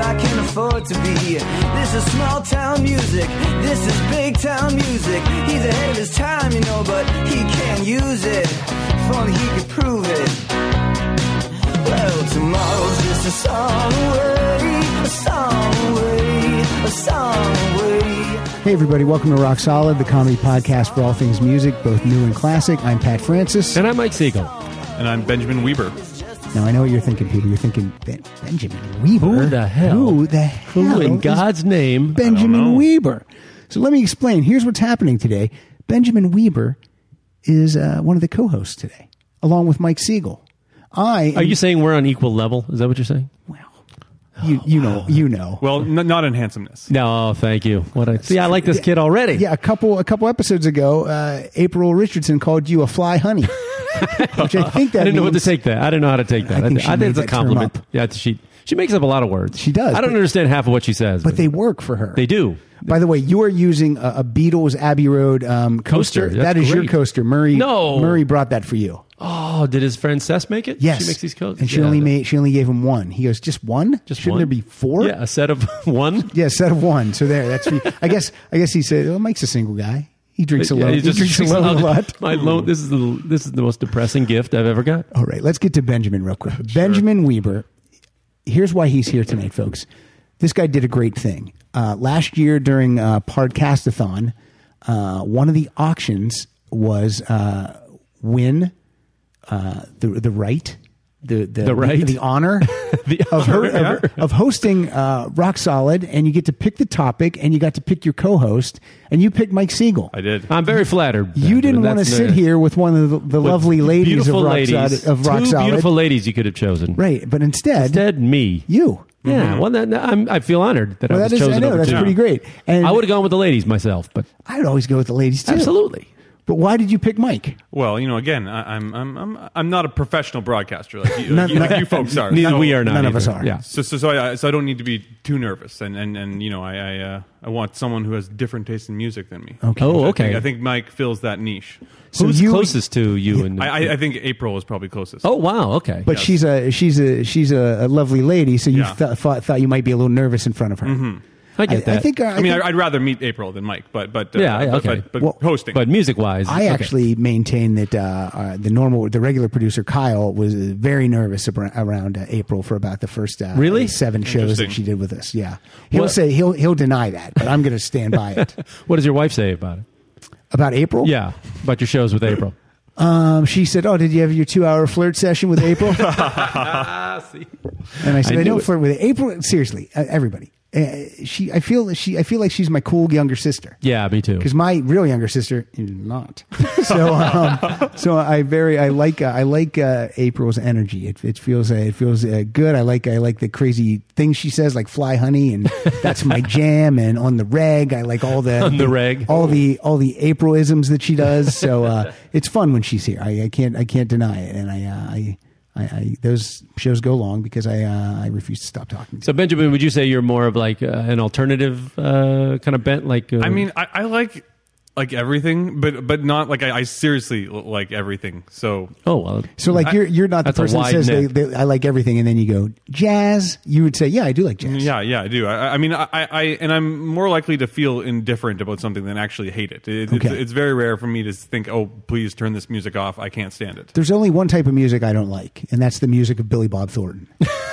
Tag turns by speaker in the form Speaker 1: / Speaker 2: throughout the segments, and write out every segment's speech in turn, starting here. Speaker 1: afford to be. This is small town music. This is big town music. He's ahead of his time, you know, but he can't use it. If only he could prove it. Well, tomorrow's just a song away, a song away, a song away.
Speaker 2: Hey, everybody, welcome to Rock Solid, the comedy podcast for all things music, both new and classic. I'm Pat Francis.
Speaker 3: And I'm Mike Siegel.
Speaker 4: And I'm Benjamin Weber.
Speaker 2: Now, I know what you're thinking, Peter. You're thinking ben- Benjamin Weber.
Speaker 3: Who the hell?
Speaker 2: Who the hell?
Speaker 3: Who in
Speaker 2: is
Speaker 3: God's name?
Speaker 2: Benjamin
Speaker 4: know.
Speaker 2: Weber. So let me explain. Here's what's happening today. Benjamin Weber is uh, one of the co-hosts today, along with Mike Siegel. I
Speaker 3: Are you saying we're on equal level? Is that what you're saying?
Speaker 2: wow. You you know
Speaker 3: Oh.
Speaker 2: you know.
Speaker 4: Well, n- not in handsomeness.
Speaker 3: No, thank you. What I see, I like this kid already.
Speaker 2: Yeah, a couple a couple episodes ago, uh, April Richardson called you a fly honey, which I think that
Speaker 3: I didn't know what to
Speaker 2: means-
Speaker 3: take that. I didn't know how to take that.
Speaker 2: I think she made
Speaker 3: it's a
Speaker 2: that term
Speaker 3: compliment.
Speaker 2: up.
Speaker 3: Yeah, it's- she she makes up a lot of words.
Speaker 2: She does,
Speaker 3: I don't
Speaker 2: but-
Speaker 3: understand half of what she says,
Speaker 2: But they work for her.
Speaker 3: they do.
Speaker 2: By the way, you are using a, a Beatles Abbey Road um, coaster.
Speaker 3: Coaster, that's
Speaker 2: That is your
Speaker 3: great.
Speaker 2: coaster. Murray
Speaker 3: No.
Speaker 2: Murray brought that for you.
Speaker 3: Oh, did his friend Sess make it?
Speaker 2: Yes,
Speaker 3: she makes these coats,
Speaker 2: and she
Speaker 3: Yeah.
Speaker 2: only made she only gave him one. He goes, just one.
Speaker 3: Just
Speaker 2: shouldn't
Speaker 3: one?
Speaker 2: there be four?
Speaker 3: Yeah, a set of one.
Speaker 2: Yeah, set of one. So there, that's me. I guess I guess he said, "Oh, Mike's a single guy. He drinks
Speaker 3: Yeah,
Speaker 2: alone. He,
Speaker 3: just
Speaker 2: drinks
Speaker 3: drinks
Speaker 2: alone a lot."
Speaker 3: My loan. This is the this is the most depressing gift I've ever got.
Speaker 2: All right, let's get to Benjamin real quick. Benjamin Weber. Here's why he's here tonight, folks. This guy did a great thing uh, last year during uh, Podcastathon. Uh, one of the auctions was uh, win uh, the the right. The, the,
Speaker 3: The right?
Speaker 2: the, honor
Speaker 3: The
Speaker 2: of, her,
Speaker 3: honor, yeah.
Speaker 2: of, her- of hosting uh, Rock Solid, and you get to pick the topic, and you got to pick your co-host, and you picked Mike Siegel.
Speaker 4: I did.
Speaker 3: I'm very flattered.
Speaker 2: You didn't want to sit here with one of the, the
Speaker 3: with
Speaker 2: lovely ladies of
Speaker 3: beautiful
Speaker 2: Rock,
Speaker 3: ladies,
Speaker 2: Solid, of Rock
Speaker 3: two
Speaker 2: Solid.
Speaker 3: beautiful ladies you could have chosen.
Speaker 2: Right, but instead,
Speaker 3: Instead, me.
Speaker 2: you.
Speaker 3: Yeah. Well, then, I'm, I feel honored that
Speaker 2: Well,
Speaker 3: I
Speaker 2: that
Speaker 3: was
Speaker 2: is, I
Speaker 3: Oh, chosen.
Speaker 2: know
Speaker 3: over
Speaker 2: that's
Speaker 3: two.
Speaker 2: pretty great. And
Speaker 3: I would have gone with the ladies myself, but
Speaker 2: I would always go with the ladies too.
Speaker 3: absolutely.
Speaker 2: But why did you pick Mike?
Speaker 4: Well, you know, again, I, I'm, I'm, I'm, I'm not a professional broadcaster like you,
Speaker 2: None-
Speaker 4: you,
Speaker 2: none-
Speaker 4: you folks are.
Speaker 3: Neither
Speaker 4: So-
Speaker 3: we are not.
Speaker 2: none of
Speaker 3: either.
Speaker 2: us are.
Speaker 3: Yeah.
Speaker 4: So, so, so, I, so I don't need to be too nervous, and and, and you know, I I, uh, I want someone who has different taste in music than me.
Speaker 2: Okay.
Speaker 3: Oh,
Speaker 4: I
Speaker 3: okay.
Speaker 4: think, I think Mike fills that niche.
Speaker 2: So
Speaker 3: Who's
Speaker 2: you-
Speaker 3: closest to you? And
Speaker 4: I, I, I think April is probably closest.
Speaker 3: oh wow. Okay.
Speaker 2: But she's a she's a she's a, a lovely lady, so you
Speaker 4: Yeah.
Speaker 2: th- thought thought you might be a little nervous in front of her.
Speaker 3: I get that.
Speaker 2: I think uh, I,
Speaker 4: I mean,
Speaker 2: think-
Speaker 4: I, I'd rather meet April than Mike, but but uh,
Speaker 3: Yeah, yeah,
Speaker 4: but,
Speaker 3: okay.
Speaker 4: but, but
Speaker 2: Well-
Speaker 4: hosting.
Speaker 3: but music wise,
Speaker 2: I actually maintain that uh, uh, the normal, the regular producer Kyle was uh, very nervous abra- around uh, April for about the first uh,
Speaker 3: Really?
Speaker 2: seven shows that
Speaker 4: Interesting.
Speaker 2: she did with us. Yeah, he'll
Speaker 3: What-
Speaker 2: say he'll he'll deny that, but I'm going to stand by it.
Speaker 3: What does your wife say about it?
Speaker 2: About April,
Speaker 3: Yeah, about your shows with April.
Speaker 2: Um, she said, "Oh, did you have your two-hour flirt session with April?" and I said,
Speaker 3: I
Speaker 2: "I,
Speaker 3: knew
Speaker 2: don't
Speaker 3: it.
Speaker 2: flirt with April. Seriously, uh, everybody. Uh, she, I feel she, I feel like she's my cool younger sister
Speaker 3: Yeah, me too.
Speaker 2: because my real younger sister is not. so, um, so I very, I like, uh, I like uh, April's energy. It, it feels, uh, it feels uh, good. I like, I like the crazy things she says, like "fly, honey," and that's my jam. And on the reg, I like all the
Speaker 3: On the reg.
Speaker 2: all the all the Aprilisms that she does. So uh, it's fun when she's here. I, I can't, I can't deny it. And I, uh, I, I, I, those shows go long because I, uh, I refuse to stop talking. To
Speaker 3: So Benjamin, would you say you're more of like uh, an alternative uh, kind of bent? Like uh,
Speaker 4: I mean, I, I like like everything, but but not like I, I seriously l- like everything. So
Speaker 3: oh well.
Speaker 2: so like
Speaker 4: I-
Speaker 2: you're you're not the
Speaker 3: That's a
Speaker 2: person that
Speaker 3: wide
Speaker 2: says they,
Speaker 3: net.
Speaker 2: they, I like everything, and then you go jazz. You would say, yeah, I do like jazz.
Speaker 4: yeah, yeah, I do. I, I mean, I, I I- and I'm more likely to feel indifferent about something than actually hate it. it it's,
Speaker 2: Okay.
Speaker 4: it's very rare for me to think, oh, please turn this music off. I can't stand it.
Speaker 2: There's only one type of music I don't like, and that's the music of Billy Bob Thornton.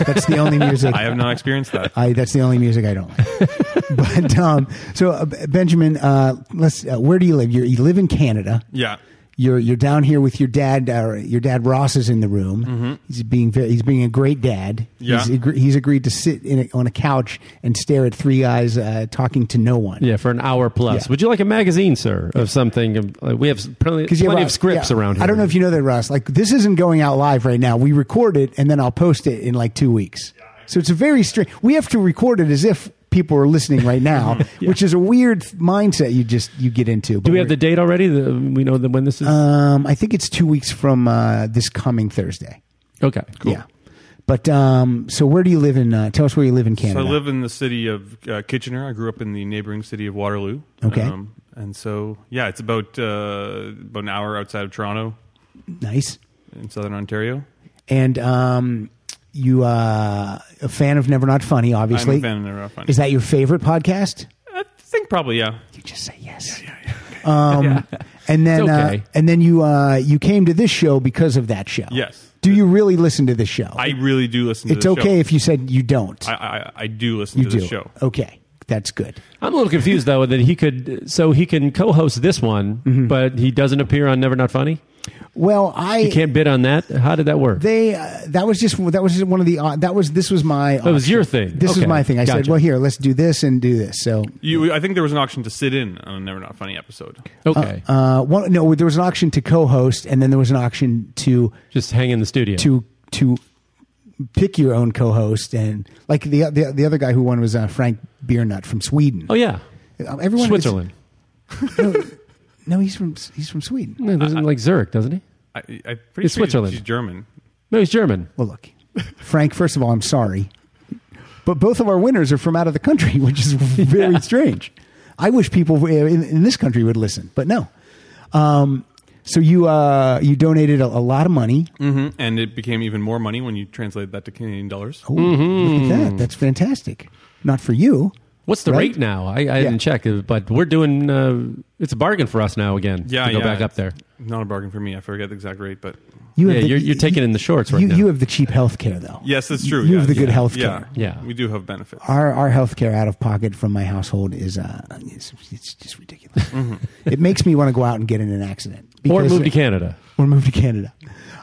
Speaker 2: That's the only music.
Speaker 4: I have not experienced that.
Speaker 2: I, that's the only music I don't like. but um, so uh, Benjamin, uh, let's. Uh, where do you live? You're, you live in Canada.
Speaker 4: Yeah.
Speaker 2: You're you're down here with your dad. Uh, your dad Ross is in the room. He's being very, he's being a great dad.
Speaker 4: Mm-hmm. Yeah.
Speaker 2: He's, agre- he's agreed to sit in a, on a couch and stare at three guys uh, talking to no one.
Speaker 3: Yeah, for an hour plus.
Speaker 2: Yeah.
Speaker 3: Would you like a magazine, sir, of something? Uh, we have plenty,
Speaker 2: you have
Speaker 3: plenty
Speaker 2: a-
Speaker 3: of scripts
Speaker 2: yeah.
Speaker 3: around here.
Speaker 2: I don't know if you know that, Russ. Like this isn't going out live right now. We record it and then I'll post it in like two weeks. So it's a very strange. We have to record it as if people are listening right now, which is a weird mindset you just you get into. But
Speaker 3: Do we have the date already? The, we know the, when this is.
Speaker 2: Um, I think it's two weeks from uh, this coming Thursday.
Speaker 3: okay, cool.
Speaker 2: Yeah. But um, so where do you live in? Uh, tell us where you live in
Speaker 4: So I
Speaker 2: Canada.
Speaker 4: live in the city of uh, Kitchener. I grew up in the neighboring city of Waterloo. Um,
Speaker 2: Okay.
Speaker 4: and so yeah, it's about uh, about an hour outside of Toronto
Speaker 2: nice.
Speaker 4: in southern Ontario.
Speaker 2: And um, you uh, a fan of Never Not Funny,
Speaker 4: I'm
Speaker 2: obviously.
Speaker 4: a fan of Never Not Funny.
Speaker 2: Is that your favorite podcast?
Speaker 4: I think probably yeah.
Speaker 2: You just say yes. Um, And then,
Speaker 3: It's
Speaker 2: uh,
Speaker 3: okay.
Speaker 2: and then you uh, you came to this show because of that show.
Speaker 4: Yes.
Speaker 2: Do you really listen to this show?
Speaker 4: I really do listen.
Speaker 2: it's
Speaker 4: to the
Speaker 2: okay
Speaker 4: Show.
Speaker 2: if you said you don't.
Speaker 4: I, I I do listen
Speaker 2: you
Speaker 4: to
Speaker 2: do.
Speaker 4: the show.
Speaker 2: Okay, that's good.
Speaker 3: I'm a little confused though that he could so he can co-host this one,
Speaker 2: Mm-hmm.
Speaker 3: but he doesn't appear on Never Not Funny.
Speaker 2: Well, I
Speaker 3: You can't bid on that. How did that work?
Speaker 2: They uh, that was just that was just one of the uh, that was this was my
Speaker 3: That was your thing.
Speaker 2: This was
Speaker 3: Okay.
Speaker 2: my thing. I said,
Speaker 3: Gotcha.
Speaker 2: well, here, let's do this and do this. So.
Speaker 4: You, I think there was an auction to sit in on a Never Not Funny episode.
Speaker 3: okay,
Speaker 2: Uh, one, no, there was an auction to co-host, and then there was an auction to
Speaker 3: just hang in the studio.
Speaker 2: to to pick your own co-host, and like the the, the other guy who won was uh, Frank Biernut from Sweden. Uh,
Speaker 3: oh yeah,
Speaker 2: everyone
Speaker 3: Switzerland.
Speaker 2: No, he's from he's from Sweden.
Speaker 3: No, doesn't like Zurich, doesn't he?
Speaker 4: I, I'm pretty sure he's-
Speaker 3: Switzerland.
Speaker 4: He's German.
Speaker 3: No, he's German.
Speaker 2: Well, look, Frank. First of all, I'm sorry, but both of our winners are from out of the country, which is very strange. I wish people w- in, in this country would listen, but no. Um, so you uh, you donated a, a lot of money.
Speaker 4: hmm And it became even more money when you translated that to Canadian dollars.
Speaker 3: Oh,
Speaker 2: Ooh,
Speaker 3: Mm-hmm.
Speaker 2: Look at that. That's fantastic. Not for you.
Speaker 3: What's the
Speaker 2: Right?
Speaker 3: rate now? I, I didn't check, but we're doing. Uh, it's a bargain for us now again.
Speaker 4: Yeah,
Speaker 3: to go
Speaker 4: yeah,
Speaker 3: back up
Speaker 4: it's
Speaker 3: there.
Speaker 4: Not a bargain for me. I forget the exact rate, but
Speaker 2: You
Speaker 3: Yeah, you're- you're taking it in the shorts right
Speaker 2: you,
Speaker 3: now.
Speaker 2: You have the cheap health care, though.
Speaker 4: yes, that's true.
Speaker 2: You
Speaker 4: yeah,
Speaker 2: have the good
Speaker 4: yeah,
Speaker 2: health
Speaker 4: Yeah,
Speaker 2: care.
Speaker 3: Yeah.
Speaker 4: we do have benefits.
Speaker 2: Our, our health care out of pocket from my household is uh, it's, it's just ridiculous.
Speaker 4: Mm-hmm.
Speaker 2: It makes me want to go out and get in an accident.
Speaker 3: Or
Speaker 2: because-
Speaker 3: move to Canada.
Speaker 2: or move to Canada.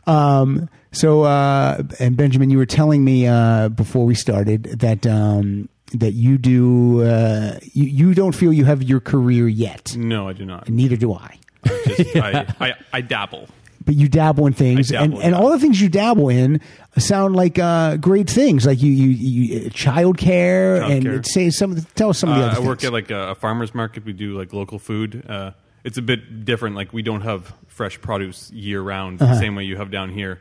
Speaker 2: Um, so, uh, and Benjamin, you were telling me uh, before we started that um, that you do uh, you, you don't feel you have your career yet.
Speaker 4: No, I do not.
Speaker 2: Neither do I.
Speaker 4: Just, I, I, I dabble.
Speaker 2: But you dabble in things,
Speaker 4: I dabble,
Speaker 2: and, and
Speaker 4: yeah.
Speaker 2: all the things you dabble in sound like uh, great things, like you you, you child care
Speaker 4: Childcare.
Speaker 2: and say some of the, tell us some of the
Speaker 4: Uh,
Speaker 2: other
Speaker 4: I
Speaker 2: things.
Speaker 4: work at like a, a farmer's market. We do like local food. Uh, it's a bit different. Like we don't have fresh produce year round
Speaker 3: Uh-huh.
Speaker 4: the same way you have down here.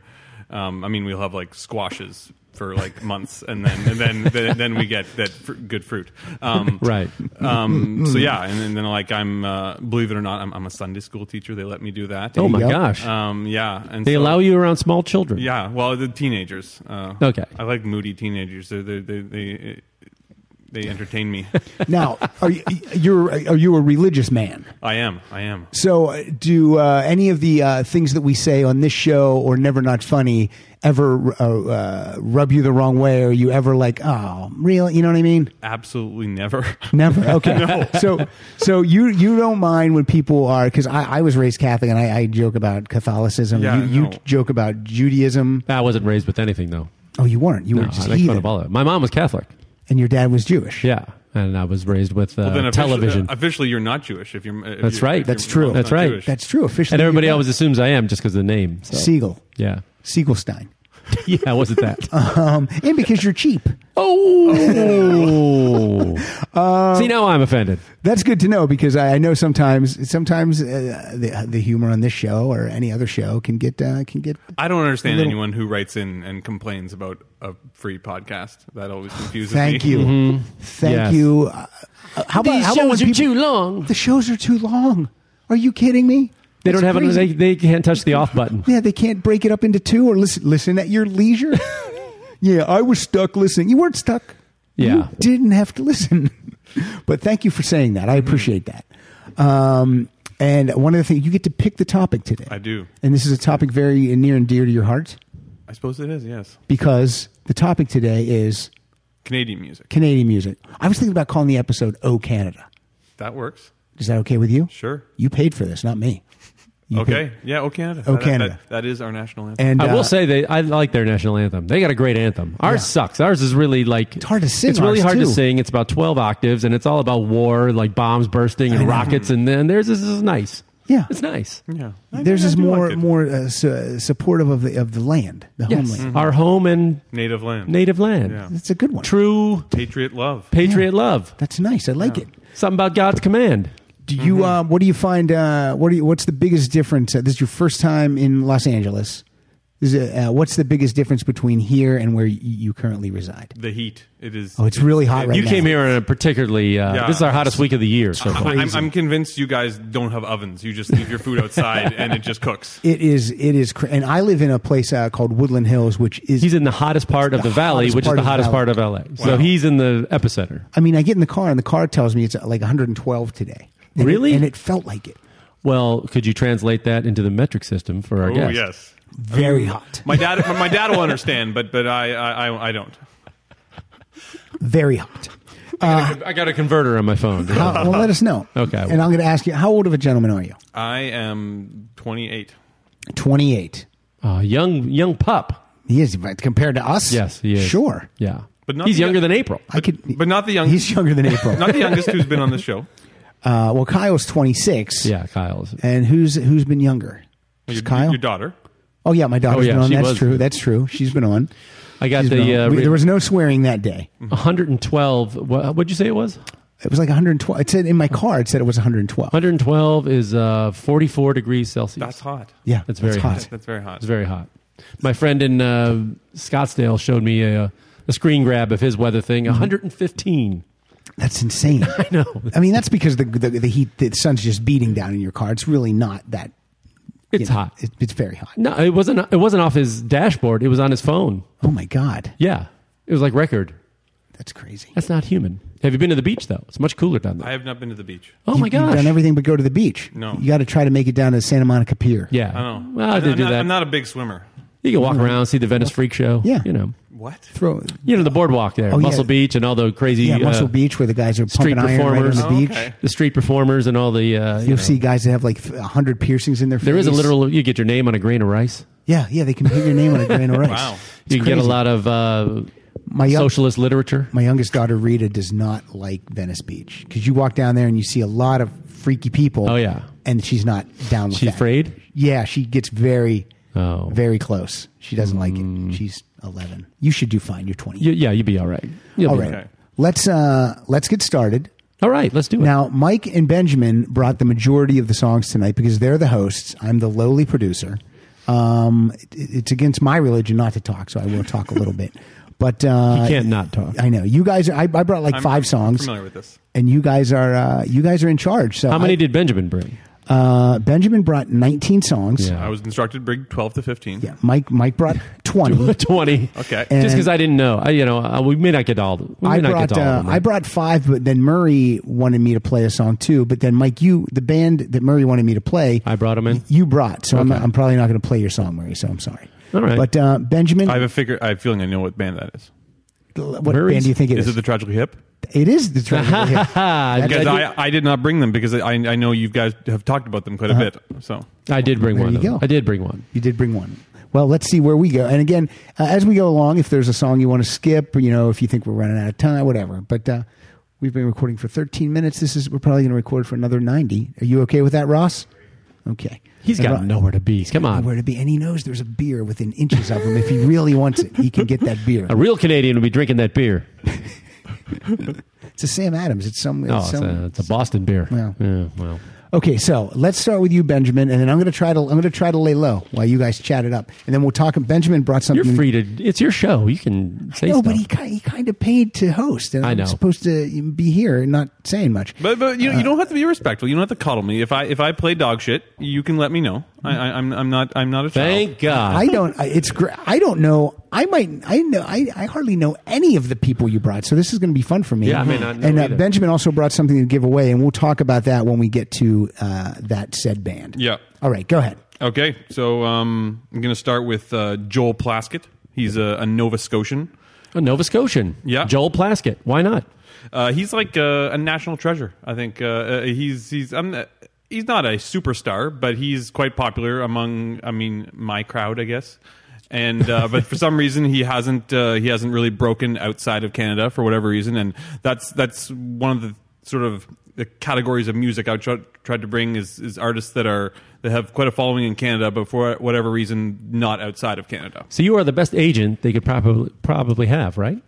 Speaker 4: Um, I mean, we'll have like squashes for like months, and then and then then, then we get that fr- good fruit. Um,
Speaker 3: Right.
Speaker 4: Um, so yeah, and, then then like I'm uh, believe it or not, I'm, I'm a Sunday school teacher. They let me do that.
Speaker 3: Oh my
Speaker 2: go.
Speaker 3: gosh,
Speaker 4: Um, yeah, and
Speaker 3: they
Speaker 4: so-
Speaker 3: allow you around small children.
Speaker 4: Yeah, well, the teenagers. Uh,
Speaker 3: Okay.
Speaker 4: I like moody teenagers. They're, they they they they entertain me.
Speaker 2: now, are you you're, are you a religious man?
Speaker 4: I am. I am.
Speaker 2: So, uh, do uh, any of the uh, things that we say on this show or Never Not Funny ever uh, uh, rub you the wrong way? Or you ever like, oh, really? You know what I mean?
Speaker 4: Absolutely
Speaker 2: Uh,
Speaker 4: never.
Speaker 2: Never. Okay. So, so you you don't mind when people are because I, I was raised Catholic and I, I joke about Catholicism.
Speaker 4: Yeah,
Speaker 2: you you
Speaker 4: no.
Speaker 2: joke about Judaism.
Speaker 3: I wasn't raised with anything though.
Speaker 2: Oh, you weren't. You were
Speaker 3: No, I
Speaker 2: just
Speaker 3: make fun
Speaker 2: heathen,
Speaker 3: of all of it. My mom was Catholic.
Speaker 2: and your dad was Jewish.
Speaker 3: Yeah, and I was raised with uh,
Speaker 4: Then offici-
Speaker 3: television.
Speaker 4: uh, officially, you're not Jewish. If you're. If
Speaker 3: That's
Speaker 4: you're-
Speaker 3: right.
Speaker 4: if
Speaker 3: That's
Speaker 4: you're
Speaker 3: true.
Speaker 4: not
Speaker 3: That's right.
Speaker 4: Jewish.
Speaker 2: That's true. Officially,
Speaker 3: and everybody
Speaker 2: you're
Speaker 3: always assumes I am just because of the name. So.
Speaker 2: Siegel
Speaker 3: Yeah.
Speaker 2: Siegelstein,
Speaker 3: Yeah, I wasn't that.
Speaker 2: um, and because you're cheap.
Speaker 3: oh.
Speaker 2: Um,
Speaker 3: See, now I'm offended.
Speaker 2: That's good to know because I, I know sometimes sometimes uh, the the humor on this show or any other show can get uh, can get.
Speaker 4: I don't understand
Speaker 2: Little-
Speaker 4: anyone who writes in and complains about a free podcast. That always confuses
Speaker 2: Thank
Speaker 4: me.
Speaker 2: you, Mm-hmm. thank
Speaker 3: Mm-hmm. Yes.
Speaker 2: you. Uh, how about how about when people-
Speaker 3: long.
Speaker 2: The shows are too long. Are you kidding me?
Speaker 3: They
Speaker 2: That's
Speaker 3: don't have an,
Speaker 2: crazy.
Speaker 3: they, they can't touch the off button.
Speaker 2: yeah, they can't break it up into two or listen listen at your leisure. yeah, I was stuck listening. You weren't stuck.
Speaker 3: Yeah.
Speaker 2: you didn't have to listen. but thank you for saying that. I
Speaker 3: Mm-hmm.
Speaker 2: appreciate that. Um, and one of the things you get to pick the topic today.
Speaker 4: I do.
Speaker 2: And this is a topic very near and dear to your heart
Speaker 4: I suppose it is. Yes.
Speaker 2: because the topic today is
Speaker 4: Canadian music.
Speaker 2: Canadian music. I was thinking about calling the episode "Oh Canada."
Speaker 4: That works.
Speaker 2: Is that okay with you?
Speaker 4: Sure.
Speaker 2: You paid for this, not me. You
Speaker 4: Okay.
Speaker 2: paid-
Speaker 4: Yeah. Oh Canada.
Speaker 2: Oh,
Speaker 4: That- that-
Speaker 2: Canada.
Speaker 4: that is our national anthem.
Speaker 2: And
Speaker 3: I
Speaker 2: uh,
Speaker 3: will say they I like their national anthem. They got a great anthem.
Speaker 2: Yeah.
Speaker 3: Ours sucks. Ours is really like it's
Speaker 2: hard to sing
Speaker 3: It's really
Speaker 2: ours,
Speaker 3: hard
Speaker 2: too.
Speaker 3: to sing. It's about twelve octaves, and it's all about war, like bombs bursting and rockets. And then theirs is, is nice.
Speaker 2: Yeah.
Speaker 3: it's nice.
Speaker 4: yeah. I-
Speaker 2: theirs
Speaker 4: I
Speaker 2: is
Speaker 4: do
Speaker 2: more
Speaker 4: like it.
Speaker 2: more uh, su- supportive of the of the land, the
Speaker 3: Yes,
Speaker 2: homeland.
Speaker 3: our home and
Speaker 4: native land.
Speaker 3: native land.
Speaker 4: Mm-hmm. Yeah.
Speaker 2: That's a good one.
Speaker 3: True
Speaker 4: Patriot love.
Speaker 3: patriot love.
Speaker 2: That's nice. I like it.
Speaker 3: Something about God's command.
Speaker 2: Do you?
Speaker 3: Mm-hmm.
Speaker 2: Uh, what do you find? Uh, what do you? What's the biggest difference? Uh, this is your first time in Los Angeles. Is it, uh, what's the biggest difference between here and where y- you currently reside?
Speaker 4: The heat. It is.
Speaker 2: Oh, it's really hot right
Speaker 3: You
Speaker 2: now.
Speaker 3: came here on a particularly. Uh,
Speaker 4: Yeah.
Speaker 3: This is our hottest week of the year. So far.
Speaker 4: I, I'm, I'm convinced you guys don't have ovens. You just leave your food outside and it just cooks.
Speaker 2: It is. It is. cra- And I live in a place uh, called Woodland Hills, which is.
Speaker 3: he's in the hottest part of
Speaker 2: the
Speaker 3: the valley,
Speaker 2: hottest
Speaker 3: which is
Speaker 2: part
Speaker 3: the
Speaker 2: of the
Speaker 3: hottest
Speaker 2: valley.
Speaker 3: part of LA. So
Speaker 4: Wow.
Speaker 3: he's in the epicenter.
Speaker 2: I mean, I get in the car and the car tells me it's uh, like 112 today. And it-
Speaker 3: Really?
Speaker 2: and it felt like it.
Speaker 3: Well, could you translate that into the metric system for our
Speaker 4: Oh
Speaker 3: guest?
Speaker 4: yes.
Speaker 3: Mm.
Speaker 2: Very hot.
Speaker 4: My dad. my dad will understand, but but I I, I- I don't.
Speaker 2: Very hot.
Speaker 3: I got a converter on my phone.
Speaker 2: Uh, well, let us know.
Speaker 3: Okay, I will.
Speaker 2: And I'm going to ask you, how old of a gentleman are you?
Speaker 4: I am 28.
Speaker 2: 28.
Speaker 3: Uh, young young pup.
Speaker 2: He is, but compared to us?
Speaker 3: Yes, he is.
Speaker 2: Sure.
Speaker 3: Yeah,
Speaker 4: But not
Speaker 3: he's
Speaker 4: the-
Speaker 3: younger than April.
Speaker 2: I could,
Speaker 4: But not the young.
Speaker 2: he's younger than April.
Speaker 4: not the youngest who's been on the show.
Speaker 2: Uh, well, Kyle's 26.
Speaker 3: Yeah, Kyle's.
Speaker 2: And who's who's been younger? It's
Speaker 4: Your,
Speaker 2: Kyle?
Speaker 4: your daughter.
Speaker 2: oh, yeah, my daughter's
Speaker 3: Oh, yeah,
Speaker 2: been on.
Speaker 3: she
Speaker 2: That's
Speaker 3: was.
Speaker 2: true. That's true. She's been on.
Speaker 3: I got
Speaker 2: She's
Speaker 3: the
Speaker 2: been
Speaker 3: uh,
Speaker 2: on. We-
Speaker 3: re-
Speaker 2: there was no swearing that day.
Speaker 3: 112. What, what'd you say it was?
Speaker 2: It was like 112. It said in my car, it said it was 112.
Speaker 3: 112 is uh, 44 degrees Celsius.
Speaker 4: That's hot.
Speaker 2: Yeah.
Speaker 3: That's very hot.
Speaker 4: That's very hot.
Speaker 3: It's very hot. My friend in uh, Scottsdale showed me a, a screen grab of his weather thing.
Speaker 4: Mm-hmm.
Speaker 3: 115.
Speaker 2: That's insane. I
Speaker 3: know.
Speaker 2: I mean, that's because the, the, the heat, the sun's just beating down in your car. It's really not that. you
Speaker 3: It's
Speaker 2: know,
Speaker 3: hot.
Speaker 2: It, it's very hot.
Speaker 3: no, it wasn't. It wasn't off his dashboard. It was on his phone.
Speaker 2: Oh, my God.
Speaker 3: Yeah, it was like record.
Speaker 2: That's crazy.
Speaker 3: That's not human. Have you been to the beach though? It's much cooler down there.
Speaker 4: I have not been to the beach.
Speaker 3: oh
Speaker 2: You-
Speaker 3: my gosh!
Speaker 2: You've done everything but go to the beach.
Speaker 4: No.
Speaker 2: You got to try to make it down to Santa Monica Pier.
Speaker 3: yeah,
Speaker 4: I don't know.
Speaker 3: Well, I
Speaker 4: I'm,
Speaker 3: did
Speaker 4: I'm
Speaker 3: do
Speaker 4: not,
Speaker 3: that.
Speaker 4: I'm not a big swimmer.
Speaker 3: you can walk around, see the Venice Freak Show.
Speaker 2: Yeah.
Speaker 3: you know,
Speaker 4: What?
Speaker 2: Throw.
Speaker 3: you know the boardwalk there,
Speaker 2: Oh, yeah.
Speaker 3: Muscle Beach, and all the crazy
Speaker 2: Yeah,
Speaker 3: uh,
Speaker 2: Muscle Beach where the guys are
Speaker 3: street
Speaker 2: pumping iron right on
Speaker 3: performers.
Speaker 2: the
Speaker 3: Oh,
Speaker 2: beach.
Speaker 4: okay.
Speaker 3: the street performers, and all the. Uh, you
Speaker 2: You'll
Speaker 3: know.
Speaker 2: see guys that have like th- 100 piercings in their face.
Speaker 3: There is a literal. You get your name on a grain of rice.
Speaker 2: Yeah, yeah, they can put your name on a grain of rice.
Speaker 4: Wow.
Speaker 2: It's
Speaker 3: you can get a
Speaker 2: crazy.
Speaker 3: lot of uh,
Speaker 2: My young-
Speaker 3: socialist literature.
Speaker 2: My youngest daughter Rita does not like Venice Beach because you walk down there and you see a lot of freaky people.
Speaker 3: Oh, yeah.
Speaker 2: and she's not down with
Speaker 3: She's
Speaker 2: that.
Speaker 3: afraid?
Speaker 2: Yeah, she gets very,
Speaker 3: Oh. Mm.
Speaker 2: very close. She doesn't like it. She's eleven. You should do fine. You're twenty.
Speaker 3: You, yeah, you'd be all right. You'll
Speaker 2: All
Speaker 3: be
Speaker 2: right,
Speaker 4: okay.
Speaker 2: let's uh, let's get started.
Speaker 3: All right, let's do it.
Speaker 2: Now, Mike and Benjamin brought the majority of the songs tonight because they're the hosts. I'm the lowly producer. Um, it, it's against my religion not to talk, so I will talk a little bit. But uh,
Speaker 3: You can't not talk.
Speaker 2: I know you guys. I, I brought like
Speaker 4: I'm
Speaker 2: five songs,
Speaker 4: Familiar with this?
Speaker 2: and you guys are uh, you guys are in charge. So
Speaker 3: How many
Speaker 2: I-
Speaker 3: did Benjamin bring?
Speaker 2: uh, Benjamin brought 19 songs.
Speaker 3: Yeah.
Speaker 4: I was instructed to bring 12 to 15.
Speaker 2: Yeah, Mike Mike brought 20.
Speaker 3: Twenty.
Speaker 4: Okay.
Speaker 2: And-
Speaker 3: Just because I didn't know, I you know I, we may not get to all. We may
Speaker 2: I
Speaker 3: not
Speaker 2: brought
Speaker 3: get to all.
Speaker 2: uh,
Speaker 3: of them.
Speaker 2: I brought five, but then Murray wanted me to play a song too. But then Mike, you the band that Murray wanted me to play,
Speaker 3: I brought 'em in?
Speaker 2: You brought, so I'm,
Speaker 3: Okay.
Speaker 2: I'm probably not going to play your song, Murray. So I'm sorry.
Speaker 3: All right.
Speaker 2: but uh, Benjamin,
Speaker 4: I have a figure. I have a feeling I know what band that is.
Speaker 2: what
Speaker 3: Murray's-
Speaker 2: band do you think it
Speaker 4: Is
Speaker 2: is?
Speaker 4: it the Tragically Hip?
Speaker 2: it is the Triangle Hit.
Speaker 3: Ah, I,
Speaker 4: Because
Speaker 3: did-
Speaker 4: I, I did not bring them because I, I know you guys have talked about them quite
Speaker 3: Uh-huh.
Speaker 4: a bit. So
Speaker 3: I did bring
Speaker 2: There
Speaker 3: one.
Speaker 2: you
Speaker 3: though.
Speaker 2: go.
Speaker 3: I did bring one.
Speaker 2: You did bring one. Well, let's see where we go. And again, uh, as we go along, if there's a song you want to skip, or, you know, if you think we're running out of time, whatever. But uh, we've been recording for 13 minutes. This is we're probably going to record for another 90. Are you okay with that, Ross? Okay.
Speaker 3: He's
Speaker 2: And
Speaker 3: got
Speaker 2: Ro-
Speaker 3: nowhere to be. Come on.
Speaker 2: Nowhere to be, and he knows there's a beer within inches of him. if he really wants it, he can get that beer.
Speaker 3: A real Canadian would be drinking that beer.
Speaker 2: It's a Sam Adams. It's some. It's
Speaker 3: No, Oh, it's
Speaker 2: some
Speaker 3: a, it's a Boston beer.
Speaker 2: Yeah.
Speaker 3: Yeah, well.
Speaker 2: Okay, so let's start with you, Benjamin, and then I'm going to try to I'm going to try to lay low while you guys chat it up, and then we'll talk. Benjamin brought something.
Speaker 3: You're free to. It's your show. You can say
Speaker 2: No,
Speaker 3: stuff.
Speaker 2: but he kind he kind of paid to host, and
Speaker 3: I
Speaker 2: I'm
Speaker 3: know.
Speaker 2: supposed to be here and not saying much.
Speaker 4: But but you, you don't have to be respectful. You don't have to coddle me. If I if I play dog shit, you can let me know. I, I I'm I'm not I'm not a child.
Speaker 3: Thank God.
Speaker 2: I don't. I- It's gr- I don't know. I might. I know. I, I hardly know any of the people you brought, so this is going to be fun for me.
Speaker 3: Yeah, I may not know
Speaker 2: and uh,
Speaker 3: either.
Speaker 2: Benjamin also brought something to give away, and we'll talk about that when we get to uh, that said band.
Speaker 4: Yeah.
Speaker 2: All right. Go ahead.
Speaker 4: Okay, so um, I'm going to start with uh, Joel Plaskett. He's a, a Nova Scotian.
Speaker 3: a Oh, Nova Scotian.
Speaker 4: Yeah.
Speaker 3: Joel Plaskett. Why not?
Speaker 4: Uh, he's like a, a national treasure. I think uh, uh, he's he's I'm, uh, he's not a superstar, but he's quite popular among I mean my crowd, I guess. And uh, but for some reason he hasn't uh, he hasn't really broken outside of Canada for whatever reason, and that's that's one of the sort of the categories of music I tr- tried to bring is, is artists that are that have quite a following in Canada, but for whatever reason, not outside of Canada.
Speaker 3: So you are the best agent they could probably probably have, right?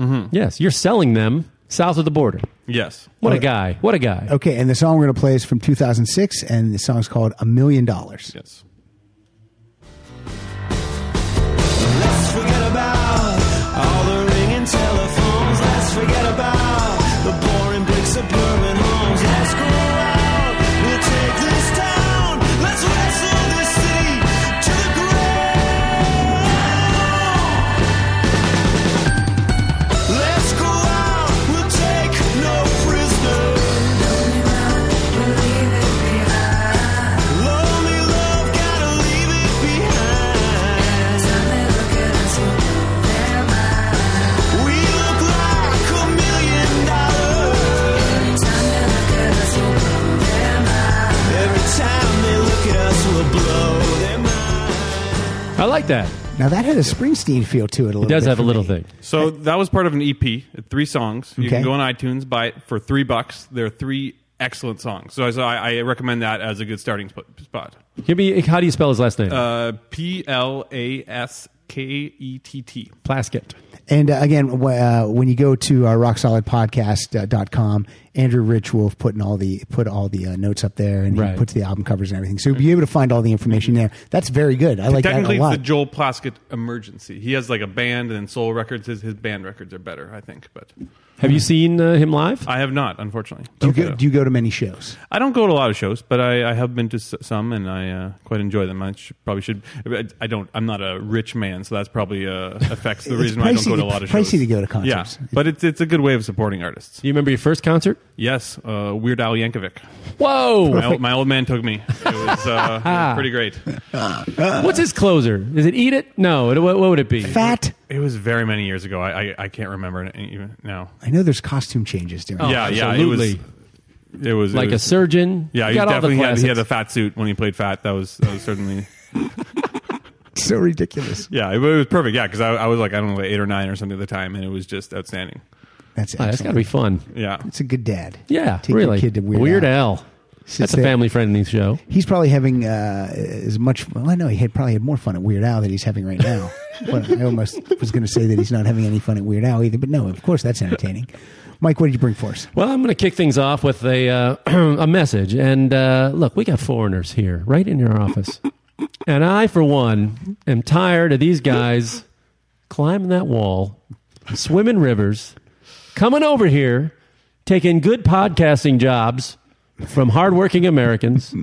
Speaker 3: Mm-hmm. Yes, you're selling them south of the border.
Speaker 4: Yes.
Speaker 3: What a guy! What a guy!
Speaker 2: Okay, and the song we're going to play is from 2006, and the song's called "A Million Dollars."
Speaker 4: Yes.
Speaker 3: I like that.
Speaker 2: Now that had a Springsteen feel to it a little. It
Speaker 3: Does have a little thing.
Speaker 4: So that was part of an EP, three songs. You
Speaker 2: Okay.
Speaker 4: can go on iTunes, buy it for three bucks. There are three excellent songs. So, so I, I recommend that as a good starting sp- spot.
Speaker 3: Give me. How do you spell his last name?
Speaker 4: Uh, P L A S K E T T.
Speaker 3: Plaskett.
Speaker 2: And uh, again, wh- uh, when you go to uh, rocksolidpodcast.com, Andrew Rich will have put in all the put all the uh, notes up there, and
Speaker 3: Right.
Speaker 2: he puts the album covers and everything. So you'll be able to find all the information there. That's very good. I like that
Speaker 4: Technically,
Speaker 2: a
Speaker 4: it's the
Speaker 2: lot.
Speaker 4: Joel Plaskett Emergency. He has like a band, and then Soul Records. His, his band records are better, I think. But
Speaker 3: Have you seen uh, him live?
Speaker 4: I have not, unfortunately.
Speaker 2: do you
Speaker 4: Okay.
Speaker 2: go? Do you go to many shows?
Speaker 4: I don't go to a lot of shows, but I, I have been to s- some, and I uh, quite enjoy them. I should, probably should. I- I don't. I'm not a rich man, so that's probably uh, affects the
Speaker 2: It's
Speaker 4: reason why I don't
Speaker 2: pricey-
Speaker 4: go to a lot
Speaker 2: it's
Speaker 4: of
Speaker 2: pricey
Speaker 4: shows.
Speaker 2: to go to concerts.
Speaker 4: Yeah, but it's it's a good way of supporting artists.
Speaker 3: Do you remember your first concert?
Speaker 4: Yes, uh, Weird Al Yankovic. My,
Speaker 3: Whoa!
Speaker 4: old- my old man took me. It was, uh, it was pretty great.
Speaker 3: What's his closer? Is it Eat It? No. It, what, what would it be?
Speaker 2: Fat.
Speaker 4: It was very many years ago. I I, I can't remember it even now.
Speaker 2: I know there's costume changes during.
Speaker 4: Oh. yeah, yeah.
Speaker 3: absolutely.
Speaker 4: It was. It was it
Speaker 3: Like a
Speaker 4: was-
Speaker 3: surgeon.
Speaker 4: Yeah,
Speaker 3: You
Speaker 4: he
Speaker 3: got all the
Speaker 4: definitely had, he had a
Speaker 3: classics.
Speaker 4: fat suit when he played fat. That was that was certainly.
Speaker 2: It's so ridiculous.
Speaker 4: Yeah, it, it was perfect. Yeah, because I, I was like I don't know like eight or nine or something at the time, and it was just outstanding.
Speaker 2: That's
Speaker 3: Oh,
Speaker 2: excellent.
Speaker 3: that's got to be fun.
Speaker 4: Yeah,
Speaker 2: It's a good dad.
Speaker 3: Yeah,
Speaker 2: Take your
Speaker 3: really.
Speaker 2: kid to Weird Al.
Speaker 3: Al. That's a
Speaker 2: there.
Speaker 3: family friendly show.
Speaker 2: He's probably having uh, as much. Well, I know he had probably had more fun at Weird Al than he's having right now. but I almost was going to say that he's not having any fun at Weird Al either. But no, of course that's entertaining. Mike, what did you bring for us?
Speaker 3: Well, I'm going to kick things off with a uh, a message. And uh, look, we got foreigners here, right in your office. and I, for one, am tired of these guys climbing that wall, swimming rivers, coming over here, taking good podcasting jobs from hardworking Americans.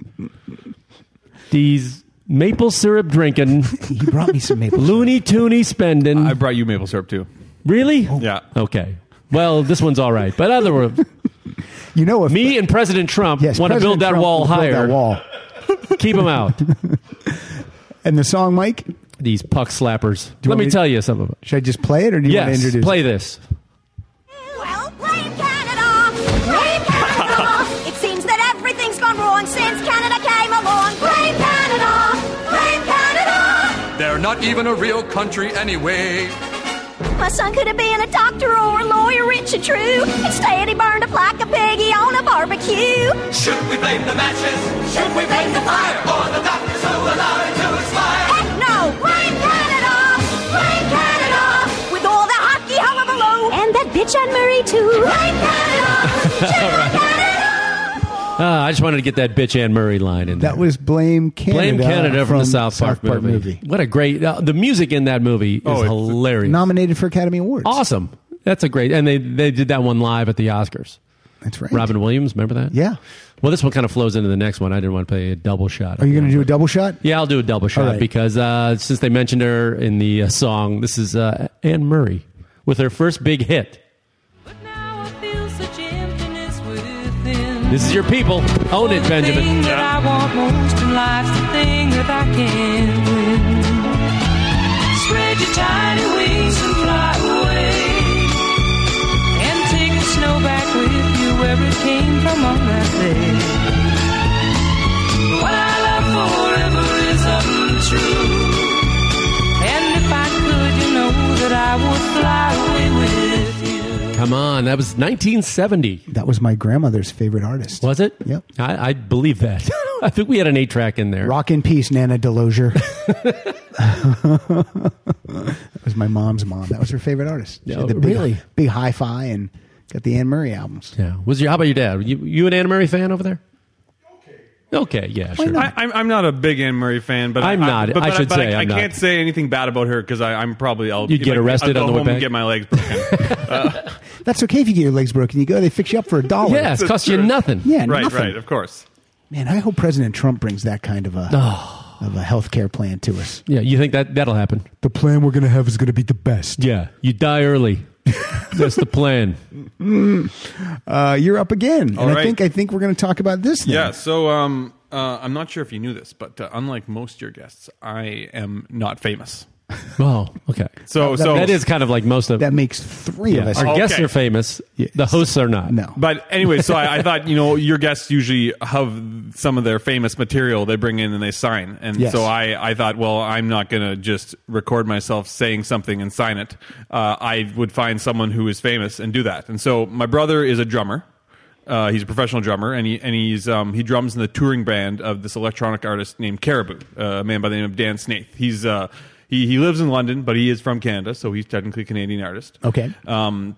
Speaker 3: these maple syrup drinking,
Speaker 2: He brought me some maple.
Speaker 3: loony toony spending.
Speaker 4: I brought you maple syrup too.
Speaker 3: really?
Speaker 4: Yeah,
Speaker 3: Okay. Well, this one's all right. But other words,
Speaker 2: syrup. You know, if
Speaker 3: me and President Trump
Speaker 2: yes,
Speaker 3: want to
Speaker 2: President
Speaker 3: build that
Speaker 2: Trump
Speaker 3: wall
Speaker 2: will build
Speaker 3: higher.
Speaker 2: that wall.
Speaker 3: Keep them out.
Speaker 2: And the song, Mike.
Speaker 3: These puck slappers.
Speaker 2: you
Speaker 3: Let
Speaker 2: want
Speaker 3: me
Speaker 2: me-
Speaker 3: tell you something.
Speaker 2: Should I just play it, or do you want to
Speaker 3: Yes,
Speaker 2: introduce?
Speaker 3: play
Speaker 2: it?
Speaker 3: this.
Speaker 5: Well, blame Canada! Blame Canada! It seems that everything's gone wrong since Canada came along. Blame Canada! Blame Canada!
Speaker 6: They're not even a real country anyway.
Speaker 5: My son could have been a doctor or a lawyer, rich and true. Instead, he burned up like a piggy on a barbecue.
Speaker 6: Should we blame the matches? Should we blame the fire? Or the doctors who allowed it to expire?
Speaker 5: Heck no! Blame Canada! Blame Canada! With all the hockey hullabaloo! And that bitch Anne Marie, too. Blame Canada! Blame Canada!
Speaker 3: Uh, I just wanted to get that bitch Anne Murray line in there.
Speaker 2: That was blame Canada.
Speaker 3: Blame Canada from, the South Park, movie. What a great uh, the music in that movie is
Speaker 4: Oh, it's-
Speaker 3: hilarious.
Speaker 2: Nominated for Academy Awards.
Speaker 3: awesome. That's a great. And they they did that one live at the Oscars.
Speaker 2: That's right.
Speaker 3: Robin Williams, remember that?
Speaker 2: Yeah.
Speaker 3: Well, this one kind of flows into the next one. I didn't want to play a double shot.
Speaker 2: Are you going to do a double shot?
Speaker 3: Yeah, I'll do a double shot
Speaker 2: All right.
Speaker 3: because uh, since they mentioned her in the uh, song, this is uh, Anne Murray with her first big hit.
Speaker 7: But now I feel such emptiness within.
Speaker 3: This is your people. Own it,
Speaker 7: The
Speaker 3: Benjamin.
Speaker 7: thing that I want most in life's the thing that I can win. Spread your tiny wings and fly away. And take the snow back with you where it came from on that day. What I love forever is untrue. And if I could, you know that I would fly away with you.
Speaker 3: Come on, that was 1970.
Speaker 2: That was my grandmother's favorite artist.
Speaker 3: Was it?
Speaker 2: Yep.
Speaker 3: I, I believe that. I think we had an eight track in there.
Speaker 2: Rock in peace, Nana Delosier. that was my mom's mom. That was her favorite artist. She had
Speaker 3: Oh,
Speaker 2: the big,
Speaker 3: really?
Speaker 2: big hi-fi and got the Anne Murray albums.
Speaker 3: Yeah. Was your? How about your dad? You, you an Anne Murray fan over there? Okay. Okay. Yeah. Sure.
Speaker 4: I, I'm, I'm not a big Anne Murray fan, but
Speaker 3: I'm
Speaker 4: I,
Speaker 3: not.
Speaker 4: I, but,
Speaker 3: I
Speaker 4: but
Speaker 3: should
Speaker 4: but
Speaker 3: say
Speaker 4: I,
Speaker 3: I'm
Speaker 4: I
Speaker 3: not.
Speaker 4: can't say anything bad about her because I'm probably. I'll,
Speaker 3: You'd get
Speaker 4: like,
Speaker 3: arrested
Speaker 4: I'll
Speaker 3: on the
Speaker 4: go
Speaker 3: way
Speaker 4: home
Speaker 3: back?
Speaker 4: and get my legs broken.
Speaker 2: That's okay if you get your legs broken. You go, they fix you up for a dollar.
Speaker 3: yeah. It cost you
Speaker 4: true.
Speaker 3: nothing.
Speaker 2: Yeah,
Speaker 4: right,
Speaker 2: nothing.
Speaker 4: right. Of course.
Speaker 2: Man, I hope President Trump brings that kind of a
Speaker 3: Oh.
Speaker 2: of a health care plan to us.
Speaker 3: Yeah. You think that that'll happen?
Speaker 8: The plan we're going to have is going to be the best.
Speaker 3: Yeah. You die early. That's the plan.
Speaker 2: Uh, you're up again, and I
Speaker 4: right.
Speaker 2: think I think we're going to talk about this. Now.
Speaker 4: Yeah. So um, uh, I'm not sure if you knew this, but uh, unlike most of your guests, I am not famous.
Speaker 3: Wow. Oh, Okay.
Speaker 4: So so
Speaker 3: that is kind of like most of
Speaker 2: That makes three of us.
Speaker 3: our guests
Speaker 4: Okay.
Speaker 3: are famous.
Speaker 2: Yeah.
Speaker 3: The hosts are not.
Speaker 2: no.
Speaker 4: But anyway, so I, I thought you know your guests usually have some of their famous material they bring in and they sign, and
Speaker 2: Yes.
Speaker 4: so I I thought well I'm not gonna just record myself saying something and sign it. Uh, I would find someone who is famous and do that. And so my brother is a drummer. Uh, he's a professional drummer, and he and he's um, he drums in the touring band of this electronic artist named Caribou, uh, a man by the name of Dan Snaith. He's uh, he he lives in London, but he is from Canada, so he's technically a Canadian artist.
Speaker 2: Okay.
Speaker 4: Um,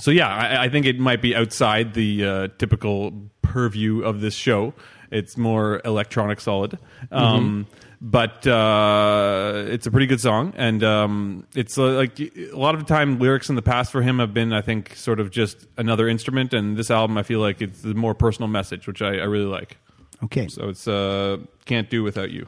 Speaker 4: so yeah, I, I think it might be outside the uh, typical purview of this show. It's more electronic solid, um, but uh, it's a pretty good song, and um, it's uh, like a lot of time lyrics in the past for him have been, I think, sort of just another instrument. And this album, I feel like it's a more personal message, which I, I really like.
Speaker 2: Okay.
Speaker 4: So it's uh, can't do without you.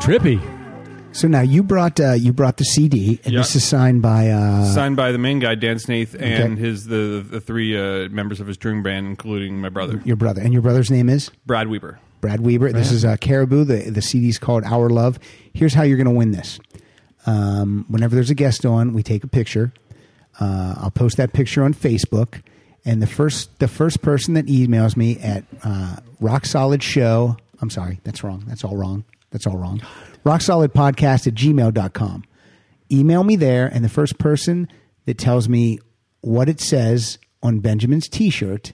Speaker 3: Trippy.
Speaker 2: So now you brought uh, you brought the CD, and
Speaker 4: Yeah.
Speaker 2: this is signed by uh,
Speaker 4: Signed by the main guy, Dan Snaith, and
Speaker 2: Okay.
Speaker 4: his the the three uh, members of his touring band, including my brother,
Speaker 2: your brother, and your brother's name is
Speaker 4: Brad Weber.
Speaker 2: Brad Weber. This is uh, Caribou. The the CD's called Our Love. Here's how you're going to win this. Um, whenever there's a guest on, we take a picture. Uh, I'll post that picture on Facebook, and the first the first person that emails me at uh, Rock Solid Show. I'm sorry, that's wrong. That's all wrong. That's all wrong. Rock Solid Podcast at gmail.com. Email me there, and the first person that tells me what it says on Benjamin's T-shirt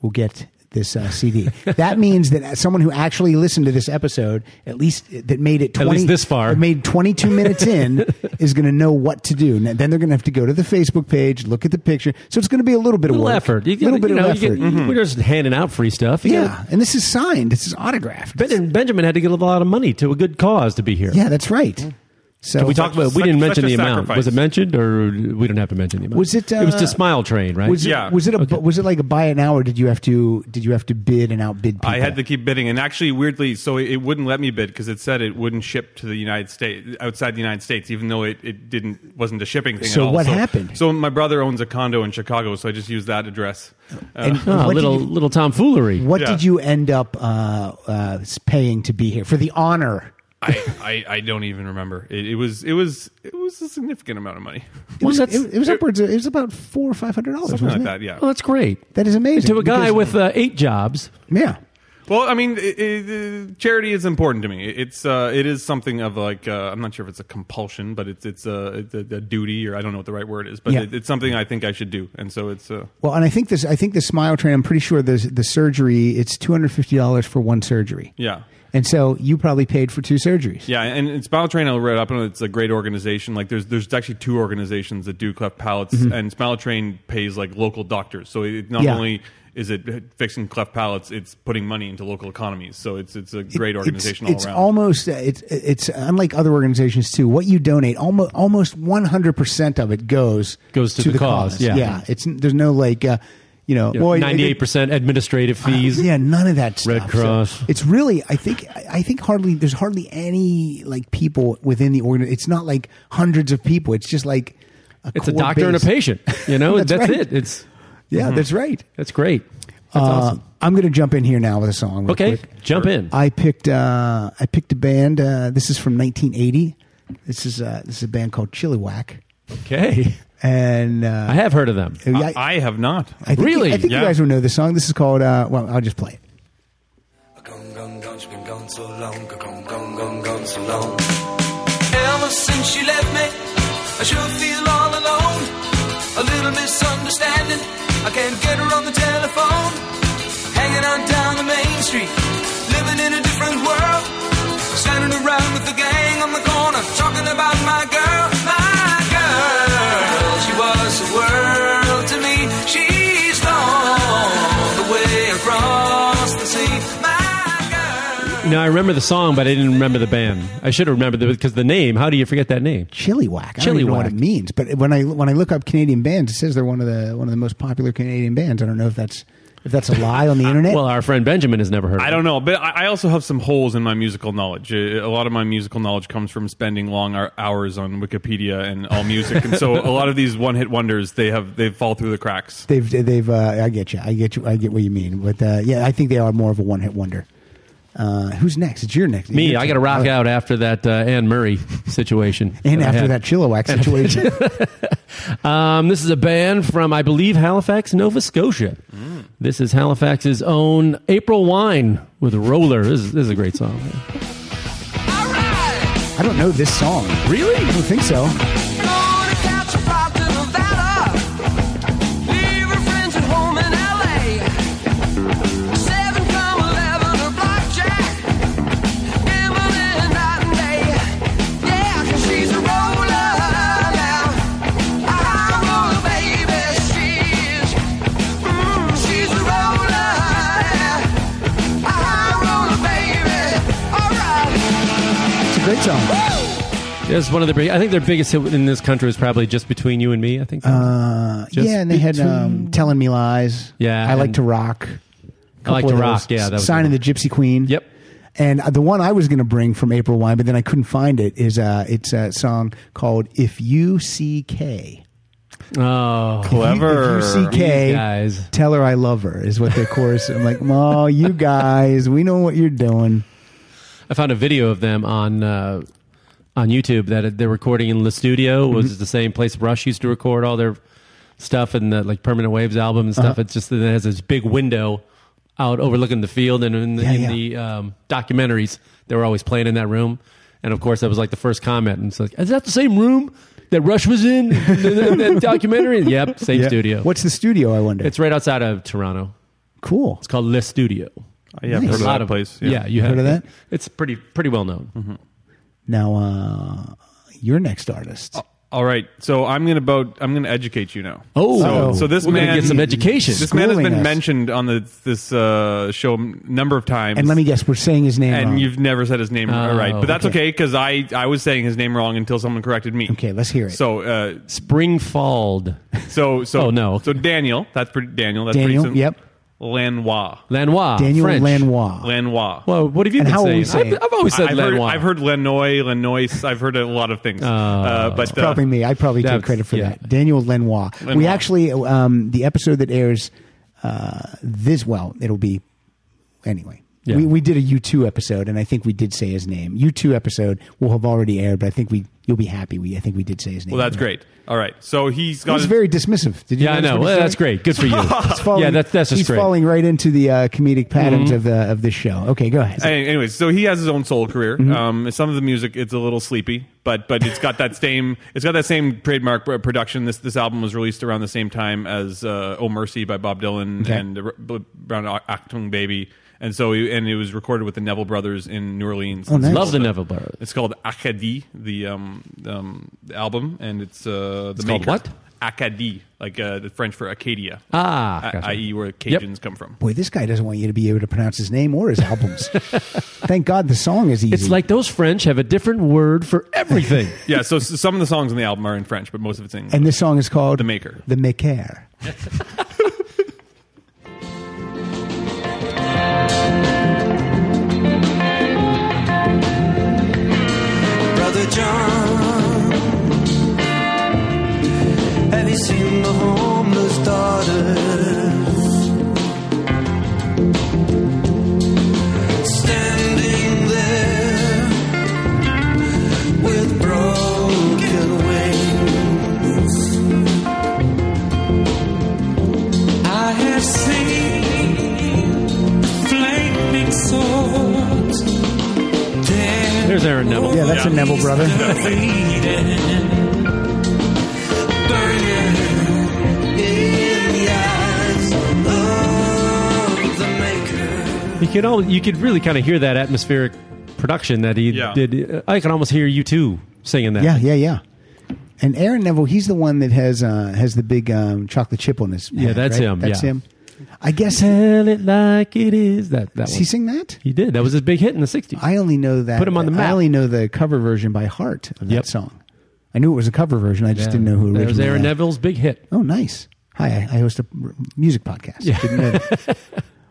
Speaker 2: will get this uh, CD. that means that someone who actually listened to this episode, at least that made it 20,
Speaker 3: least this far.
Speaker 2: that made 22 minutes in, is going to know what to do. Now, then they're going to have to go to the Facebook page, look at the picture. So it's going to be a little bit
Speaker 3: little
Speaker 2: of work,
Speaker 3: effort. You,
Speaker 2: little bit
Speaker 3: you know,
Speaker 2: of
Speaker 3: you
Speaker 2: effort. Mm-hmm.
Speaker 3: get-
Speaker 4: Mm-hmm.
Speaker 3: We're just handing out free stuff. You
Speaker 2: yeah,
Speaker 3: gotta-
Speaker 2: and this is signed. This is autographed.
Speaker 3: Ben and Benjamin had to give a lot of money to a good cause to be here.
Speaker 2: yeah, that's right. So
Speaker 3: Mm-hmm. We talked about. We
Speaker 4: Such-
Speaker 3: didn't
Speaker 4: such
Speaker 3: mention
Speaker 4: a
Speaker 3: the amount.
Speaker 4: sacrifice.
Speaker 3: Was it mentioned, or we don't have to mention the amount?
Speaker 2: Was it,
Speaker 3: it was
Speaker 2: uh,
Speaker 3: to Smile Train, right?
Speaker 2: Was it,
Speaker 4: Yeah.
Speaker 2: was it a was it like a buy an hour? Did you have to did you have to bid and outbid? People?
Speaker 4: I had to keep bidding, and actually, weirdly, so it, it wouldn't let me bid because it said it wouldn't ship to the United States outside the United States, even though it, it didn't wasn't a shipping thing.
Speaker 2: So
Speaker 4: at all.
Speaker 2: what happened?
Speaker 4: So my brother owns a condo in Chicago, so I just used that address. Uh,
Speaker 2: And
Speaker 3: Oh,
Speaker 2: what did
Speaker 3: little
Speaker 2: you-
Speaker 3: little tomfoolery.
Speaker 2: What
Speaker 4: Yeah.
Speaker 2: did you end up uh, uh, paying to be here for the honor?
Speaker 4: I, I, I don't even remember. It, it was it was it was a significant amount of money,
Speaker 2: It was,
Speaker 3: that's-
Speaker 2: it, it was upwards. Of, it was about four or five hundred dollars,
Speaker 4: something
Speaker 2: wasn't
Speaker 4: like
Speaker 2: it?
Speaker 4: that. Yeah.
Speaker 3: Oh, that's great.
Speaker 2: That is amazing.
Speaker 3: to a guy
Speaker 2: because-
Speaker 3: with uh, eight jobs.
Speaker 2: yeah,
Speaker 4: Well, I mean, it, it, uh, charity is important to me. It- It's uh, it is something of like uh, I'm not sure if it's a compulsion, but it's it's, uh, it's a, a duty, or I don't know what the right word is, but
Speaker 2: Yeah.
Speaker 4: it, it's something I think I should do, and so it's uh,
Speaker 2: well, and I think this. I think the smile train. I'm pretty sure the the surgery. It's two hundred fifty dollars for one surgery.
Speaker 4: yeah.
Speaker 2: and so you probably paid for two surgeries.
Speaker 4: Yeah, and, and Smile Train, I read up on it. It's a great organization. Like, there's there's actually two organizations that do cleft palates, and Smile Train pays like local doctors. So it not
Speaker 2: Mm-hmm. Yeah.
Speaker 4: only is it fixing cleft palates, it's putting money into local economies. So it's it's a great
Speaker 2: It-
Speaker 4: organization
Speaker 2: it's, it's
Speaker 4: all around.
Speaker 2: almost uh, it's it's unlike other organizations too. What you donate, almost almost one hundred percent of it goes
Speaker 3: Goes to the cause, yeah.
Speaker 2: yeah. It's there's no like uh, you know boy, it- it-
Speaker 3: Ninety-eight percent administrative fees.
Speaker 2: Yeah, none of that stuff.
Speaker 3: Red Cross.
Speaker 2: it's really, I think, I I think hardly there's hardly any like people within the organ. It's not like hundreds of people. It's just like a
Speaker 3: It's a
Speaker 2: core
Speaker 3: doctor and a
Speaker 2: base.
Speaker 3: patient. You know,
Speaker 2: That's
Speaker 3: that's,
Speaker 2: right.
Speaker 3: it. It's
Speaker 2: Yeah, that's right.
Speaker 3: that's great. That's
Speaker 2: Uh,
Speaker 3: awesome.
Speaker 2: I'm going to jump in here now with a song. real
Speaker 3: Okay,
Speaker 2: quick.
Speaker 3: jump in.
Speaker 2: I picked uh, I picked a band. Uh, this is from 1980. This is uh, this is a band called Chilliwack,
Speaker 3: okay,
Speaker 2: and uh,
Speaker 3: I have heard of them.
Speaker 2: yeah,
Speaker 4: I, I have not.
Speaker 2: I think you-
Speaker 3: Really?
Speaker 2: I think
Speaker 4: Yeah.
Speaker 2: you guys will know this song. This is called. Uh, well, I'll just play it.
Speaker 9: Gone, gone, gone, she's been gone so long, gone, gone, gone, gone so long. Ever since she left me, I sure feel all alone. A little misunderstanding, I can't get her on the telephone. Hanging on down the main street. Living in a different world. Standing around with the gang on the corner. Talking about my girl, my girl. She was the world to me. She's gone the way across the sea. My girl.
Speaker 3: You know, I remember the song, but I didn't remember the band. I should have remembered because the name. How do you forget that name?
Speaker 2: Chilliwack. I don't even know what
Speaker 3: Chilliwack.
Speaker 2: it means, but when I when I look up Canadian bands, it says they're one of the one of the most popular Canadian bands. I don't know if that's if that's a lie on the internet.
Speaker 3: Well, our friend Benjamin has never heard. Of
Speaker 4: I don't know, but I I also have some holes in my musical knowledge. Uh, A lot of my musical knowledge comes from spending long hou- hours on Wikipedia and all music, and so a lot of these one-hit wonders they have they fall through the cracks.
Speaker 2: they've they've uh, I get you. I get you. I get what you mean. But uh, yeah, I think they are more of a one hit wonder. Uh, who's next? It's your next.
Speaker 3: it. Me,
Speaker 2: Your
Speaker 3: I
Speaker 2: turn.
Speaker 3: got to rock
Speaker 2: Oh,
Speaker 3: out after that uh, Anne Murray situation.
Speaker 2: And
Speaker 3: that I
Speaker 2: after
Speaker 3: had.
Speaker 2: that Chilliwack situation,
Speaker 3: Um, this is a band from, I believe, Halifax, Nova Scotia.
Speaker 4: Mm.
Speaker 3: This is Halifax's own April Wine with Roller. This is, this is a great song.
Speaker 2: I don't know this song.
Speaker 3: Really?
Speaker 2: I don't think so.
Speaker 9: Gonna catch a pop to Nevada. Leave her friends at home in LA. Seven from eleven or blackjack. Emily night and day. Yeah, 'cause she's a roller now. A high roller, baby, she's. Mm, she's a roller. A high roller, baby. All right.
Speaker 2: It's a great song.
Speaker 3: This is one of the big, I think their biggest hit in this country was probably Just Between You and Me. I think.
Speaker 2: Uh,
Speaker 3: Just
Speaker 2: yeah, and they had um, telling me lies.
Speaker 3: Yeah,
Speaker 2: I like
Speaker 3: and-
Speaker 2: to rock.
Speaker 3: I like to
Speaker 2: Couple of
Speaker 3: rock.
Speaker 2: those.
Speaker 3: Yeah, that was
Speaker 2: sign of the Gypsy Queen.
Speaker 3: Yep.
Speaker 2: And uh, the one I was going to bring from April Wine, but then I couldn't find it. Is uh, it's a song called "If You See K."
Speaker 3: Oh,
Speaker 4: Clever.
Speaker 2: If you see K,
Speaker 3: These guys.
Speaker 2: tell her I love her is what the chorus. I'm like, oh, you guys, we know what you're doing.
Speaker 3: I found a video of them on uh, on YouTube that they're recording in the studio. It
Speaker 2: Mm-hmm.
Speaker 3: was the same place Rush used to record all their stuff and the like Permanent Waves album and
Speaker 2: Uh-huh.
Speaker 3: stuff. It's just that it has this big window out overlooking the field, and in the,
Speaker 2: Yeah,
Speaker 3: in
Speaker 2: yeah.
Speaker 3: the um, documentaries they were always playing in that room. And of course, that was like the first comment, and it's like, is that the same room that Rush was in in the, the documentary? yep, same
Speaker 2: Yeah.
Speaker 3: studio.
Speaker 2: What's the studio? I wonder.
Speaker 3: It's right outside of Toronto.
Speaker 2: cool.
Speaker 3: It's called Le Studio.
Speaker 4: yeah,
Speaker 2: Nice.
Speaker 4: I've heard of
Speaker 2: A
Speaker 4: that
Speaker 3: lot of
Speaker 4: place.
Speaker 3: Yeah, you have
Speaker 2: Heard of that?
Speaker 3: It's pretty pretty well known.
Speaker 2: Now, uh, your next artist.
Speaker 4: All right, so I'm gonna about I'm gonna educate you now.
Speaker 3: Oh,
Speaker 2: Uh-oh.
Speaker 4: so, so this
Speaker 3: We're gonna
Speaker 4: man
Speaker 3: get some education.
Speaker 4: This man has
Speaker 2: Schooling
Speaker 4: been
Speaker 2: us.
Speaker 4: mentioned on the, this uh, show a number of times.
Speaker 2: and let me guess, we're saying his name
Speaker 4: and
Speaker 2: wrong.
Speaker 4: you've never said his name
Speaker 3: Oh,
Speaker 4: right, but that's
Speaker 2: okay.
Speaker 4: okay because I I was saying his name wrong until someone corrected me.
Speaker 2: Okay, let's hear it.
Speaker 4: So uh,
Speaker 3: Springfald.
Speaker 4: so so
Speaker 3: Oh, no.
Speaker 4: So Daniel, that's pretty Daniel. That's
Speaker 2: Daniel,
Speaker 4: Pretty sim-
Speaker 2: yep.
Speaker 4: Lanois.
Speaker 3: Lanois.
Speaker 2: Daniel
Speaker 3: French.
Speaker 2: Lanois.
Speaker 4: Lanois.
Speaker 3: Well, what have you
Speaker 2: And
Speaker 3: been
Speaker 2: how will we
Speaker 3: saying?
Speaker 2: say
Speaker 3: I've, I've always said Oh,
Speaker 4: I've heard,
Speaker 3: Lanois.
Speaker 4: I've heard Lanois, Lanois. I've heard a lot of things. Uh, but uh,
Speaker 2: probably me. I probably take
Speaker 3: that's-
Speaker 2: credit for
Speaker 3: yeah.
Speaker 2: that. Daniel Lenoir. We
Speaker 4: Lenoir.
Speaker 2: actually um, the episode that airs uh, this well, it'll be anyway.
Speaker 3: Yeah.
Speaker 2: We we did a U two episode, and I think we did say his name. U two episode will have already aired, but I think we you'll be happy. We I think we did say his name.
Speaker 4: Well, that's great. All right, so he's got
Speaker 2: He's
Speaker 4: his,
Speaker 2: very dismissive. Did you?
Speaker 3: yeah, I
Speaker 2: notice
Speaker 3: know.
Speaker 2: what he
Speaker 3: Well,
Speaker 2: said?
Speaker 3: that's great. Good for you.
Speaker 2: He's falling,
Speaker 3: yeah, that's that's just
Speaker 2: he's
Speaker 3: great. Mm-hmm.
Speaker 2: falling right into the uh, comedic patterns of the of this show. Okay, go ahead.
Speaker 4: Any- Anyways, so he has his own solo career.
Speaker 3: Mm-hmm.
Speaker 4: Um, some of the music it's a little sleepy, but but it's got that same it's got that same trademark uh, production. This this album was released around the same time as uh, "Oh Mercy" by Bob Dylan
Speaker 2: Okay.
Speaker 4: and R- B- Brown Ac- Actung Baby, and so he- and it was recorded with the Neville Brothers in New Orleans.
Speaker 2: Oh, nice.
Speaker 3: Love the Neville Brothers.
Speaker 4: It's called Acadie, the um, um the album, and it's uh the
Speaker 3: It's called
Speaker 4: maker.
Speaker 3: what?
Speaker 4: Acadie, like uh, the French for Acadia.
Speaker 3: Ah,
Speaker 4: A-
Speaker 3: gotcha.
Speaker 4: i.e., where Cajuns come from.
Speaker 2: Boy, this guy doesn't want you to be able to pronounce his name or his albums. Thank God the song is easy.
Speaker 3: It's like those French have a different word for everything.
Speaker 4: Yeah, so s- some of the songs on the album are in French, but most of it's in English.
Speaker 2: And this song is called
Speaker 4: The Maker.
Speaker 2: The Maker.
Speaker 9: Brother John. Have you seen the homeless daughters standing there with broken wings? I have seen flaming swords. there
Speaker 3: There's Aaron Neville.
Speaker 2: Yeah, that's a Neville brother.
Speaker 9: Burning in the eyes.
Speaker 3: could all you could really kind of hear that atmospheric production that he
Speaker 4: Yeah.
Speaker 3: did. Uh, I can almost hear you too singing that.
Speaker 2: Yeah, yeah, yeah. And Aaron Neville, he's the one that has uh, has the big um, chocolate chip on his.
Speaker 3: Yeah,
Speaker 2: head,
Speaker 3: that's
Speaker 2: right?
Speaker 3: him,
Speaker 2: That's
Speaker 3: yeah.
Speaker 2: him. I guess. Does
Speaker 3: Tell it like it is. That that
Speaker 2: he
Speaker 3: one.
Speaker 2: sing that?
Speaker 3: He did. That was his big hit in the '60s.
Speaker 2: I only know that.
Speaker 3: Put him on the map.
Speaker 2: I only know the cover version by heart of that
Speaker 3: Yep.
Speaker 2: song. I knew it was a cover version. I just didn't know who
Speaker 3: That
Speaker 2: originally.
Speaker 3: was Aaron
Speaker 2: had it.
Speaker 3: Neville's big hit.
Speaker 2: Oh, nice. Hi, I I host a r- music podcast. Didn't know that.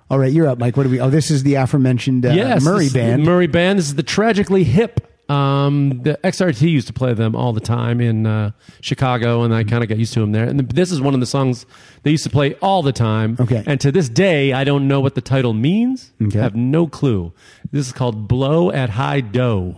Speaker 2: All right, you're up, Mike. What do we? Oh, this is the aforementioned uh,
Speaker 3: yes,
Speaker 2: Murray
Speaker 3: this is the
Speaker 2: Band.
Speaker 3: Murray Band. This is the tragically hip. Um, the XRT used to play them all the time in uh, Chicago, and I kind of got used to them there. And this is one of the songs they used to play all the time.
Speaker 2: Okay.
Speaker 3: And to this day, I don't know what the title means.
Speaker 2: Okay.
Speaker 3: I have no clue. This is called "Blow at High Dough."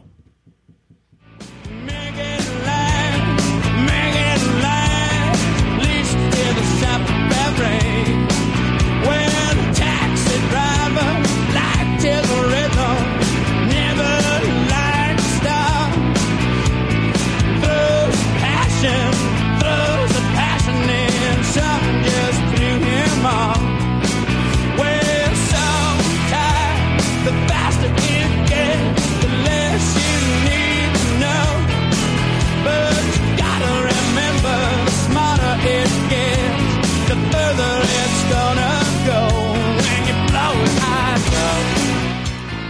Speaker 10: The faster it gets, the less you need to know. But you gotta remember, the smarter it gets, the further it's gonna go. When you blow it high,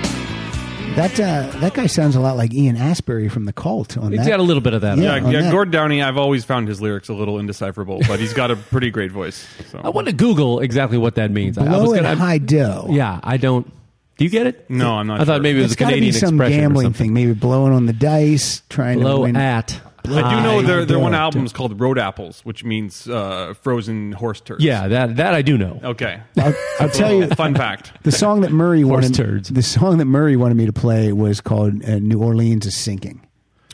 Speaker 10: go.
Speaker 2: That uh, that guy sounds a lot like Ian Asbury from the Cult. On
Speaker 3: It's
Speaker 2: that,
Speaker 3: got a little bit of that.
Speaker 2: Yeah.
Speaker 3: on it.
Speaker 4: Yeah,
Speaker 2: on
Speaker 4: yeah
Speaker 2: that.
Speaker 4: Gord Downey, I've always found his lyrics a little indecipherable, but he's got a pretty great voice. So.
Speaker 3: I want to Google exactly what that means. I- I
Speaker 2: blow
Speaker 3: was
Speaker 2: and
Speaker 3: gonna-
Speaker 2: high dough.
Speaker 3: Yeah, I don't. Do you get it?
Speaker 4: No, I'm not
Speaker 3: I thought
Speaker 4: sure.
Speaker 3: maybe it was
Speaker 2: it's got
Speaker 3: a
Speaker 2: to
Speaker 3: Canadian
Speaker 2: be some
Speaker 3: expression or
Speaker 2: gambling
Speaker 3: something.
Speaker 2: thing. Maybe blowing on the dice, trying to
Speaker 3: Blow
Speaker 2: win.
Speaker 3: at.
Speaker 4: I do know
Speaker 2: I
Speaker 4: their, their one
Speaker 2: don't.
Speaker 4: album is called Road Apples, which means uh, frozen horse turds.
Speaker 3: Yeah, that that I do know.
Speaker 4: Okay.
Speaker 2: I'll, I'll tell you,
Speaker 4: Fun fact.
Speaker 2: the song that Murray
Speaker 3: Horse
Speaker 2: wanted.
Speaker 3: turds.
Speaker 2: The song that Murray wanted me to play was called uh, "New Orleans is Sinking."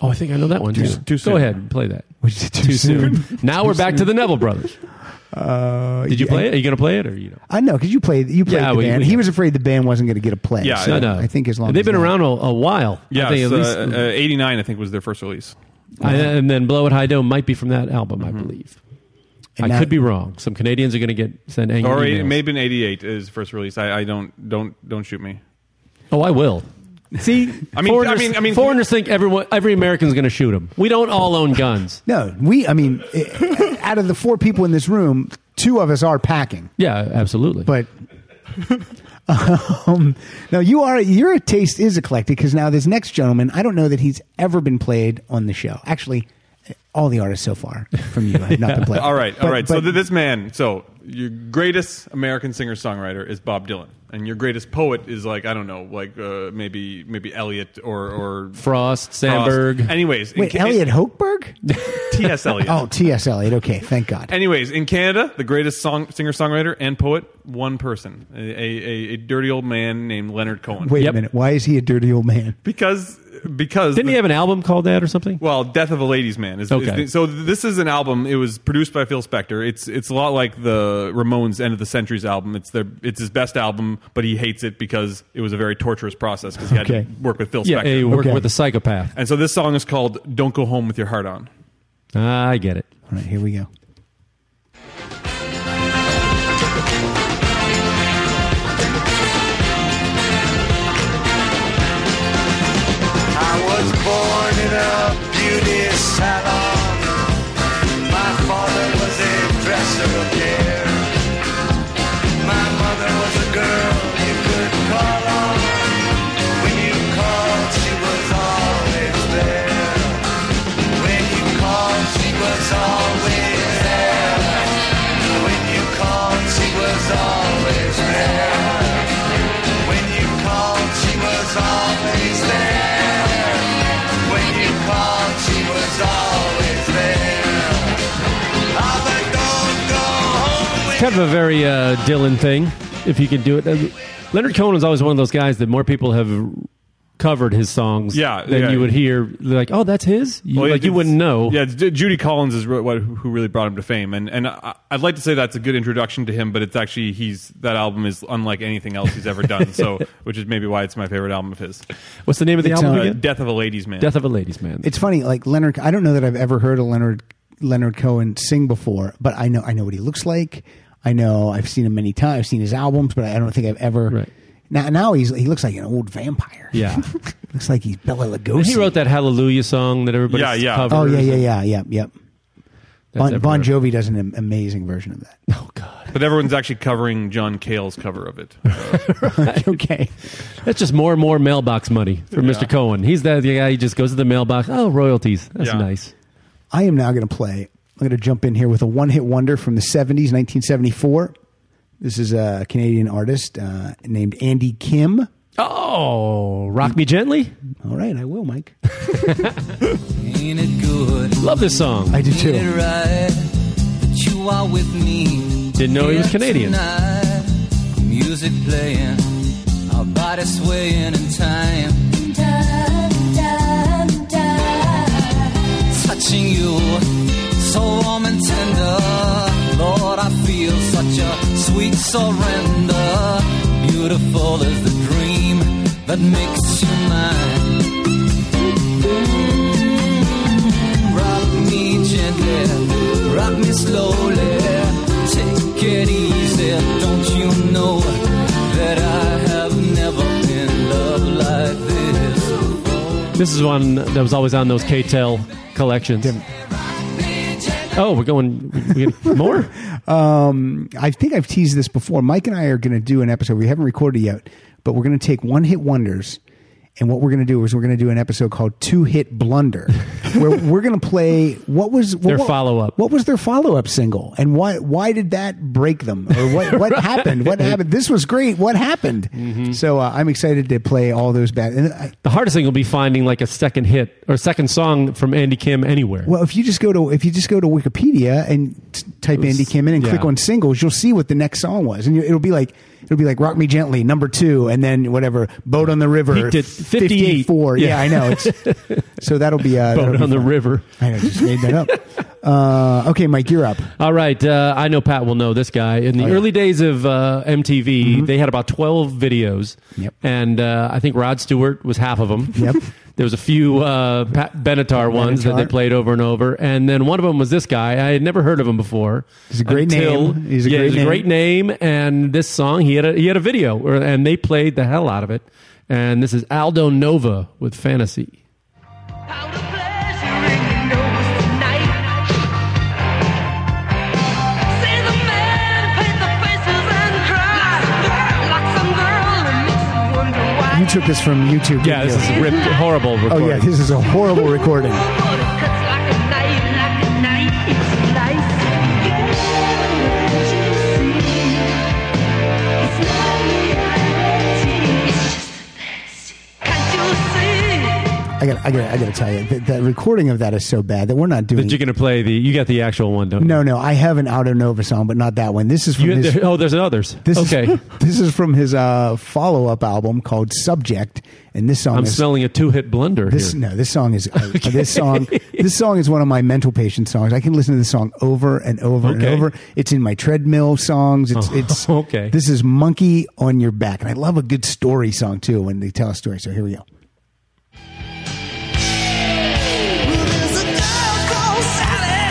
Speaker 3: Oh, I think I know that one too.
Speaker 4: too soon.
Speaker 3: Go ahead, and play that.
Speaker 2: Which is too,
Speaker 3: now we're back to the Neville brothers.
Speaker 2: Uh,
Speaker 3: Did you
Speaker 2: yeah,
Speaker 3: play it? Are you going to play it or you know?
Speaker 2: I know because you played. You played
Speaker 3: Yeah,
Speaker 2: the
Speaker 3: we-
Speaker 2: band.
Speaker 3: we-
Speaker 2: he was afraid the band wasn't going to get a play.
Speaker 4: Yeah,
Speaker 2: so
Speaker 4: I
Speaker 3: No, no.
Speaker 2: I think as long
Speaker 3: they've
Speaker 2: as
Speaker 3: been
Speaker 2: that-
Speaker 3: around a, a while.
Speaker 4: Yeah,
Speaker 3: I think at
Speaker 4: so,
Speaker 3: least,
Speaker 4: uh, uh, 89, I think, was their first release.
Speaker 3: I-
Speaker 2: uh,
Speaker 3: and then Blow It High Dome might be from that album, I believe.
Speaker 2: Mm-hmm. And
Speaker 3: I
Speaker 2: now-
Speaker 3: could be wrong. Some Canadians are going to get sent angry.
Speaker 4: Or it
Speaker 3: emails.
Speaker 4: may have been 88 is first release. I, I don't, don't, don't shoot me.
Speaker 3: Oh, I will. See,
Speaker 4: I mean-
Speaker 3: foreigners,
Speaker 4: I mean- I mean-
Speaker 3: foreigners think everyone, every American's going to shoot them. We don't all own guns.
Speaker 2: No, we. I mean, i- out of the four people in this room, two of us are packing.
Speaker 3: yeah, absolutely.
Speaker 2: But um, no, you are. Your taste is eclectic because now this next gentleman, I don't know that he's ever been played on the show. Actually, all the artists so far from you have not been played.
Speaker 4: All right, all
Speaker 2: But-
Speaker 4: right. so
Speaker 2: but-
Speaker 4: th- this man, so your greatest American singer songwriter is Bob Dylan, and your greatest poet is like I don't know, like uh, maybe maybe Eliot or or
Speaker 3: Frost, Sandberg.
Speaker 4: Anyways, in
Speaker 2: wait,
Speaker 4: Ca-
Speaker 2: Elliot Hochberg.
Speaker 4: T.S. Eliot.
Speaker 2: Oh, T.S. Eliot. Okay, thank God.
Speaker 4: Anyways, in Canada, the greatest song singer songwriter and poet, one person, a, a, a dirty old man named Leonard Cohen.
Speaker 2: Wait
Speaker 3: Yep.
Speaker 2: a minute. Why is he a dirty old man?
Speaker 4: because because
Speaker 3: Didn't
Speaker 4: the-
Speaker 3: he have an album called that or something?
Speaker 4: Well, Death of a Ladies Man. Is,
Speaker 3: Okay.
Speaker 4: is- so this is an album. It was produced by Phil Spector. It's it's a lot like the Ramones End of the Centuries album. It's their it's his best album, but he hates it because it was a very torturous process because he had
Speaker 2: Okay.
Speaker 4: to work with Phil
Speaker 3: Yeah,
Speaker 4: Spector.
Speaker 3: hey, working
Speaker 2: Okay.
Speaker 3: with a psychopath.
Speaker 4: and so this song is called "Don't Go Home with Your Heart On."
Speaker 3: Ah, I get it.
Speaker 2: All right, here we go.
Speaker 7: I was born in a beauty salon. My father was a dresser of hair. My mother was a girl you could call on. When you called, she was always there. When you called, she was always there. When you called, she was always there. When you called, she was always there. When you called, she was always there. Ah, but don't go home with
Speaker 3: Kind of a very uh, Dylan thing, if you can do it. Uh, Leonard Cohen was always one of those guys that more people have covered his songs
Speaker 4: Yeah,
Speaker 3: than
Speaker 4: yeah.
Speaker 3: you would hear. They're like, oh, that's his? You,
Speaker 4: Well,
Speaker 3: like, you
Speaker 4: it's-
Speaker 3: wouldn't know.
Speaker 4: Yeah, it's Ju- Judy Collins is re- what, who who really brought him to fame, and and I, I'd like to say that's a good introduction to him, but it's actually he's that album is unlike anything else he's ever done. so, which is maybe why it's my favorite album of his,
Speaker 3: What's the name of the
Speaker 2: It's,
Speaker 3: album
Speaker 2: uh,
Speaker 4: uh,
Speaker 3: again?
Speaker 4: "Death of a Ladies Man."
Speaker 3: Oh, Death of a Ladies Man.
Speaker 2: It's funny, like Leonard. I don't know that I've ever heard a Leonard Leonard Cohen sing before, but I know I know what he looks like. I know I've seen him many times. I've seen his albums, but I don't think I've ever
Speaker 3: Right.
Speaker 2: Now, now he's he looks like an old vampire.
Speaker 3: Yeah.
Speaker 2: looks like he's Bella Lugosi.
Speaker 3: And he wrote that Hallelujah song that everybody's
Speaker 4: Yeah, yeah.
Speaker 3: covers.
Speaker 2: Oh yeah, yeah, yeah, yeah, yep.
Speaker 3: That's
Speaker 2: Bon, bon
Speaker 3: everywhere.
Speaker 2: Jovi does an am- amazing version of that.
Speaker 3: Oh god,
Speaker 4: But everyone's actually covering John Cale's cover of it.
Speaker 2: okay,
Speaker 3: that's just more and more mailbox money for Mr. Cohen. He's that the guy. He just goes to the mailbox. Oh, royalties. That's
Speaker 4: Yeah.
Speaker 3: nice.
Speaker 2: I am now going to play. I'm going to jump in here with a one-hit wonder from the '70s, 1974. This is a Canadian artist uh, named Andy Kim.
Speaker 3: Oh, rock me gently.
Speaker 2: All right, I will, Mike.
Speaker 9: Ain't it good?
Speaker 3: Love this song.
Speaker 2: I do
Speaker 9: Ain't it
Speaker 2: too.
Speaker 9: right that you are with me?
Speaker 3: Didn't know he was
Speaker 9: Here
Speaker 3: Canadian.
Speaker 9: tonight? Music playing, our body swaying in time. Touching you, so warm and tender. Lord, I feel such a sweet surrender. Beautiful is the dream that makes you mine. Rock me gently, rock me slowly. Take it easy, don't you know that I have never been loved like this before?
Speaker 3: This is one that was always on those KTEL collections. Oh, we're going we get more.
Speaker 2: I think I've teased this before. Mike and I are going to do an episode. We haven't recorded yet, but we're going to take one hit wonders. And what we're going to do is we're going to do an episode called Two Hit Blunder, where we're going to play what was
Speaker 3: Their
Speaker 2: what-
Speaker 3: follow-up.
Speaker 2: What was their follow up single, and why why did that break them, or what what happened? What happened? This was great. What happened? So uh, I'm excited to play all those bad. And I,
Speaker 3: The hardest thing will be finding like a second hit or second song from Andy Kim anywhere.
Speaker 2: Well, if you just go to if you just go to Wikipedia and t- type Andy Kim in and click
Speaker 3: yeah.
Speaker 2: on singles, you'll see what the next song was, and you, it'll be like it'll be like "Rock Me Gently" number two, and then whatever "Boat on the River"
Speaker 3: He did 58.
Speaker 2: 54. Yeah.
Speaker 3: Yeah.
Speaker 2: I know. It's, so that'll be uh, that'll
Speaker 3: Boat
Speaker 2: be
Speaker 3: on the
Speaker 2: fun.
Speaker 3: river.
Speaker 2: I know, just made that up. Uh, okay, Mike, you're up.
Speaker 3: All right, uh, I know Pat will know this guy. In the
Speaker 2: Oh, yeah. Mm-hmm.
Speaker 3: early days of uh, MTV, they had about twelve videos,
Speaker 2: Yep.
Speaker 3: and uh, I think Rod Stewart was half of them.
Speaker 2: Yep.
Speaker 3: there was a few uh, Pat Benatar ones that they
Speaker 2: Benatar.
Speaker 3: played over and over, and then one of them was this guy. I had never heard of him before.
Speaker 2: He's a great
Speaker 3: until-
Speaker 2: name. He's a
Speaker 3: yeah,
Speaker 2: great
Speaker 3: he's
Speaker 2: name.
Speaker 3: a great name. And this song, he had a he had a video, or, and they played the hell out of it. And this is Aldo Nova with Fantasy.
Speaker 7: Out of pleasure in your nose tonight. See the man paint the faces and cry. Like some girl who makes you wonder why.
Speaker 2: You took this from YouTube.
Speaker 3: Yeah,
Speaker 2: didn't
Speaker 3: this is
Speaker 2: you?
Speaker 3: ripped, horrible
Speaker 2: Oh
Speaker 3: recording.
Speaker 2: yeah, this is a horrible recording.
Speaker 7: But it cuts like a knife, like a knife. It's nice. It's just a fantasy. Can't you see?
Speaker 2: I got I got I got to tell you, the, the recording of that is so bad that we're not doing.
Speaker 3: That you're gonna play the you got the actual one, don't you?
Speaker 2: no, no, I have an Auto Nova song, but not that one. This is from
Speaker 3: You,
Speaker 2: his,
Speaker 3: there- oh, there's others.
Speaker 2: This
Speaker 3: okay.
Speaker 2: Is, this is from his uh, follow-up album called Subject, and this song
Speaker 3: I'm
Speaker 2: is
Speaker 3: smelling a two-hit blunder
Speaker 2: this.
Speaker 3: here.
Speaker 2: No, this song is uh, this song. This song is one of my mental patient songs. I can listen to this song over and over and
Speaker 3: Okay.
Speaker 2: over. It's in my treadmill songs. It's
Speaker 3: Oh,
Speaker 2: it's
Speaker 3: okay.
Speaker 2: This is Monkey on Your Back, and I love a good story song too when they tell a story. So here we go.
Speaker 7: There's a girl called Sally.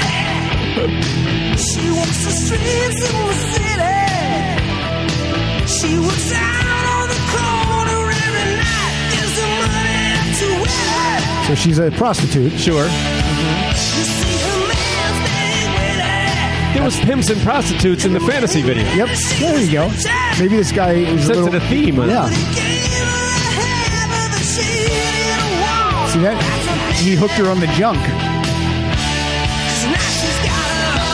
Speaker 7: She walks the streets in the city. She works out on the corner every night. Gives the money to it.
Speaker 2: So she's a prostitute.
Speaker 3: Sure.
Speaker 7: You see her man's big with it.
Speaker 3: There was pimps and prostitutes in the fantasy video.
Speaker 2: Yep, there you go. Maybe this guy is a
Speaker 3: Sets
Speaker 2: little.
Speaker 3: it a theme. on it.
Speaker 2: Yeah.
Speaker 7: He gave her a head, but then she didn't want.
Speaker 2: See that? He hooked her on the junk.
Speaker 7: Now she's got a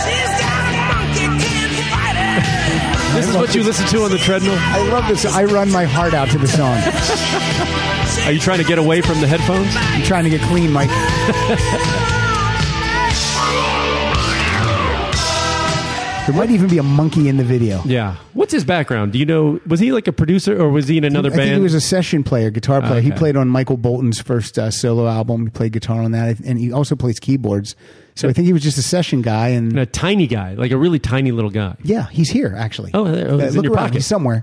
Speaker 7: she's got a monkey, can't fight it.
Speaker 3: This is what you listen to on the treadmill.
Speaker 2: I love this. I run my heart out to the song.
Speaker 3: Are you trying to get away from the headphones?
Speaker 2: I'm trying to get clean, Mike. There might even be a monkey in the video.
Speaker 3: Yeah. What's his background? Do you know? Was he like a producer or was he in another
Speaker 2: I
Speaker 3: band?
Speaker 2: think he was a session player, guitar player. He
Speaker 3: Okay.
Speaker 2: played on Michael Bolton's first uh, solo album. He played guitar on that, and he also plays keyboards. So I think he was just a session guy.
Speaker 3: And
Speaker 2: And
Speaker 3: a tiny guy, like a really tiny little guy.
Speaker 2: yeah, he's here actually.
Speaker 3: Oh, there- oh, he's in
Speaker 2: look
Speaker 3: your
Speaker 2: around.
Speaker 3: pocket.
Speaker 2: He's somewhere.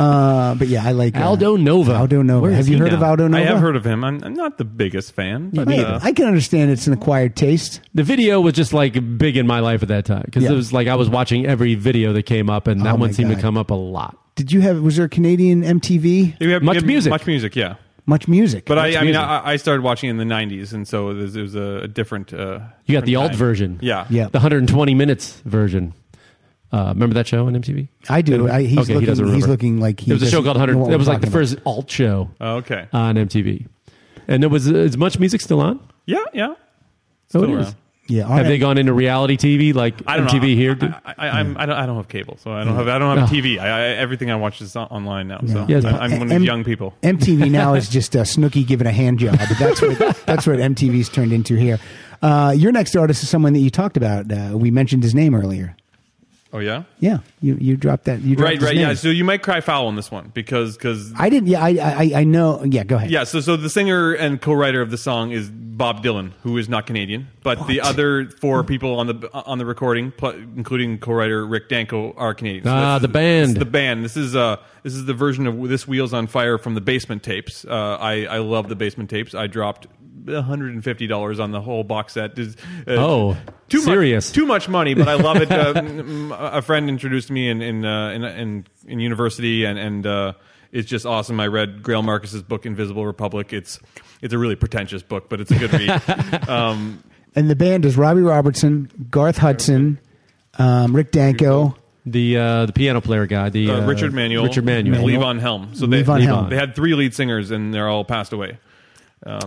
Speaker 2: uh, but yeah, I like uh,
Speaker 3: Aldo Nova.
Speaker 2: Aldo Nova.
Speaker 3: Where is
Speaker 2: have you
Speaker 3: he
Speaker 2: heard of
Speaker 3: now?
Speaker 2: Aldo Nova?
Speaker 4: I have heard of him. I'm, I'm not the biggest fan. But,
Speaker 2: Hey,
Speaker 4: uh,
Speaker 2: I can understand it's an acquired taste.
Speaker 3: The video was just like big in my life at that time because
Speaker 2: Yeah.
Speaker 3: it was like I was watching every video that came up, and that
Speaker 2: Oh,
Speaker 3: one
Speaker 2: my
Speaker 3: seemed
Speaker 2: God.
Speaker 3: to come up a lot.
Speaker 2: Did you have? Was there a Canadian MTV?
Speaker 4: We have-
Speaker 3: Much
Speaker 4: we have
Speaker 3: music.
Speaker 4: Much music, yeah.
Speaker 2: Much music.
Speaker 4: But I,
Speaker 3: Much
Speaker 4: I mean,
Speaker 3: music.
Speaker 4: I, I started watching in the '90s, and so it was, it was a, a different. Uh,
Speaker 3: You got the
Speaker 4: different
Speaker 3: alt
Speaker 4: time.
Speaker 3: version.
Speaker 4: Yeah,
Speaker 2: Yeah.
Speaker 3: The 120 minutes version. Uh, remember that show on MTV?
Speaker 2: I do. I, he's
Speaker 3: okay,
Speaker 2: looking,
Speaker 3: he doesn't remember.
Speaker 2: He's looking like he
Speaker 3: There was a show
Speaker 2: doesn't
Speaker 3: called
Speaker 2: know
Speaker 3: 100.
Speaker 2: what
Speaker 3: That was
Speaker 2: we're
Speaker 3: like the
Speaker 2: talking
Speaker 3: first alt show
Speaker 4: Oh, okay.
Speaker 3: on MTV. And there was is much music still on?
Speaker 4: yeah, yeah.
Speaker 3: Oh,
Speaker 4: Still
Speaker 3: it is.
Speaker 4: around.
Speaker 2: about. Yeah.
Speaker 3: Have
Speaker 2: alright.
Speaker 3: they gone into reality TV like
Speaker 4: I don't
Speaker 3: MTV
Speaker 4: know.
Speaker 3: here? did?
Speaker 4: I, I, I, I'm, I, don't, I don't have cable, so I don't have. I don't
Speaker 3: Oh.
Speaker 4: have TV. I, I, everything I watch is on- online now. So
Speaker 3: Yeah, it's-
Speaker 4: I, am one of
Speaker 2: M-
Speaker 4: the young people.
Speaker 2: MTV now is just uh, Snooki giving a hand job. That's what that's what MTV's turned into here. Uh, your next artist is someone that you talked about. Uh, we mentioned his name earlier.
Speaker 4: Oh yeah.
Speaker 2: Yeah, you you dropped that. You dropped
Speaker 4: Right,
Speaker 2: his
Speaker 4: right,
Speaker 2: name.
Speaker 4: yeah. So you might cry foul on this one because because
Speaker 2: I didn't. Yeah, I, I I know. Yeah, go ahead.
Speaker 4: Yeah, so so the singer and co-writer of the song is Bob Dylan, who is not Canadian, but the
Speaker 2: What?
Speaker 4: other four people on the on the recording, pl- including co-writer Rick Danko, are Canadian. So
Speaker 3: Ah,
Speaker 4: that's-
Speaker 3: the band.
Speaker 4: this is the band. This is uh this is the version of "This Wheels on Fire" from the Basement Tapes. Uh, I I love the Basement Tapes. I dropped. $150 on the whole box set. Is, uh,
Speaker 3: Oh,
Speaker 4: too
Speaker 3: serious.
Speaker 4: Much, too much money, but I love it. Uh, m- m- a friend introduced me in in uh, in, in in university, and and uh, it's just awesome. I read Grail Marcus's book Invisible Republic. It's it's a really pretentious book, but it's a good read. um,
Speaker 2: And the band is Robbie Robertson, Garth Hudson, um, Rick Danko.
Speaker 3: The uh, the piano player guy, the
Speaker 4: uh,
Speaker 3: uh,
Speaker 4: Richard Manuel,
Speaker 3: Richard Manuel.
Speaker 4: Levon Helm. So they,
Speaker 2: Levon Helm.
Speaker 4: they had three lead singers, and they're all passed away.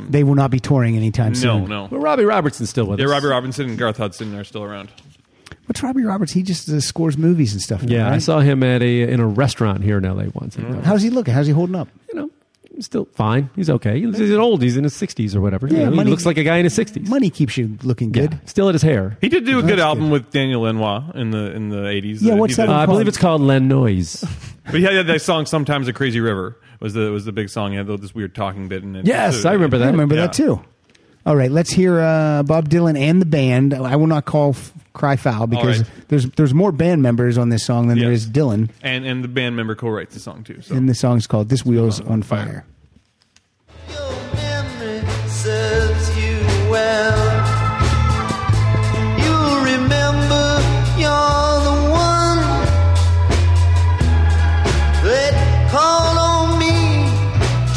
Speaker 2: They will not be touring anytime
Speaker 4: No,
Speaker 2: soon.
Speaker 3: But
Speaker 4: no.
Speaker 3: Robbie Robertson's still with
Speaker 4: Yeah,
Speaker 3: us.
Speaker 4: Robbie Robinson and Garth Hudson are still around.
Speaker 2: What's Robbie Roberts? He just uh, scores movies and stuff. now,
Speaker 3: Yeah, I
Speaker 2: right?
Speaker 3: saw him at a in a restaurant here in LA once.
Speaker 4: Mm-hmm.
Speaker 3: And, uh,
Speaker 2: How's he looking? How's he holding up?
Speaker 3: you know, he's still fine. He's okay. He's, he's old. He's in his sixties or whatever.
Speaker 2: Yeah,
Speaker 3: You know,
Speaker 2: money-
Speaker 3: he looks like a guy in his sixties.
Speaker 2: Money keeps you looking
Speaker 3: Yeah,
Speaker 2: good.
Speaker 3: still at his hair.
Speaker 4: He did do a good
Speaker 2: That's
Speaker 4: album
Speaker 2: good.
Speaker 4: with Daniel Lenoir in the in the eighties.
Speaker 2: Yeah, what's that
Speaker 3: Uh, I
Speaker 2: Called-
Speaker 3: believe it's called Len Noise.
Speaker 4: But he had that song "Sometimes a Crazy River" was the was the big song. He had this weird talking bit in it.
Speaker 3: yes,
Speaker 4: So-
Speaker 3: I remember that.
Speaker 2: I remember
Speaker 4: Yeah.
Speaker 2: that too. All right, let's hear uh, Bob Dylan and the band. I will not call f- "Cry Foul" because
Speaker 4: right.
Speaker 2: there's there's more band members on this song than there
Speaker 4: Yes.
Speaker 2: is Dylan,
Speaker 4: And and the band member co-writes the song too. So.
Speaker 2: and the song's called "This Wheel's on Fire."
Speaker 10: Your memory serves you well. You'll remember you're the one that called on me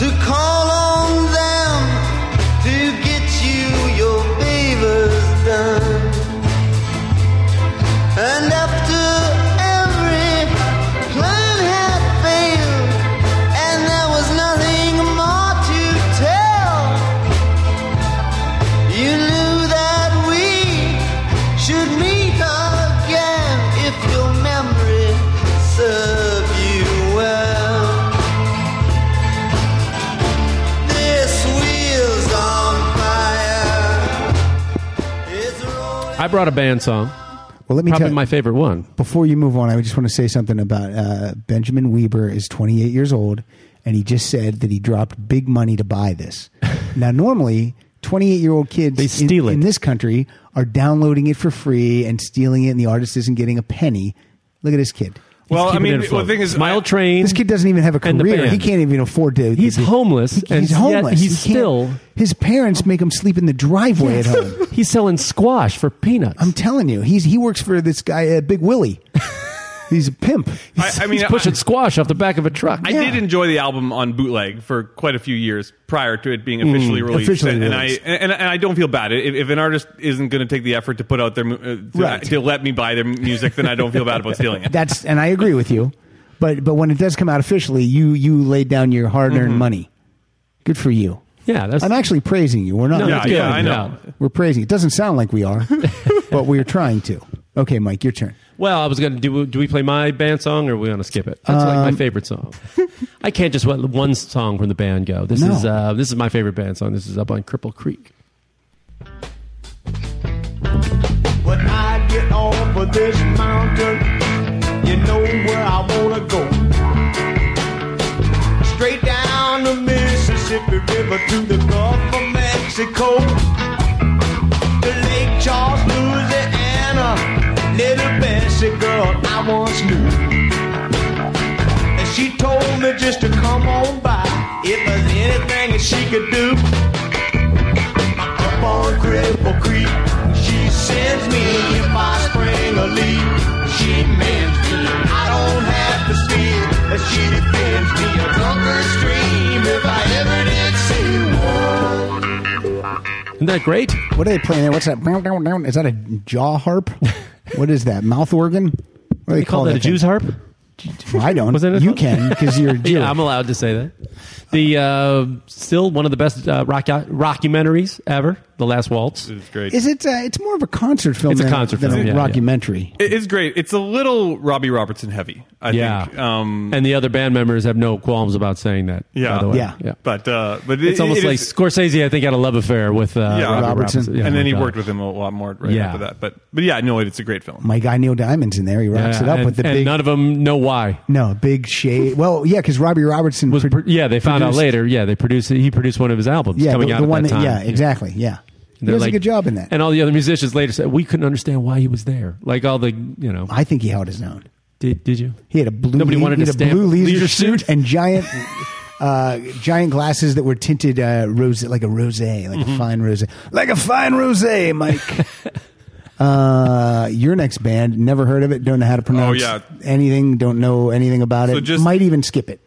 Speaker 10: to call on them to get you your favors done. And after every plan had failed, and there was nothing more to tell, you knew that we should meet again if your memory served you well. This wheel's on fire. It's rolling.
Speaker 3: I brought a band song.
Speaker 2: Well, let me
Speaker 3: Probably
Speaker 2: tell you.
Speaker 3: my favorite one.
Speaker 2: before you move on, I just want to say something about uh, Benjamin Weber is 28 years old, and he just said that he dropped big money to buy this. now, normally, 28 year old kids
Speaker 3: They steal
Speaker 2: in,
Speaker 3: it.
Speaker 2: in this country are downloading it for free and stealing it, and the artist isn't getting a penny. Look at this kid.
Speaker 4: well, I
Speaker 3: Keep it
Speaker 4: mean,
Speaker 3: in
Speaker 4: well,
Speaker 3: flow.
Speaker 4: the thing is,
Speaker 3: Smile
Speaker 4: I-
Speaker 3: Train.
Speaker 2: This kid doesn't even have a
Speaker 3: And the
Speaker 2: career. He
Speaker 3: band.
Speaker 2: can't even afford to.
Speaker 3: He's homeless,
Speaker 2: He-
Speaker 3: and
Speaker 2: he's
Speaker 3: yet
Speaker 2: homeless.
Speaker 3: he's
Speaker 2: He can't-
Speaker 3: still-
Speaker 2: His parents make him sleep in the driveway at home.
Speaker 3: He's selling squash for peanuts.
Speaker 2: I'm telling you, he's he works for this guy, uh, Big Willie. he's a pimp.
Speaker 4: I, I mean,
Speaker 3: he's pushing
Speaker 4: I,
Speaker 3: squash off the back of a truck.
Speaker 4: I
Speaker 2: Yeah.
Speaker 4: did enjoy the album on bootleg for quite a few years prior to it being
Speaker 3: Mm,
Speaker 4: officially released.
Speaker 2: officially
Speaker 4: and,
Speaker 2: released.
Speaker 4: And, I, and, and I don't feel bad. If, if an artist isn't going to take the effort to put out their mu- uh, to,
Speaker 2: Right.
Speaker 4: to let me buy their music, then I don't feel bad about stealing it.
Speaker 2: That's and I agree with you. But but when it does come out officially, you you laid down your hard
Speaker 3: Mm-hmm.
Speaker 2: earned money. Good for you.
Speaker 3: Yeah, that's
Speaker 2: I'm actually praising you. We're not.
Speaker 3: No,
Speaker 4: yeah,
Speaker 3: that's good.
Speaker 4: yeah, I know.
Speaker 3: Yeah.
Speaker 2: We're praising. It doesn't sound like we are, but we're trying to. Okay, Mike, your turn.
Speaker 3: Well, I was going to do. Do we play my band song, or are we going to skip it? That's like my favorite song. I can't just let one song from the band go. This
Speaker 2: No.
Speaker 3: is uh, this is my favorite band song. This is up on Cripple Creek.
Speaker 11: When I get off of this mountain, you know where I wanna go. Straight down the Mississippi River to the Gulf of Mexico. The Lake Charles, Louisiana, little Bessie girl I once knew. And she told me just to come on by if there's anything that she could do up on Cripple Creek. She sends me if I spring a leak. She mends me. I don't have to speak. She
Speaker 3: Isn't that great?
Speaker 2: What are they playing there? What's that? Down, down, down. Is that a jaw harp? what is that? Mouth organ? What do
Speaker 3: They call that a
Speaker 2: thing?
Speaker 3: Jew's harp?
Speaker 2: Well, I don't.
Speaker 3: Was it a-
Speaker 2: you can because you're a Jew.
Speaker 3: Yeah, I'm allowed to say that. The uh, still one of the best uh, rock rockumentaries ever. The Last Waltz.
Speaker 4: It's great.
Speaker 2: Is it? Uh, it's more of a concert film.
Speaker 3: It's a
Speaker 2: than
Speaker 3: concert
Speaker 2: than
Speaker 3: film,
Speaker 2: a
Speaker 3: yeah, yeah.
Speaker 2: rockumentary.
Speaker 4: It- It's great. It's a little Robbie Robertson heavy. I
Speaker 3: yeah.
Speaker 4: think. Um,
Speaker 3: and the other band members have no qualms about saying that.
Speaker 4: yeah,
Speaker 3: by the way.
Speaker 2: Yeah.
Speaker 4: But uh, but
Speaker 3: It's
Speaker 4: it-
Speaker 3: almost
Speaker 4: it
Speaker 3: like
Speaker 4: is-
Speaker 3: Scorsese, I think, had a love affair with uh, Robbie Robertson. Yeah,
Speaker 4: and then
Speaker 3: oh my
Speaker 4: he
Speaker 3: God.
Speaker 4: worked with him a lot more right
Speaker 3: Yeah.
Speaker 4: after that. But but yeah, no, it's a great film.
Speaker 2: My guy Neil Diamond's in there. He rocks
Speaker 3: Yeah,
Speaker 2: it up
Speaker 3: and,
Speaker 2: with the
Speaker 3: and
Speaker 2: big
Speaker 3: none of them know why.
Speaker 2: no big shade. Well, yeah, because Robbie Robertson
Speaker 3: Was
Speaker 2: pro-
Speaker 3: pro- yeah, they found
Speaker 2: produced-
Speaker 3: out later. Yeah, they produced. He produced one of his albums
Speaker 2: Yeah,
Speaker 3: coming
Speaker 2: the,
Speaker 3: out
Speaker 2: the
Speaker 3: at
Speaker 2: one
Speaker 3: that
Speaker 2: that,
Speaker 3: time.
Speaker 2: yeah, exactly. Yeah, he
Speaker 3: They're
Speaker 2: does
Speaker 3: like-
Speaker 2: a good job in that.
Speaker 3: And all the other musicians later said we couldn't understand why he was there. Like all the you know,
Speaker 2: I think he held his own.
Speaker 3: did did you?
Speaker 2: He had a blue.
Speaker 3: Nobody
Speaker 2: le-
Speaker 3: wanted
Speaker 2: he
Speaker 3: to
Speaker 2: had a
Speaker 3: stamp
Speaker 2: blue leisure,
Speaker 3: leisure
Speaker 2: suit,
Speaker 3: suit.
Speaker 2: and giant, uh, giant glasses that were tinted uh, rose, like a rose, like
Speaker 3: Mm-hmm.
Speaker 2: a fine rose, like a fine rose, Mike. uh, your next band, never heard of it, don't know how to pronounce
Speaker 4: Oh, yeah.
Speaker 2: anything, don't know anything about
Speaker 4: So
Speaker 2: it,
Speaker 4: just-
Speaker 2: might even skip it.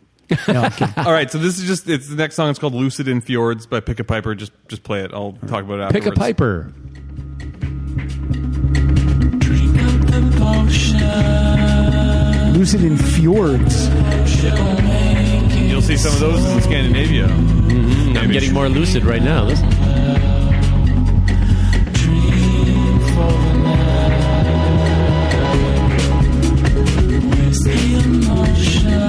Speaker 2: No, I'm kidding.
Speaker 4: All right, so this is just it's the next song. It's called "Lucid in Fjords" by Pick a Piper. Just just play it. I'll talk about it.
Speaker 3: Pick
Speaker 4: Afterwards.
Speaker 3: a piper.
Speaker 7: Drink up the potion.
Speaker 2: Lucid in Fjords.
Speaker 7: She'll make it.
Speaker 4: You'll see some of those in Scandinavia.
Speaker 3: I'm getting more lucid right now. Listen.
Speaker 7: Dream for the night. Where's the emotion?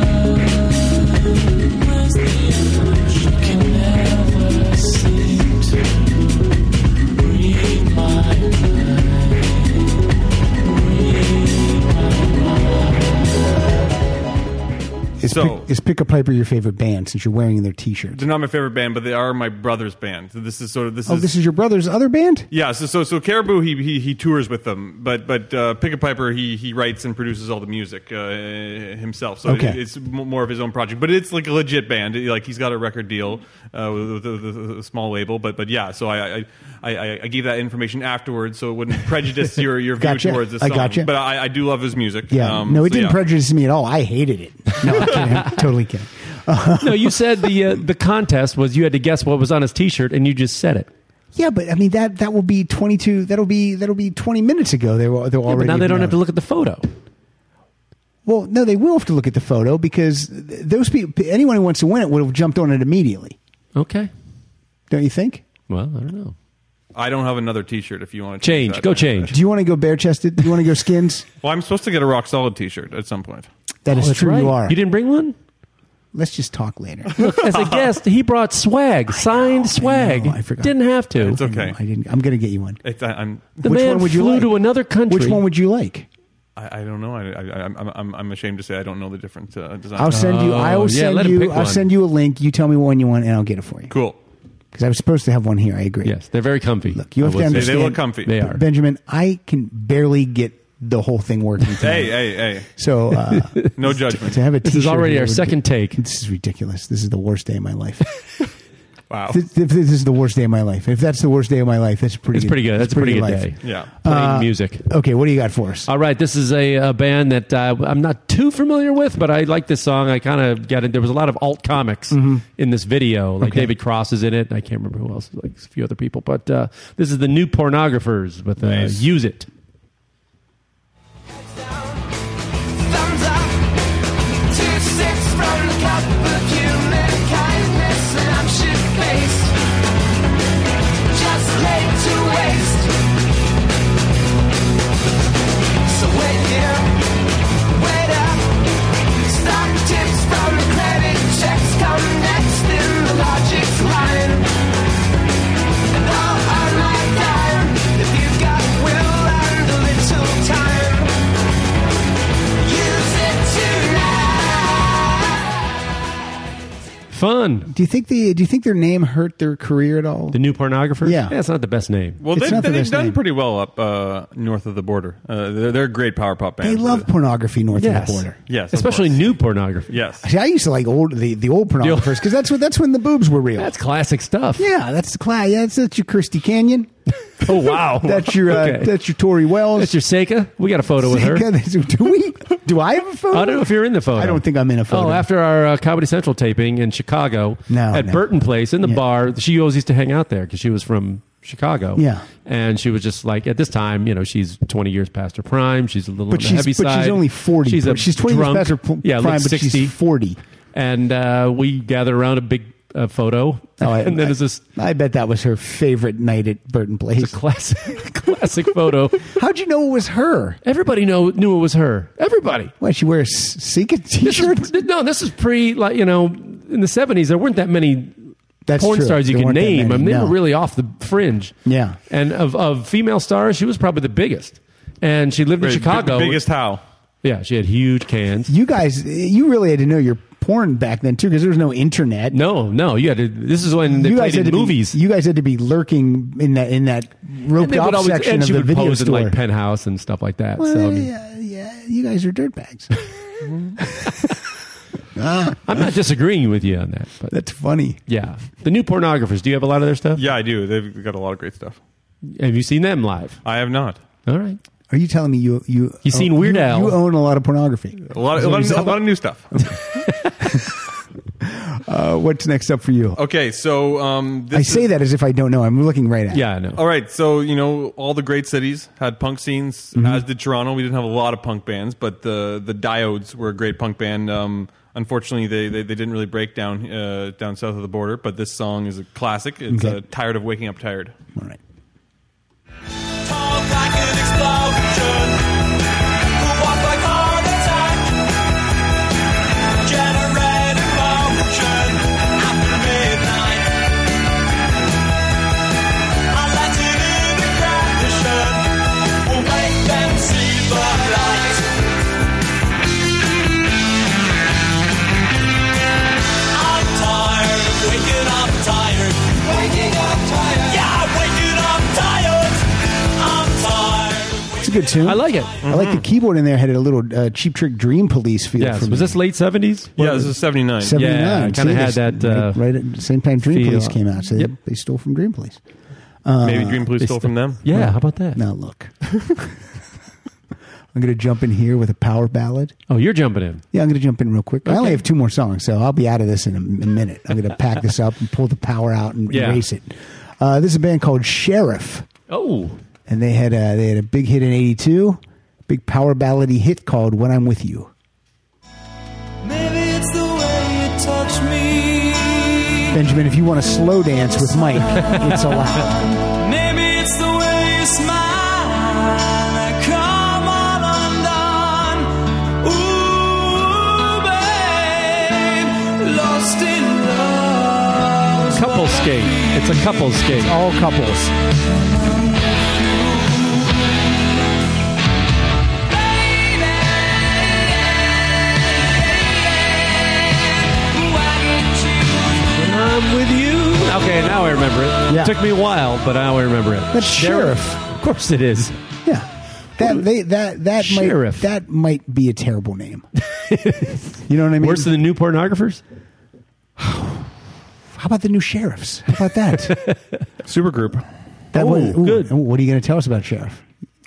Speaker 7: Where's the emotion? Can never seem to read my
Speaker 2: Is,
Speaker 4: So-
Speaker 2: Pick, is Pick a Piper your favorite band since you're wearing their T-shirt?
Speaker 4: They're not my favorite band, but they are my brother's band. So this is sort of this
Speaker 2: Oh,
Speaker 4: is
Speaker 2: this is your brother's other band.
Speaker 4: Yeah, so so so Caribou he he, he tours with them, but but uh, Pick a Piper he he writes and produces all the music uh, himself. So
Speaker 2: Okay.
Speaker 4: it, it's m- more of his own project, but it's like a legit band. It- like he's got a record deal uh, with, with, with a small label, but but yeah. So I I, I- I I gave that information afterwards, so it wouldn't prejudice your your view
Speaker 2: Gotcha.
Speaker 4: towards this
Speaker 2: I
Speaker 4: song.
Speaker 2: gotcha.
Speaker 4: But I, I do love his music.
Speaker 2: Yeah,
Speaker 4: Um,
Speaker 2: no, it
Speaker 4: so
Speaker 2: didn't
Speaker 4: yeah.
Speaker 2: prejudice me at all. I hated it. No, I'm, kidding. I'm totally kidding.
Speaker 3: No, you said the uh, the contest was you had to guess what was on his T-shirt, and you just said it.
Speaker 2: Yeah, but I mean that that will be twenty two. That'll be that'll be twenty minutes ago. They were they were
Speaker 3: Yeah,
Speaker 2: already.
Speaker 3: but now they don't have to
Speaker 2: known.
Speaker 3: look at the photo.
Speaker 2: Well, no, they will have to look at the photo because th- those people, anyone who wants to win it, would have jumped on it immediately.
Speaker 3: Okay.
Speaker 2: Don't you think?
Speaker 3: Well, I don't know.
Speaker 4: I don't have another T-shirt. If you want to
Speaker 3: Change.
Speaker 4: that.
Speaker 3: Go change.
Speaker 2: Do you want to go bare chested? Do you want to go skins?
Speaker 4: Well, I'm supposed to get a Rock Solid T-shirt at some point.
Speaker 2: That is
Speaker 3: Oh, That's
Speaker 2: true.
Speaker 3: right.
Speaker 2: You are.
Speaker 3: You didn't bring one.
Speaker 2: Let's just talk later.
Speaker 3: Look, as a guest, he brought swag, signed swag.
Speaker 2: know, I forgot.
Speaker 3: Didn't have to.
Speaker 4: It's okay.
Speaker 2: No, I didn't. I'm going to get you one.
Speaker 4: It's, I, I'm.
Speaker 3: the
Speaker 2: Which
Speaker 3: man
Speaker 2: one would you
Speaker 3: flew
Speaker 2: like?
Speaker 3: to another country.
Speaker 2: Which one would you like?
Speaker 4: I, I don't know. I, I, I'm, I'm, I'm ashamed to say I don't know the different uh, designs.
Speaker 2: I'll send you. I
Speaker 3: Oh,
Speaker 2: will
Speaker 3: yeah,
Speaker 2: send
Speaker 3: let him
Speaker 2: you.
Speaker 3: pick
Speaker 2: I'll
Speaker 3: one.
Speaker 2: send you a link. You tell me what one you want, and I'll get it for you.
Speaker 4: Uh, cool.
Speaker 2: Because I was supposed to have one here. I agree.
Speaker 3: Yes, they're very comfy.
Speaker 2: Look, you have
Speaker 3: I
Speaker 2: to
Speaker 3: will
Speaker 4: They,
Speaker 3: say.
Speaker 4: they
Speaker 2: understand.
Speaker 4: look comfy.
Speaker 3: They are.
Speaker 2: Benjamin, I can barely get the whole thing working.
Speaker 4: Hey,
Speaker 2: tonight.
Speaker 4: hey, hey.
Speaker 2: So uh,
Speaker 4: No
Speaker 2: to
Speaker 4: judgment.
Speaker 2: have a
Speaker 3: This is already our second take.
Speaker 2: This is ridiculous. This is the worst day of my life.
Speaker 4: Wow.
Speaker 2: this, this is the worst day of my life. If that's the worst day of my life, that's pretty.
Speaker 3: It's pretty good. That's a pretty good
Speaker 2: life.
Speaker 3: day. Uh,
Speaker 4: Yeah.
Speaker 3: Playing
Speaker 2: Uh,
Speaker 3: music.
Speaker 2: Okay, what do you got for us?
Speaker 3: All right, this is a, a band that uh, I'm not too familiar with, but I like this song. I kind of got it. There was a lot of alt comics in this video. Like
Speaker 2: Mm-hmm. Okay.
Speaker 3: David Cross is in it. I can't remember who else. Like a few other people, but uh, this is the new pornographers with uh,
Speaker 4: Nice.
Speaker 3: "Use It."
Speaker 6: Thumbs up, two sips from the cup of human kindness, and I'm shit faced. Just laid to waste. So wait here, wait up. Stock tips from the credit checks come next in the logic's line. And all on my dime, if you've got will and a little time. Use it
Speaker 3: Fun.
Speaker 2: Do you think the Do you think their name hurt their career at all?
Speaker 3: The new pornographers.
Speaker 2: Yeah.
Speaker 3: it's not the best name.
Speaker 4: Well,
Speaker 2: It's
Speaker 4: they,
Speaker 2: not the
Speaker 4: they've
Speaker 2: best
Speaker 4: done
Speaker 2: name.
Speaker 4: pretty well up uh, north of the border. Uh, they're, they're a great power pop band. Uh,
Speaker 2: they love pornography north
Speaker 3: yes,
Speaker 2: of the border.
Speaker 4: Yes, of
Speaker 3: especially
Speaker 4: course.
Speaker 3: new pornography.
Speaker 4: Yes.
Speaker 2: See, I used to like old the, the old pornographers because that's what that's when the boobs were real.
Speaker 3: that's classic stuff.
Speaker 2: yeah, that's the class. Yeah, that's, that's your Christy Canyon.
Speaker 3: Oh wow,
Speaker 2: That's your uh,
Speaker 3: Okay.
Speaker 2: that's your Tori Wells.
Speaker 3: That's your Seika. We got a photo with her.
Speaker 2: do we? Do I have a phone?
Speaker 3: I don't know if you're in the photo.
Speaker 2: I don't think I'm in a photo.
Speaker 3: Oh, after our uh, Comedy Central taping in Chicago
Speaker 2: No,
Speaker 3: at
Speaker 2: no.
Speaker 3: Burton Place in the
Speaker 2: Yeah.
Speaker 3: bar, she always used to hang out there because she was from Chicago.
Speaker 2: Yeah.
Speaker 3: And she was just like, at this time, you know, she's 20 years past her prime. She's a little on
Speaker 2: But
Speaker 3: the
Speaker 2: she's,
Speaker 3: heavy
Speaker 2: but
Speaker 3: side.
Speaker 2: she's only 40.
Speaker 3: She's a
Speaker 2: she's 20 years
Speaker 3: drunk,
Speaker 2: past her pl-
Speaker 3: yeah,
Speaker 2: prime,
Speaker 3: looks
Speaker 2: but
Speaker 3: 60.
Speaker 2: she's 40.
Speaker 3: And uh, we gathered around a big uh, photo.
Speaker 2: Oh, I-
Speaker 3: and then it's this
Speaker 2: I bet that was her favorite night at Burton Place.
Speaker 3: classic, classic photo.
Speaker 2: How'd you know it was her?
Speaker 3: Everybody know, knew it was her. Everybody.
Speaker 2: Why, she wear a Sika t
Speaker 3: This is,
Speaker 2: shirt?
Speaker 3: pre- no, this is pre, like, you know, in the 70s, there weren't that many
Speaker 2: That's
Speaker 3: porn
Speaker 2: true.
Speaker 3: stars you
Speaker 2: There
Speaker 3: could
Speaker 2: weren't that
Speaker 3: name. I
Speaker 2: many,
Speaker 3: mean, they
Speaker 2: no.
Speaker 3: were really off the fringe.
Speaker 2: Yeah.
Speaker 3: And of, of female stars, she was probably the biggest. And she lived in Chicago.
Speaker 4: The biggest how?
Speaker 3: Yeah, she had huge cans.
Speaker 2: You guys, you really had to know your porn back then, too, because there was no internet.
Speaker 3: No, no, you had to. This is when they
Speaker 2: you guys had
Speaker 3: played in
Speaker 2: to
Speaker 3: movies.
Speaker 2: Be, you guys had to be lurking in that in that roped
Speaker 3: they
Speaker 2: off
Speaker 3: would always-
Speaker 2: section
Speaker 3: and
Speaker 2: of
Speaker 3: she
Speaker 2: the
Speaker 3: would
Speaker 2: video
Speaker 3: pose
Speaker 2: store.
Speaker 3: in like penthouse and stuff like that.
Speaker 2: Well,
Speaker 3: so I mean,
Speaker 2: yeah, yeah, you guys are dirtbags.
Speaker 3: I'm not disagreeing with you on that. But
Speaker 2: That's funny.
Speaker 3: yeah, the new pornographers. Do you have a lot of their stuff?
Speaker 4: Yeah, I do. They've got a lot of great stuff.
Speaker 3: Have you seen them live?
Speaker 4: I have not.
Speaker 3: All right.
Speaker 2: Are you telling me you you oh,
Speaker 3: He's seen Weird
Speaker 2: you,
Speaker 3: Al.
Speaker 2: You own a lot of pornography.
Speaker 4: A lot, of, a, lot of, a lot of new stuff.
Speaker 2: Uh, what's next up for you?
Speaker 4: Okay, so um, Oh, this
Speaker 2: I
Speaker 4: is-
Speaker 2: say that as if I don't know. I'm looking right at. it.
Speaker 3: Yeah, I know.
Speaker 4: All right, so you know all the great cities had punk scenes,
Speaker 2: Mm-hmm.
Speaker 4: as did Toronto. We didn't have a lot of punk bands, but the the Diodes were a great punk band. Um, unfortunately, they, they they didn't really break down uh, down south of the border. But this song is a classic. It's
Speaker 2: Okay.
Speaker 4: uh, "Tired of Waking Up Tired."
Speaker 2: All right.
Speaker 9: Talk like an explosion. Who walk like heart attack. Generate emotion after midnight. I let it in the condition. We'll make them see the light. I'm tired of waking up tired. Waking up tired. Yeah, I'm waking up tired. I'm tired. of
Speaker 2: It's a good tune.
Speaker 3: I like it.
Speaker 2: I like the keyboard in there. Had a little uh, cheap trick dream police feel.
Speaker 3: Yes.
Speaker 2: for me.
Speaker 3: Was this late 70s?
Speaker 4: yeah, this is seventy nine.
Speaker 2: seventy nine?
Speaker 3: Yeah, I kinda had that, uh,
Speaker 2: right, right at the same time. Dream
Speaker 3: feel.
Speaker 2: Police came out, so
Speaker 3: Yep.
Speaker 2: they, they stole from Dream Police.
Speaker 4: Maybe Dream Police stole from them.
Speaker 3: Yeah. How about that?
Speaker 2: Now look, I'm going to jump in here with a power ballad.
Speaker 3: Oh, you're jumping in.
Speaker 2: Yeah, I'm going to jump in real quick. I only have two more songs, so I'll be out of this in a, a minute. I'm going to pack this up and pull the power out and
Speaker 3: Yeah.
Speaker 2: erase it. Uh, this is a band called Sheriff,
Speaker 3: Oh,
Speaker 2: and they had a, they had a big hit in '82, big power ballady hit called "When I'm With You."
Speaker 9: Maybe it's the way you touch me.
Speaker 2: Benjamin, if you want to slow dance with Mike, it's allowed.
Speaker 9: Maybe it's the way you smile. I come all undone. Ooh, babe, lost in love.
Speaker 3: couple skate. It's a couple skate.
Speaker 2: All couples.
Speaker 9: Why don't you
Speaker 3: I'm with you. Okay, now I remember it.
Speaker 2: Yeah.
Speaker 3: Took me a while, but now I remember it.
Speaker 2: That's Sheriff.
Speaker 3: Of course it is.
Speaker 2: Yeah. That they that that
Speaker 3: Sheriff.
Speaker 2: might that might be a terrible name. you know what I mean?
Speaker 3: Worse than the new pornographers?
Speaker 2: How about the new sheriffs? How about that?
Speaker 4: Supergroup.
Speaker 2: that
Speaker 3: Oh, good.
Speaker 2: ooh, What are you going to tell us about sheriff?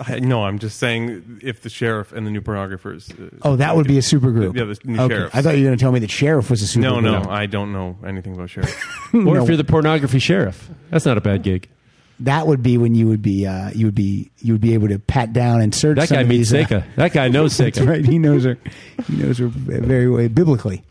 Speaker 4: I, no, I'm just saying if the sheriff and the new pornographers. uh,
Speaker 2: Oh, that would be a super group.
Speaker 4: Yeah, the new sheriff.
Speaker 2: I thought you were going to tell me that sheriff was a super
Speaker 4: no,
Speaker 2: group.
Speaker 4: no, I don't know anything about sheriff.
Speaker 3: Or
Speaker 2: No.
Speaker 3: if you're Hmm. the pornography sheriff. That's not a bad gig.
Speaker 2: That would be when you would be uh, you would be you would be able to pat down and search.
Speaker 3: That
Speaker 2: some
Speaker 3: guy
Speaker 2: of
Speaker 3: meets
Speaker 2: these, uh,
Speaker 3: Seika. that guy knows
Speaker 2: That's
Speaker 3: Seika.
Speaker 2: right. He knows her. He knows her very well biblically.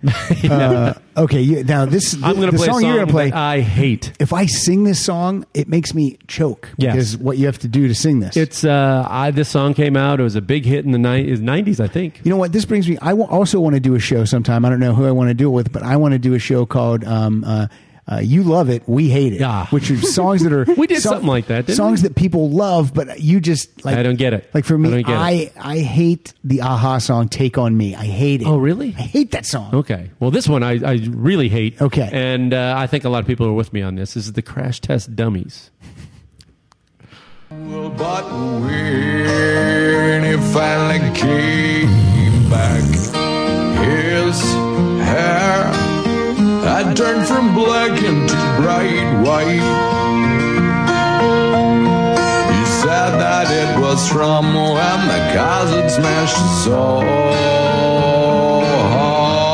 Speaker 2: uh, okay. You, now this.
Speaker 3: I'm going
Speaker 2: the
Speaker 3: to play
Speaker 2: song,
Speaker 3: a song
Speaker 2: you're going to play.
Speaker 3: that uh, I hate.
Speaker 2: if I sing this song, it makes me choke
Speaker 3: Yes.
Speaker 2: because what you have to do to sing this.
Speaker 3: It's uh, I. This song came out. It was a big hit in the ni- is 90s, I think.
Speaker 2: You know what? This brings me. I wa- also want to do a show sometime. I don't know who I want to do it with, but I want to do a show called um, uh, uh, "You Love It, We Hate It,"
Speaker 3: Ah.
Speaker 2: which are songs that are
Speaker 3: We did something like that, didn't
Speaker 2: songs
Speaker 3: we?
Speaker 2: that people love, but you just like
Speaker 3: I don't get it.
Speaker 2: Like for
Speaker 3: I
Speaker 2: me,
Speaker 3: don't get
Speaker 2: I
Speaker 3: it.
Speaker 2: I, hate the Aha song "Take on Me." I hate it.
Speaker 3: Oh, really?
Speaker 2: I hate that song.
Speaker 3: Okay. Well, this one I, I really hate.
Speaker 2: Okay.
Speaker 3: And uh, I think a lot of people are with me on this. This is the Crash Test Dummies.
Speaker 10: Well, but when he finally came back, his hair had turned from black into bright white. He said that it was from when the cars had smashed so hard.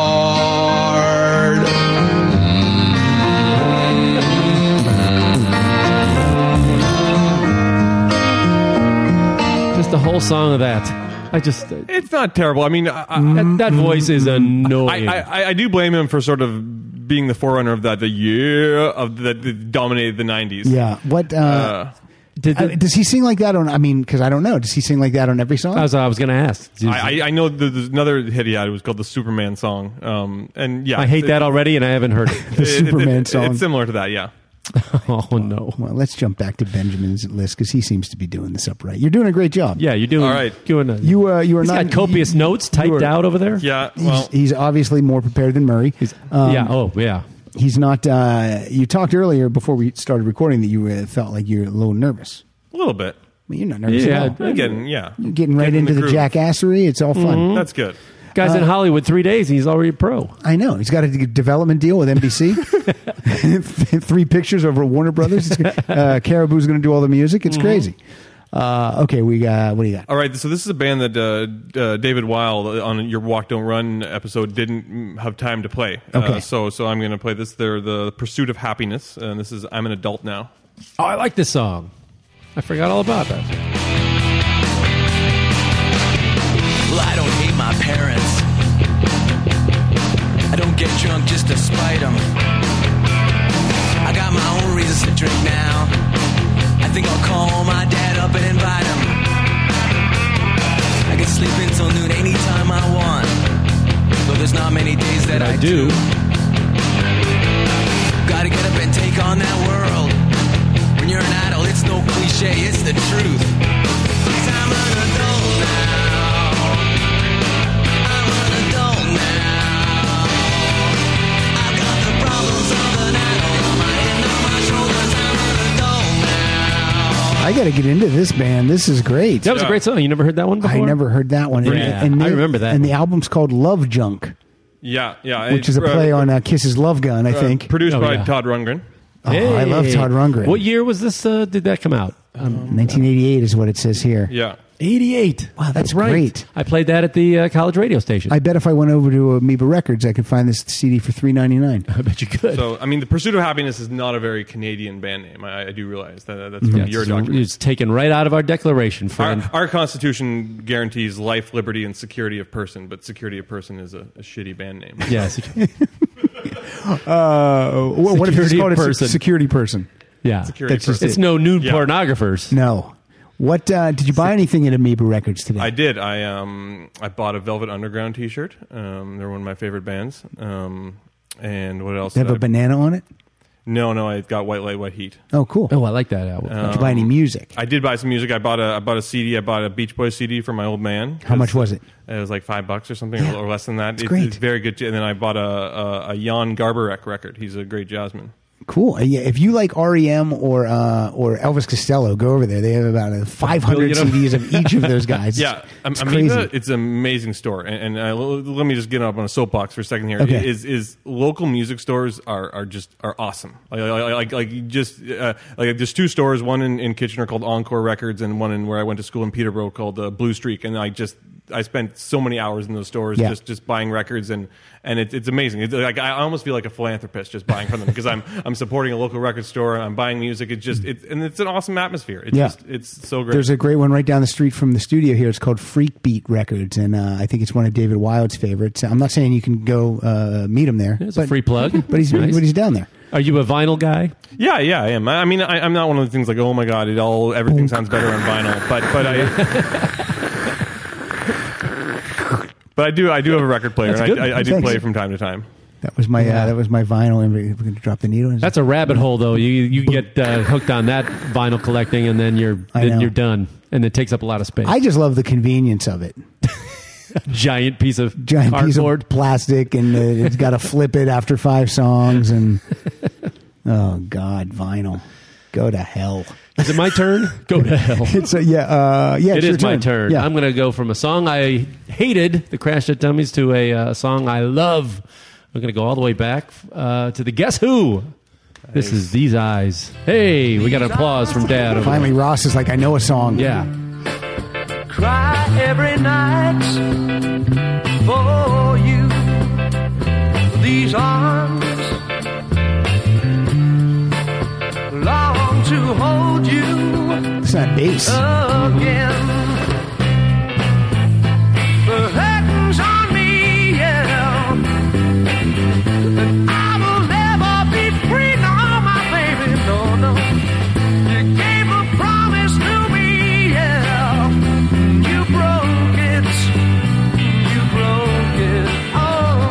Speaker 3: just a whole song of that. I just
Speaker 4: it's not terrible. I mean, I, I,
Speaker 3: that, that voice is annoying.
Speaker 4: I, I, I do blame him for sort of being the forerunner of that, the year of that that dominated the '90s.
Speaker 2: Yeah. What uh,
Speaker 4: Uh,
Speaker 3: Did
Speaker 2: I- does he sing like that on? I mean, because I don't know. Does he sing like that on every song?
Speaker 3: That's what I was going to ask.
Speaker 4: I, I, I know that there's another hit he had. It was called the Superman song. Um, and yeah,
Speaker 3: I hate
Speaker 4: it-
Speaker 3: that already, and I haven't heard it.
Speaker 2: the Superman song.
Speaker 4: It's similar to that. Yeah.
Speaker 3: oh no!
Speaker 2: well, let's jump back to Benjamin's list because he seems to be doing this upright. You're doing a great job.
Speaker 3: Yeah, you're doing
Speaker 4: All right.
Speaker 3: Doing a,
Speaker 2: You uh, you are
Speaker 3: He's
Speaker 2: not
Speaker 3: got copious
Speaker 2: you-
Speaker 3: notes typed
Speaker 2: you are-
Speaker 3: out over there.
Speaker 4: Yeah.
Speaker 2: He's,
Speaker 4: Well,
Speaker 2: he's obviously more prepared than Murray. Um,
Speaker 3: yeah. Oh, yeah.
Speaker 2: He's not. Uh, you talked earlier before we started recording that you uh, felt like you're a little nervous.
Speaker 4: a little bit.
Speaker 2: I mean, you're not nervous
Speaker 3: Yeah.
Speaker 2: at all.
Speaker 4: Again, yeah.
Speaker 2: You're getting right
Speaker 4: Getting
Speaker 2: into
Speaker 4: the
Speaker 2: the,
Speaker 4: groove. Hmm?
Speaker 2: jackassery. It's all fun.
Speaker 3: Mm-hmm.
Speaker 4: That's good.
Speaker 3: Guys
Speaker 2: uh,
Speaker 3: in Hollywood, three days, and he's already a pro.
Speaker 2: I know. He's got a d- development deal with NBC. Three pictures over at Warner Brothers. It's, uh, Caribou's going to do all the music.
Speaker 3: Mm-hmm.
Speaker 2: It's crazy. Uh, okay, we got. What do you got?
Speaker 4: All right, so this is a band that uh, uh, David Weil on your Walk Don't Run episode didn't mm, have time to play.
Speaker 2: Okay.
Speaker 4: Uh, so so I'm going to play this. They're the Pursuit of Happiness, and this is I'm an adult now.
Speaker 3: Oh, I like this song. I forgot all about that.
Speaker 9: Well, I don't hate my parents. I don't get drunk just to spite them. I got my own reasons to drink now. I think I'll call my dad up and invite him. I can sleep until noon anytime I want. Though there's not many days that
Speaker 3: I
Speaker 9: I,
Speaker 3: do.
Speaker 9: Gotta get up and take on that world. When you're an adult, it's no cliche, it's the truth. 'Cause I'm an adult now. I'm an adult now. I've got the problems of an adult on my head, on my shoulders. I'm an adult now.
Speaker 2: I got to get into this band. This is great.
Speaker 3: That was a great song. You never heard that one before?
Speaker 2: I never heard that one.
Speaker 3: Yeah, I remember that
Speaker 2: And the
Speaker 3: one.
Speaker 2: album's called Love Junk,
Speaker 4: Yeah, yeah.
Speaker 2: which is a
Speaker 4: Uh,
Speaker 2: play on uh, Kiss's Love Gun, I
Speaker 4: uh,
Speaker 2: think.
Speaker 4: Produced
Speaker 3: Oh,
Speaker 4: by
Speaker 3: yeah.
Speaker 4: Todd Rundgren.
Speaker 2: Oh, I love Todd Rundgren.
Speaker 3: What year was this? Uh, did that come out?
Speaker 2: 1988 Uh, is what it says here.
Speaker 4: Yeah.
Speaker 3: 88.
Speaker 2: Wow, that's great.
Speaker 3: I played that at the uh, college radio station.
Speaker 2: I bet if I went over to Amoeba Records, I could find this CD for 3.99.
Speaker 3: I bet you could.
Speaker 4: So, I mean, The Pursuit of Happiness is not a very Canadian band name. I, I do realize that.
Speaker 2: Mm-hmm.
Speaker 4: That's from
Speaker 3: Yeah,
Speaker 4: your
Speaker 3: it's-
Speaker 4: document.
Speaker 3: It's taken right out of our declaration, friend.
Speaker 4: Our, our Constitution guarantees life, liberty, and security of person, but security of person is a, a shitty band name.
Speaker 3: yes.
Speaker 2: Uh, what, what if it's
Speaker 3: Security
Speaker 2: called a se-
Speaker 3: person.
Speaker 2: security person?
Speaker 3: Yeah.
Speaker 4: Security
Speaker 2: That's just
Speaker 4: person.
Speaker 3: It's no nude
Speaker 4: Yeah.
Speaker 3: pornographers.
Speaker 2: No. What uh, did you buy anything at Amoeba Records today?
Speaker 4: I did. I um I bought a Velvet Underground T-shirt. Um, they're one of my favorite bands. Um, and what else?
Speaker 2: They have
Speaker 4: did
Speaker 2: a
Speaker 4: I-
Speaker 2: banana on it.
Speaker 4: no, no. I got White Light, White Heat. Um,
Speaker 2: Oh, cool.
Speaker 3: Oh, I like that album.
Speaker 2: did you buy any music?
Speaker 4: I did buy some music. I bought a I bought a CD. I bought a Beach Boys CD for my old man.
Speaker 2: How much was it?
Speaker 4: It was like five bucks or something,
Speaker 2: Yeah.
Speaker 4: or, or less than that.
Speaker 2: It's great.
Speaker 4: It's very good. And then I bought a a, a Jan Garbarek record. He's a great jazzman.
Speaker 2: Cool. Uh, Yeah, if you like REM or uh, or Elvis Costello, go over there. They have about uh, 500
Speaker 4: billion of-
Speaker 2: CDs of each of those guys.
Speaker 4: Yeah, Am-
Speaker 2: it's
Speaker 4: Amoeba,
Speaker 2: crazy.
Speaker 4: it's an amazing store, and, and I, let me just get up on a soapbox for a second here.
Speaker 2: Okay.
Speaker 4: Is is local music stores are, are just are awesome. Like like like, like you just uh, like there's two stores, one in, in Kitchener called Encore Records, and one in where I went to school in Peterborough called uh, Blue Streak. And I just I spent so many hours in those stores
Speaker 2: Yeah.
Speaker 4: just just buying records, and and it, it's amazing. It's like I almost feel like a philanthropist just buying from them because I'm I'm supporting a local record store and I'm buying music. It's just it's and it's an awesome atmosphere. It's
Speaker 2: Hmm. Yeah.
Speaker 4: just it's so great.
Speaker 2: There's a great one right down the street from the studio here. It's called Freak Beat Records, and uh, I think it's one of David Wild's favorites. I'm not saying you can go uh, meet him there.
Speaker 3: It's a free plug.
Speaker 2: But he's
Speaker 3: Nice.
Speaker 2: but he's down there.
Speaker 3: Are you a vinyl guy?
Speaker 4: Yeah, yeah, I am. I, I mean, I, I'm not one of the things like, oh my god, it all
Speaker 3: Oh,
Speaker 4: everything sounds better on vinyl, but but I. But I do, I do have a record player,
Speaker 3: That's
Speaker 4: and
Speaker 3: good.
Speaker 4: I, I, I do
Speaker 2: Thanks.
Speaker 4: play from time to time.
Speaker 2: That was my uh, that was my vinyl. And we're going to drop the needle.
Speaker 3: That's a rabbit hole, though. You you get uh, hooked on that vinyl collecting, and then you're
Speaker 2: I know.
Speaker 3: then you're done, and it takes up a lot of space.
Speaker 2: I just love the convenience of it.
Speaker 3: giant piece of
Speaker 2: Giant piece
Speaker 3: cardboard.
Speaker 2: of plastic, and uh, it's got to flip it after five songs. And oh god, vinyl, go to hell.
Speaker 3: Is it my turn? Go to hell.
Speaker 2: It's a, yeah, uh, yeah.
Speaker 3: It
Speaker 2: it's
Speaker 3: is
Speaker 2: your
Speaker 3: my turn.
Speaker 2: Yeah.
Speaker 3: I'm going to go from a song I hated, the Crash at Dummies, to a uh, song I love. I'm going to go all the way back uh, to the Guess Who. This is These Eyes. Hey, we got applause from Dad. Over
Speaker 2: Finally, Ross is like, I know a song.
Speaker 3: there. Yeah.
Speaker 6: cry every night for you. These arms long to hold you
Speaker 3: Uh,
Speaker 2: it's not bass.
Speaker 6: again.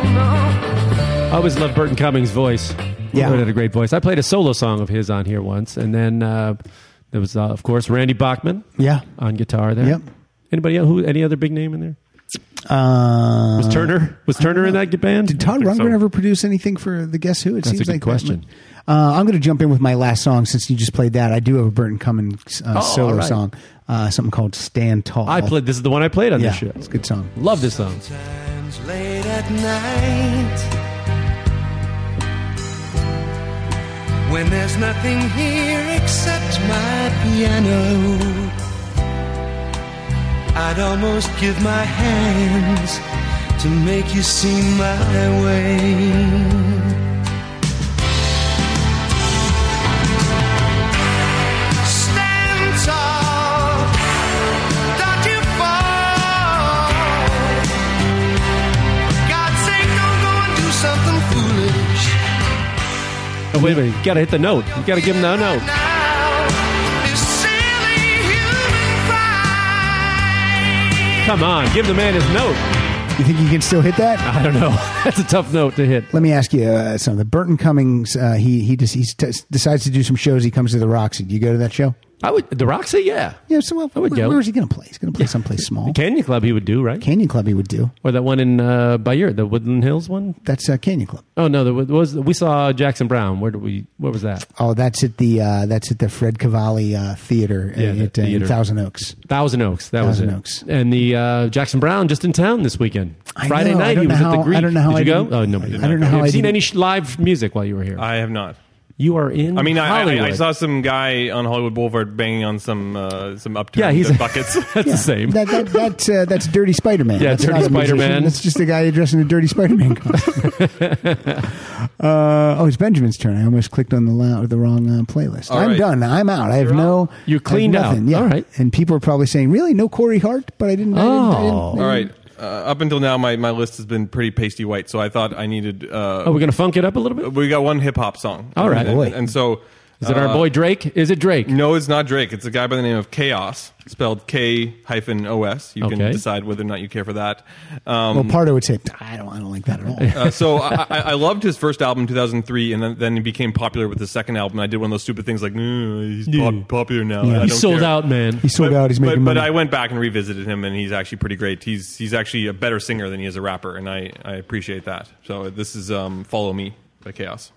Speaker 3: I always loved Burton Cummings' voice.
Speaker 2: Yeah.
Speaker 3: He had a great voice. I played a solo song of his on here once, and then uh, there was, uh, of course, Randy Bachman
Speaker 2: Yeah.
Speaker 3: on guitar there.
Speaker 2: Yep.
Speaker 3: Anybody else? Who? Any other big name in there?
Speaker 2: Uh,
Speaker 3: Was Turner? Was Turner in that band?
Speaker 2: Did Todd
Speaker 4: think
Speaker 2: Rundgren
Speaker 4: so.
Speaker 2: ever produce anything for the Guess Who? It
Speaker 3: That's a
Speaker 2: seems
Speaker 3: good
Speaker 2: like that
Speaker 3: question.
Speaker 2: might- Uh, I'm going to jump in with my last song since you just played that. I do have a Burton Cummings uh,
Speaker 3: Oh, all
Speaker 2: solo
Speaker 3: right.
Speaker 2: song, uh, something called "Stand Tall."
Speaker 3: I played. This is the one I played on
Speaker 2: Yeah,
Speaker 3: this show.
Speaker 2: it's a good song.
Speaker 3: Love this song.
Speaker 10: Sometimes late at night When there's nothing here except my piano I'd almost give my hands To make you see my way Stand tall Don't you fall God's sake, don't go and do something foolish
Speaker 3: Oh, wait a minute. You gotta hit the note. You gotta give him the note.
Speaker 10: now. This silly human pride.
Speaker 3: Come on, give the man his note.
Speaker 2: You think you can still hit that?
Speaker 3: I don't know. That's a tough note to hit.
Speaker 2: Let me ask you uh, something. Burton Cummings, uh, he he just, he's t- decides to do some shows. He comes to the Roxy. Do you go to that show?
Speaker 3: I would. The Roxy, yeah.
Speaker 2: Yeah. So well,
Speaker 3: I would
Speaker 2: where-
Speaker 3: go.
Speaker 2: where is he going to play? He's going to play someplace small.
Speaker 3: The Canyon Club, he would do right,
Speaker 2: Canyon Club, he would do.
Speaker 3: or that one in uh, Bayeux, the Woodland Hills one.
Speaker 2: That's uh, Canyon Club.
Speaker 3: Oh no, there was- was we saw Jackson Brown. Where did we? What was that?
Speaker 2: Oh, that's at the uh, that's at the Fred Cavalli uh, Theater
Speaker 3: Yeah, the
Speaker 2: at, uh, in
Speaker 3: theater.
Speaker 2: Thousand Oaks.
Speaker 3: Thousand Oaks. That was
Speaker 2: Thousand
Speaker 3: it.
Speaker 2: Oaks.
Speaker 3: And the uh, Jackson Brown just in town this weekend.
Speaker 2: I
Speaker 3: Friday
Speaker 2: know. I
Speaker 3: night
Speaker 2: don't
Speaker 3: he
Speaker 2: know
Speaker 3: was at
Speaker 2: how-
Speaker 3: the
Speaker 2: I
Speaker 3: Greek.
Speaker 2: don't know how
Speaker 3: did
Speaker 2: I
Speaker 3: you go?
Speaker 2: didn't-
Speaker 3: Oh,
Speaker 2: I
Speaker 3: nobody. did
Speaker 2: don't
Speaker 3: not
Speaker 2: know
Speaker 3: go.
Speaker 2: how
Speaker 3: Have
Speaker 2: I
Speaker 3: you seen
Speaker 2: didn't-
Speaker 3: any sh- live music while you were here?
Speaker 4: I have not.
Speaker 3: you are in.
Speaker 4: Uh, I mean, I, I, I
Speaker 3: Hollywood.
Speaker 4: saw some guy on Hollywood Boulevard banging on some uh, some upturned
Speaker 3: Yeah, he's
Speaker 4: buckets.
Speaker 3: That's the same.
Speaker 2: That, that, that's uh, that's Dirty Spider Man.
Speaker 3: Yeah,
Speaker 2: that's
Speaker 3: Dirty
Speaker 2: not a
Speaker 3: Spider-Man.
Speaker 2: musician. That's just a guy addressing a Dirty Spider Man. uh, oh, it's Benjamin's turn. I almost clicked on the lou- the wrong uh, playlist.
Speaker 4: All
Speaker 2: I'm
Speaker 4: right.
Speaker 2: done. I'm out. I have no.
Speaker 3: You
Speaker 2: I have
Speaker 3: cleaned out.
Speaker 2: nothing. Yeah.
Speaker 3: All right.
Speaker 2: And people are probably saying, "Really, no Corey Hart?" But I didn't. I didn't- I didn't-
Speaker 3: Oh.
Speaker 2: I
Speaker 4: All
Speaker 2: didn't-
Speaker 4: right. Uh, up until now, my, my list has been pretty pasty white, so I thought I needed. Uh,
Speaker 3: Oh, we're gonna funk it up a little bit.
Speaker 4: we got one hip hop song.
Speaker 3: All right.
Speaker 4: and,
Speaker 3: Boy.
Speaker 4: and, so
Speaker 3: Is it our
Speaker 4: uh,
Speaker 3: boy Drake? Is it Drake?
Speaker 4: No, it's not Drake. It's a guy by the name of Chaos, spelled K hyphen O S. You can
Speaker 3: Okay.
Speaker 4: decide whether or not you care for that.
Speaker 2: Well,
Speaker 4: Um,
Speaker 2: Pardo would say, "I don't. I don't like that at all."
Speaker 4: uh, so I, I, I loved his first album, 2003, and then, then he became popular with the second album. I did one of those stupid things like, "Mm, he's pop-
Speaker 3: Yeah.
Speaker 4: popular now.
Speaker 2: Yeah.
Speaker 4: I
Speaker 3: He
Speaker 4: don't
Speaker 3: sold
Speaker 4: care."
Speaker 3: out, man.
Speaker 2: He sold out. He's making
Speaker 4: but,
Speaker 2: money.
Speaker 4: But I went back and revisited him, and he's actually pretty great. He's he's actually a better singer than he is a rapper, and I, I appreciate that. So this is um, "Follow Me" by Chaos.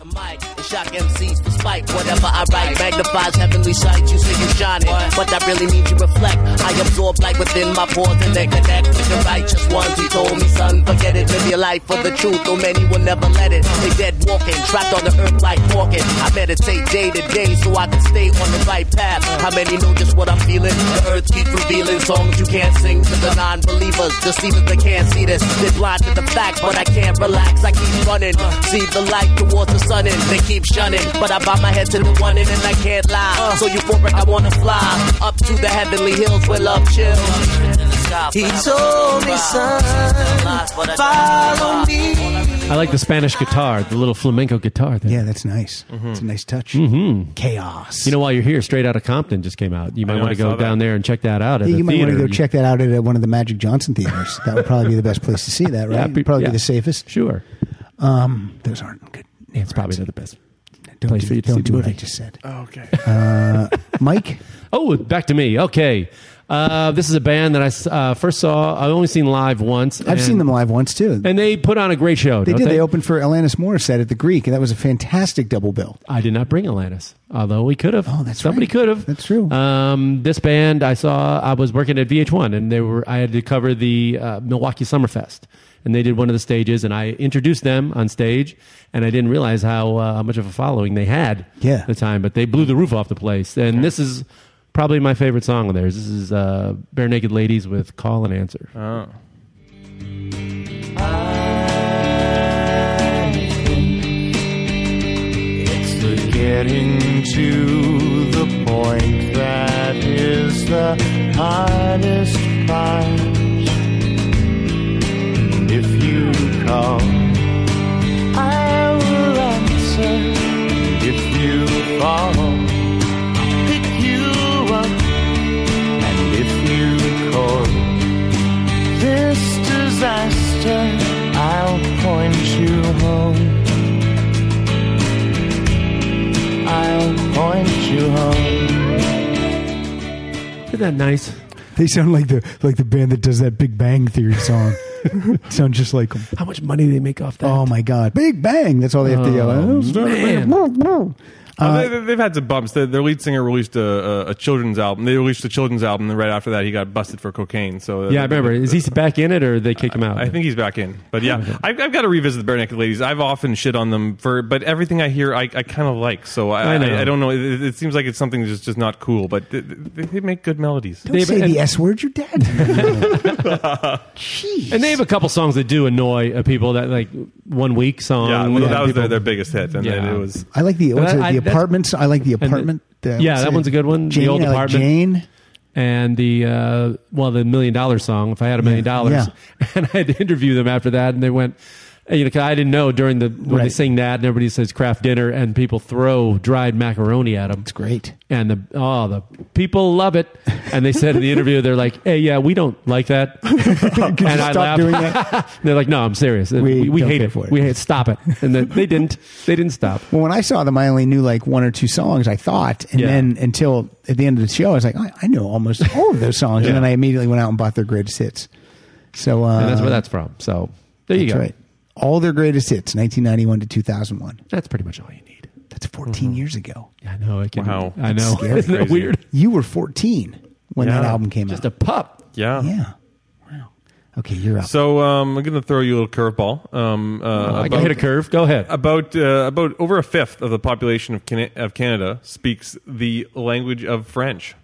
Speaker 9: the mic and shock MCs for spite. Whatever I write magnifies heavenly sight. You see you shining, but I really need you reflect. I absorb light within my pores and then connect with the righteous ones. He told me, son, forget it, live your life for the truth. Though many will never let it. They dead walking, trapped on the earth like walking. I meditate day to day so I can stay on the right path. How many know just what I'm feeling? The earth keeps revealing songs you can't sing to the non-believers, deceivers that can't see this. They're blind to the fact, but I can't relax. I keep running, see the light towards the sun, and they keep shunning. But I bow my head to the one, and I can't lie. So euphoric, I wanna fly up to the heavenly hills where love chills.
Speaker 10: He told me, son, follow me.
Speaker 3: I like the Spanish guitar, the little flamenco guitar thing.
Speaker 2: yeah, that's nice. It's a nice touch. Chaos.
Speaker 3: Mm-hmm. You know, while you're here, Straight Outta Compton just came out. You might
Speaker 4: know,
Speaker 3: want
Speaker 4: I
Speaker 3: to go
Speaker 4: saw that.
Speaker 3: down there and check that out. At
Speaker 2: Yeah,
Speaker 3: the
Speaker 2: you might want to
Speaker 3: theater.
Speaker 2: go check that out at uh, one of the Magic Johnson theaters. that would probably be the best place to see that, right?
Speaker 3: pe-
Speaker 2: probably
Speaker 3: yeah.
Speaker 2: be the safest.
Speaker 3: Sure,
Speaker 2: Um, those aren't good.
Speaker 3: it's probably not the best.
Speaker 2: Don't
Speaker 3: place
Speaker 2: do,
Speaker 3: for you to
Speaker 2: don't
Speaker 3: see the
Speaker 2: do what I
Speaker 3: movie.
Speaker 2: just said. Uh,
Speaker 4: Okay.
Speaker 2: Mike,
Speaker 3: Oh, back to me. Okay, uh, this is a band that I s- uh, first saw. I've only seen live once.
Speaker 2: I've seen them live once too.
Speaker 3: and they put on a great show.
Speaker 2: they
Speaker 3: don't
Speaker 2: did.
Speaker 3: They?
Speaker 2: They opened for Alanis Morissette at the Greek, and that was a fantastic double bill.
Speaker 3: I did not bring Atlantis, although we could have.
Speaker 2: Oh, that's
Speaker 3: somebody
Speaker 2: right.
Speaker 3: could have.
Speaker 2: That's true.
Speaker 3: Um, this band I saw. I was working at VH1, and they were. I had to cover the uh, Milwaukee Summerfest, and they did one of the stages, and I introduced them on stage, and I didn't realize how uh, how much of a following they had.
Speaker 2: Yeah.
Speaker 3: at the time, but they blew the roof off the place, and this is. Probably my favorite song of theirs. This is uh, Bare Naked Ladies with Call and Answer.
Speaker 4: Uh,
Speaker 12: It's the getting to the point that is the hardest part. If you call, I will answer. If you fall, I'll pick you up. And if you call this disaster, I'll point you
Speaker 3: Isn't that nice?
Speaker 2: They sound like the like the band that does that Big Bang Theory song. sound just like them.
Speaker 3: How much money do they make off that?
Speaker 2: Oh my God, Big Bang! That's all they have to yell.
Speaker 3: Oh,
Speaker 2: Oh,
Speaker 3: Uh,
Speaker 4: Oh, they, they've had some bumps. Their, their lead singer released a, a, a children's album. They released a children's album, and right after that, he got busted for cocaine. So uh,
Speaker 3: Yeah, I remember. Is he back in it or they kick him out?
Speaker 4: I think he's back in. But yeah, I've, I've got to revisit the Bare Naked Ladies. I've often shit on them for, but everything I hear, I, I kind of like. So I,
Speaker 3: I
Speaker 4: I,
Speaker 3: know.
Speaker 4: I, don't know. It, it- it seems like it's something that's just not cool. But they, they they make good melodies.
Speaker 2: Don't say the S word, your dad.
Speaker 3: And they have a couple songs that do annoy uh, people. That like one week song.
Speaker 4: Yeah, well, that was
Speaker 3: people-
Speaker 4: their, their biggest hit, and then
Speaker 3: Yeah.
Speaker 4: it was.
Speaker 2: I like the what's
Speaker 3: But
Speaker 2: it,
Speaker 3: I-
Speaker 2: the
Speaker 3: that's-
Speaker 2: apartments. I like the
Speaker 3: and the-
Speaker 2: apartment. the-
Speaker 3: yeah,
Speaker 2: what's
Speaker 3: that
Speaker 2: it?
Speaker 3: one's a good one.
Speaker 2: Jane,
Speaker 3: the old
Speaker 2: I like
Speaker 3: apartment.
Speaker 2: Jane.
Speaker 3: And the uh, well, the million dollar song. If I had a million dollars, and I had to interview them after that, and they went. You know, 'cause I didn't know during the when they
Speaker 2: Right.
Speaker 3: sing that, and everybody says craft dinner, and people throw dried macaroni at them.
Speaker 2: It's great.
Speaker 3: and the oh the people love it and they said in the interview they're like hey yeah we don't like that and
Speaker 2: you stop doing that?
Speaker 3: they're like no i'm serious we, we,
Speaker 2: don't
Speaker 3: hate
Speaker 2: care
Speaker 3: it
Speaker 2: for it."
Speaker 3: we hate stop it and then they didn't they didn't stop
Speaker 2: Well, when I saw them, I only knew like one or two songs. I thought, and
Speaker 3: Yeah.
Speaker 2: then until at the end of the show, I was like, I, I know almost all of those songs, and then I immediately went out and bought their greatest hits. So uh,
Speaker 3: and that's where that's from so there you
Speaker 2: that's
Speaker 3: go
Speaker 2: right. All their greatest hits, 1991 to 2001.
Speaker 3: that's pretty much all you need
Speaker 2: That's 14
Speaker 3: Mm-hmm.
Speaker 2: years ago.
Speaker 3: Yeah, i know i can
Speaker 4: Wow.
Speaker 3: i know
Speaker 2: Scary.
Speaker 3: isn't that
Speaker 4: Crazy.
Speaker 3: weird
Speaker 2: You were 14 when that
Speaker 4: Yeah.
Speaker 2: album came
Speaker 3: just a
Speaker 2: out.
Speaker 3: pup
Speaker 4: Yeah.
Speaker 2: yeah. Wow. Okay, you're up.
Speaker 4: So um, I'm going to throw you a little curveball. Um, uh,
Speaker 3: Oh, i can
Speaker 4: about-
Speaker 3: hit a curve go ahead
Speaker 4: About uh, about over a fifth of the population of Can- of Canada speaks the language of French,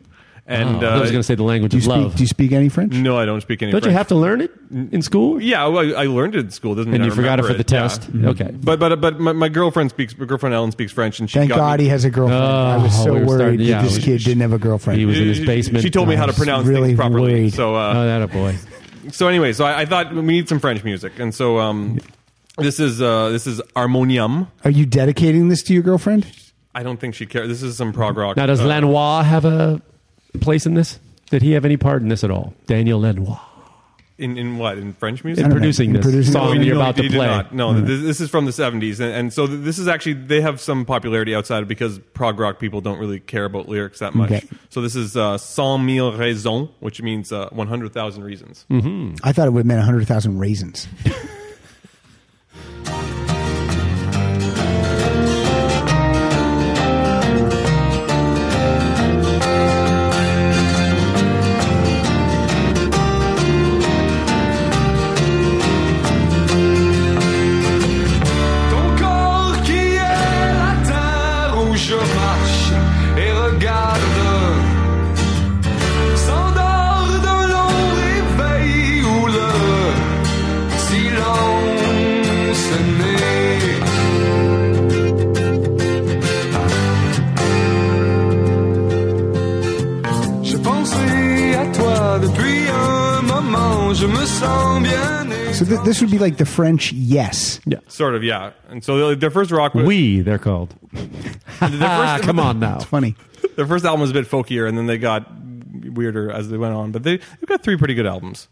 Speaker 4: and
Speaker 3: Oh, i was
Speaker 4: uh,
Speaker 3: going to say the language
Speaker 2: do you
Speaker 3: of
Speaker 2: speak?
Speaker 3: love
Speaker 2: Do you speak any French?
Speaker 4: no, I don't speak any.
Speaker 3: don't
Speaker 4: French.
Speaker 3: you have to learn it in school
Speaker 4: Yeah, well, I I learned it in school. Doesn't mean
Speaker 3: and you
Speaker 4: I
Speaker 3: forgot it Mm-hmm. Uh,
Speaker 4: remember
Speaker 3: for the
Speaker 4: yeah.
Speaker 3: test okay
Speaker 4: But but but my, my girlfriend speaks. My girlfriend Ellen speaks French, and she
Speaker 2: Thank
Speaker 4: got
Speaker 2: God
Speaker 4: me,
Speaker 2: he has a girlfriend. I was
Speaker 3: Oh,
Speaker 2: so
Speaker 3: we were
Speaker 2: worried
Speaker 3: starting-
Speaker 2: that
Speaker 3: yeah,
Speaker 2: this
Speaker 3: we-
Speaker 2: kid didn't have a girlfriend.
Speaker 3: he was in his
Speaker 4: She-
Speaker 3: basement uh,
Speaker 4: She told me how to
Speaker 2: I was
Speaker 4: pronounce
Speaker 2: really
Speaker 4: things properly.
Speaker 2: worried.
Speaker 4: So uh,
Speaker 3: oh that a boy
Speaker 4: so anyway, so I, I thought we need some French music, and so um, this is uh, this is harmonium.
Speaker 2: Are you dedicating this to your girlfriend?
Speaker 4: I don't think she cares. This is some prog rock.
Speaker 3: Now, does
Speaker 4: uh,
Speaker 3: Lanois have a place in this? Did he have any part in this at all? Daniel Lanois.
Speaker 4: in, in what in French music?
Speaker 3: In producing
Speaker 2: In
Speaker 3: this
Speaker 2: producing
Speaker 3: song
Speaker 2: this.
Speaker 3: that you're
Speaker 4: No,
Speaker 3: about
Speaker 4: he
Speaker 3: to
Speaker 4: did
Speaker 3: play. Hmm.
Speaker 4: not. No, this, this is from the 70s. And, and so th- this is actually, they have some popularity outside because prog rock people don't really care about lyrics that much.
Speaker 2: Okay.
Speaker 4: So this is uh, Cent Mille Raisons, which means uh, 100,000 reasons.
Speaker 2: I thought it would have meant 100,000 raisins.
Speaker 9: Ton corps qui est la terre où je marche et regarde s'endort d'un long réveil où le silence naît. J'ai pensé à toi depuis un moment, je me sens bien. et
Speaker 2: So th- this would be like the French yes.
Speaker 4: Sort of, yeah. And so their- their first rock was.
Speaker 3: We, they're called. Ah, come on now.
Speaker 2: Funny.
Speaker 4: Their first album was a bit folkier, and then they got weirder as they went on. But they, they've got three pretty good albums.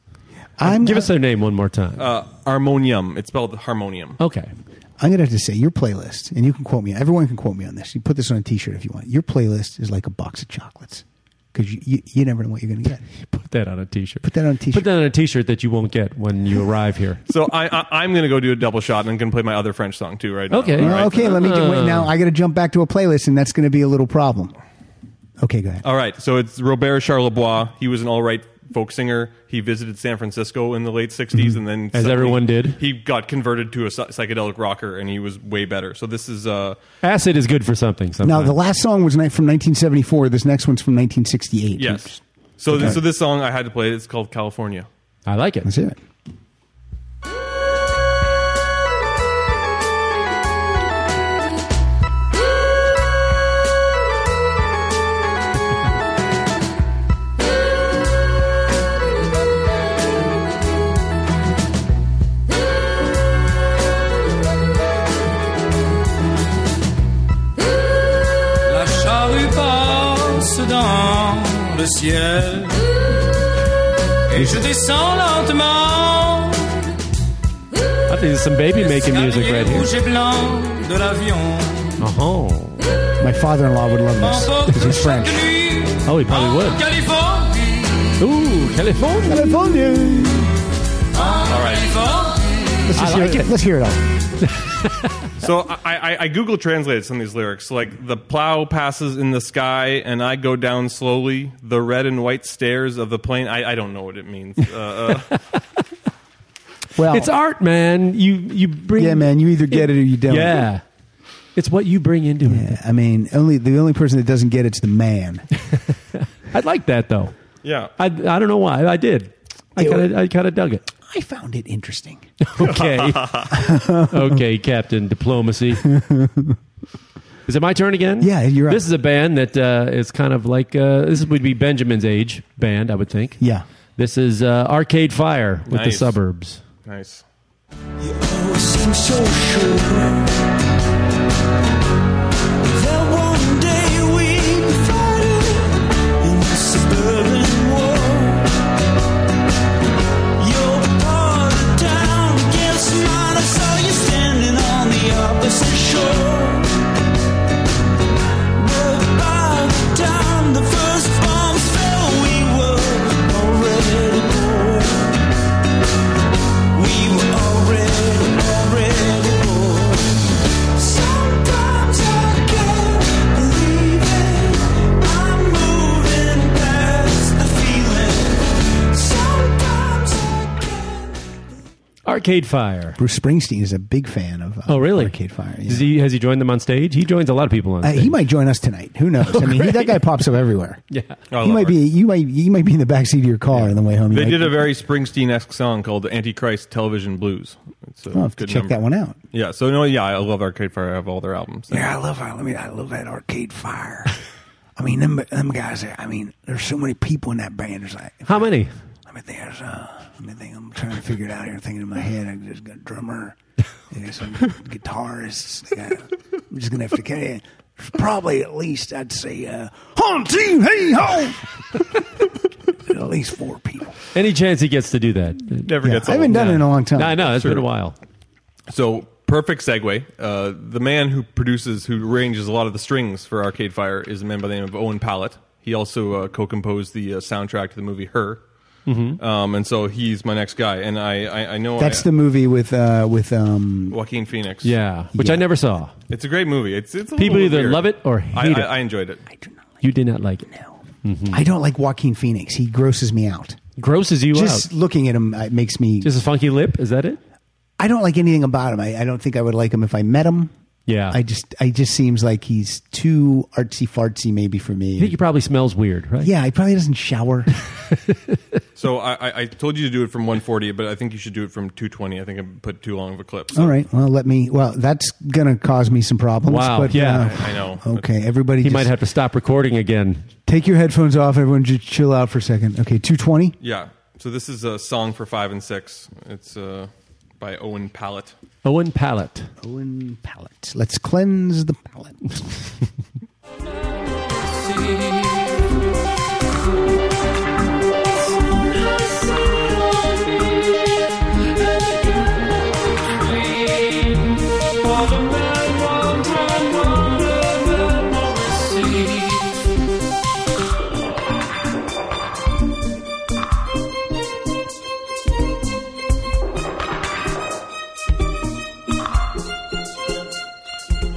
Speaker 2: I'm,
Speaker 3: Uh, Give us their name one more time.
Speaker 4: Uh, harmonium. It's spelled harmonium.
Speaker 3: okay.
Speaker 2: I'm going to have to say your playlist, and you can quote me. Everyone can quote me on this. You put this on a T-shirt if you want. Your playlist is like a box of chocolates because you, you, you never know what you're going to get.
Speaker 3: Put that on a t shirt.
Speaker 2: Put that on a
Speaker 3: Put
Speaker 2: T-shirt.
Speaker 3: that on a t shirt that you won't get when you arrive here.
Speaker 4: So I, I, I'm going to go do a double shot and I'm going to play my other French song too, right? now.
Speaker 3: Okay.
Speaker 4: All
Speaker 2: Well,
Speaker 4: right.
Speaker 2: okay, let me do, wait. Now I got to jump back to a playlist, and that's going to be a little problem. Okay, go ahead.
Speaker 4: All right, so it's Robert Charlebois. He was an all right folk singer. He visited San Francisco in the late 60s and
Speaker 3: Mm-hmm.
Speaker 4: then
Speaker 3: As
Speaker 4: suddenly
Speaker 3: everyone did.
Speaker 4: He got converted to a psy- psychedelic rocker and he was way better. So this is uh
Speaker 3: Acid is good for something.
Speaker 2: Now
Speaker 3: Sometimes.
Speaker 2: the last song was ni- from 1974. This next one's from 1968.
Speaker 4: yes. So this, so this song I had to play. It's called California.
Speaker 3: I like it.
Speaker 2: Let's hear it.
Speaker 7: La charrue passe dans le ciel et je descends lentement.
Speaker 3: I think there's some baby making music
Speaker 7: l'escalier
Speaker 3: right here.
Speaker 7: rouge et blanc de l'avion.
Speaker 3: Oh,
Speaker 2: My father-in-law would love this
Speaker 7: M'emporte
Speaker 2: because he's
Speaker 7: chaque
Speaker 2: French.
Speaker 7: nuit
Speaker 3: oh he probably
Speaker 7: en
Speaker 3: would.
Speaker 7: Californie.
Speaker 3: Ooh, California.
Speaker 2: California.
Speaker 4: All
Speaker 2: Let's, just hear it. Let's hear it all.
Speaker 4: So I, I, I Google translated some of these lyrics. So, Like the plow passes in the sky, and I go down slowly the red and white stairs of the plane. I, I don't know what it means. Uh, uh,
Speaker 2: Well,
Speaker 3: it's art, man. You you bring
Speaker 2: Yeah, man, you either get it or you don't.
Speaker 3: Yeah, it's what you bring into it.
Speaker 2: I mean, only the only person that doesn't get it's the man.
Speaker 3: I like that though.
Speaker 4: Yeah,
Speaker 3: I I don't know why I did. I
Speaker 2: It-
Speaker 3: kind of I kind of dug it.
Speaker 2: I found it interesting.
Speaker 3: Okay, okay, Captain Diplomacy. Is it my turn again?
Speaker 2: Yeah, you're up.
Speaker 3: This is a band that uh, is kind of like uh, this would be Benjamin's age band, I would think.
Speaker 2: Yeah.
Speaker 3: This is uh, Arcade Fire with the
Speaker 4: Nice.
Speaker 3: suburbs.
Speaker 4: nice.
Speaker 6: always seem so sure that one day we'd be fighting in the suburban war. Your bar down against mine. I saw you standing on the opposite shore. But by the time the first bombs fell, we were already born. We were already, already born. Sometimes I can't believe it. I'm moving past the feeling. Sometimes I can't.
Speaker 3: Arcade Fire.
Speaker 2: Bruce Springsteen is a big fan of. Uh,
Speaker 3: Oh, really?
Speaker 2: Arcade Fire. yeah.
Speaker 3: Does he, has he joined them on stage? He joins a lot of people on
Speaker 2: Uh,
Speaker 3: stage.
Speaker 2: he might join us tonight. Who knows? I mean, he, that guy pops up everywhere.
Speaker 3: Yeah.
Speaker 4: I
Speaker 2: you
Speaker 4: love
Speaker 2: might
Speaker 4: her.
Speaker 2: be. You might. You might be in the backseat of your car on the way home. You
Speaker 4: They
Speaker 2: might-
Speaker 4: did a very Springsteen-esque song called "Antichrist Television Blues." It's a
Speaker 2: I'll have to
Speaker 4: good
Speaker 2: check that one out.
Speaker 4: Yeah. So no, yeah, I love Arcade Fire. I have all their albums.
Speaker 2: Yeah, I love. I mean, I love that Arcade Fire. I mean, them, them guys. I mean, there's so many people in that band. There's like
Speaker 3: How many?
Speaker 2: I mean, there's, uh, I mean, think I'm trying to figure it out here, thinking in my head, I just got a drummer, I got some guitarists. I got- I'm just gonna have to carry it. There's probably at least, I'd say, uh, haunting, hey ho, at least four people.
Speaker 3: Any chance he gets to do that?
Speaker 4: Never
Speaker 2: Yeah,
Speaker 4: gets.
Speaker 2: I haven't
Speaker 4: old.
Speaker 2: done it in a long time.
Speaker 3: I know, it's been a while.
Speaker 4: So perfect segue. Uh, the man who produces, who arranges a lot of the strings for Arcade Fire, is a man by the name of Owen Pallett. He also uh, co-composed the uh, soundtrack to the movie Her.
Speaker 3: Mm-hmm.
Speaker 4: Um, and so he's my next guy, and I I, I know
Speaker 2: That's
Speaker 4: I-
Speaker 2: the movie with uh, with um,
Speaker 4: Joaquin Phoenix.
Speaker 3: Yeah, which I
Speaker 2: Yeah.
Speaker 3: never saw.
Speaker 4: it's a great movie. It's it's a
Speaker 3: People
Speaker 4: little
Speaker 3: either
Speaker 4: weird.
Speaker 3: love it or
Speaker 4: I,
Speaker 3: hate
Speaker 4: I,
Speaker 3: it.
Speaker 4: I enjoyed it.
Speaker 3: You did not like it. Mm-hmm.
Speaker 2: I don't like Joaquin Phoenix. He grosses me out.
Speaker 3: Grosses you
Speaker 2: Just
Speaker 3: out.
Speaker 2: looking at him, uh, it makes me.
Speaker 3: Just a funky lip. Is that it?
Speaker 2: I don't like anything about him. I, I don't think I would like him if I met him.
Speaker 3: Yeah.
Speaker 2: I just, I just seems like he's too artsy fartsy, maybe for me.
Speaker 3: I think he probably smells weird, right?
Speaker 2: Yeah, he probably doesn't shower.
Speaker 4: So I, I, I told you to do it from 140, but I think you should do it from 220. I think I put too long of a clip. So
Speaker 2: All right. Well, let me. Well, that's gonna cause me some problems.
Speaker 3: Wow,
Speaker 2: But, uh,
Speaker 3: yeah.
Speaker 4: I know.
Speaker 3: Oh.
Speaker 2: Okay. Everybody,
Speaker 3: He
Speaker 2: just
Speaker 3: might have to stop recording again.
Speaker 2: take your headphones off. Everyone, just chill out for a second. Okay. Two twenty.
Speaker 4: Yeah. So this is a song for five and six. It's uh, by Owen Pallett.
Speaker 3: Owen Pallet.
Speaker 2: Owen palate. Let's cleanse the palate.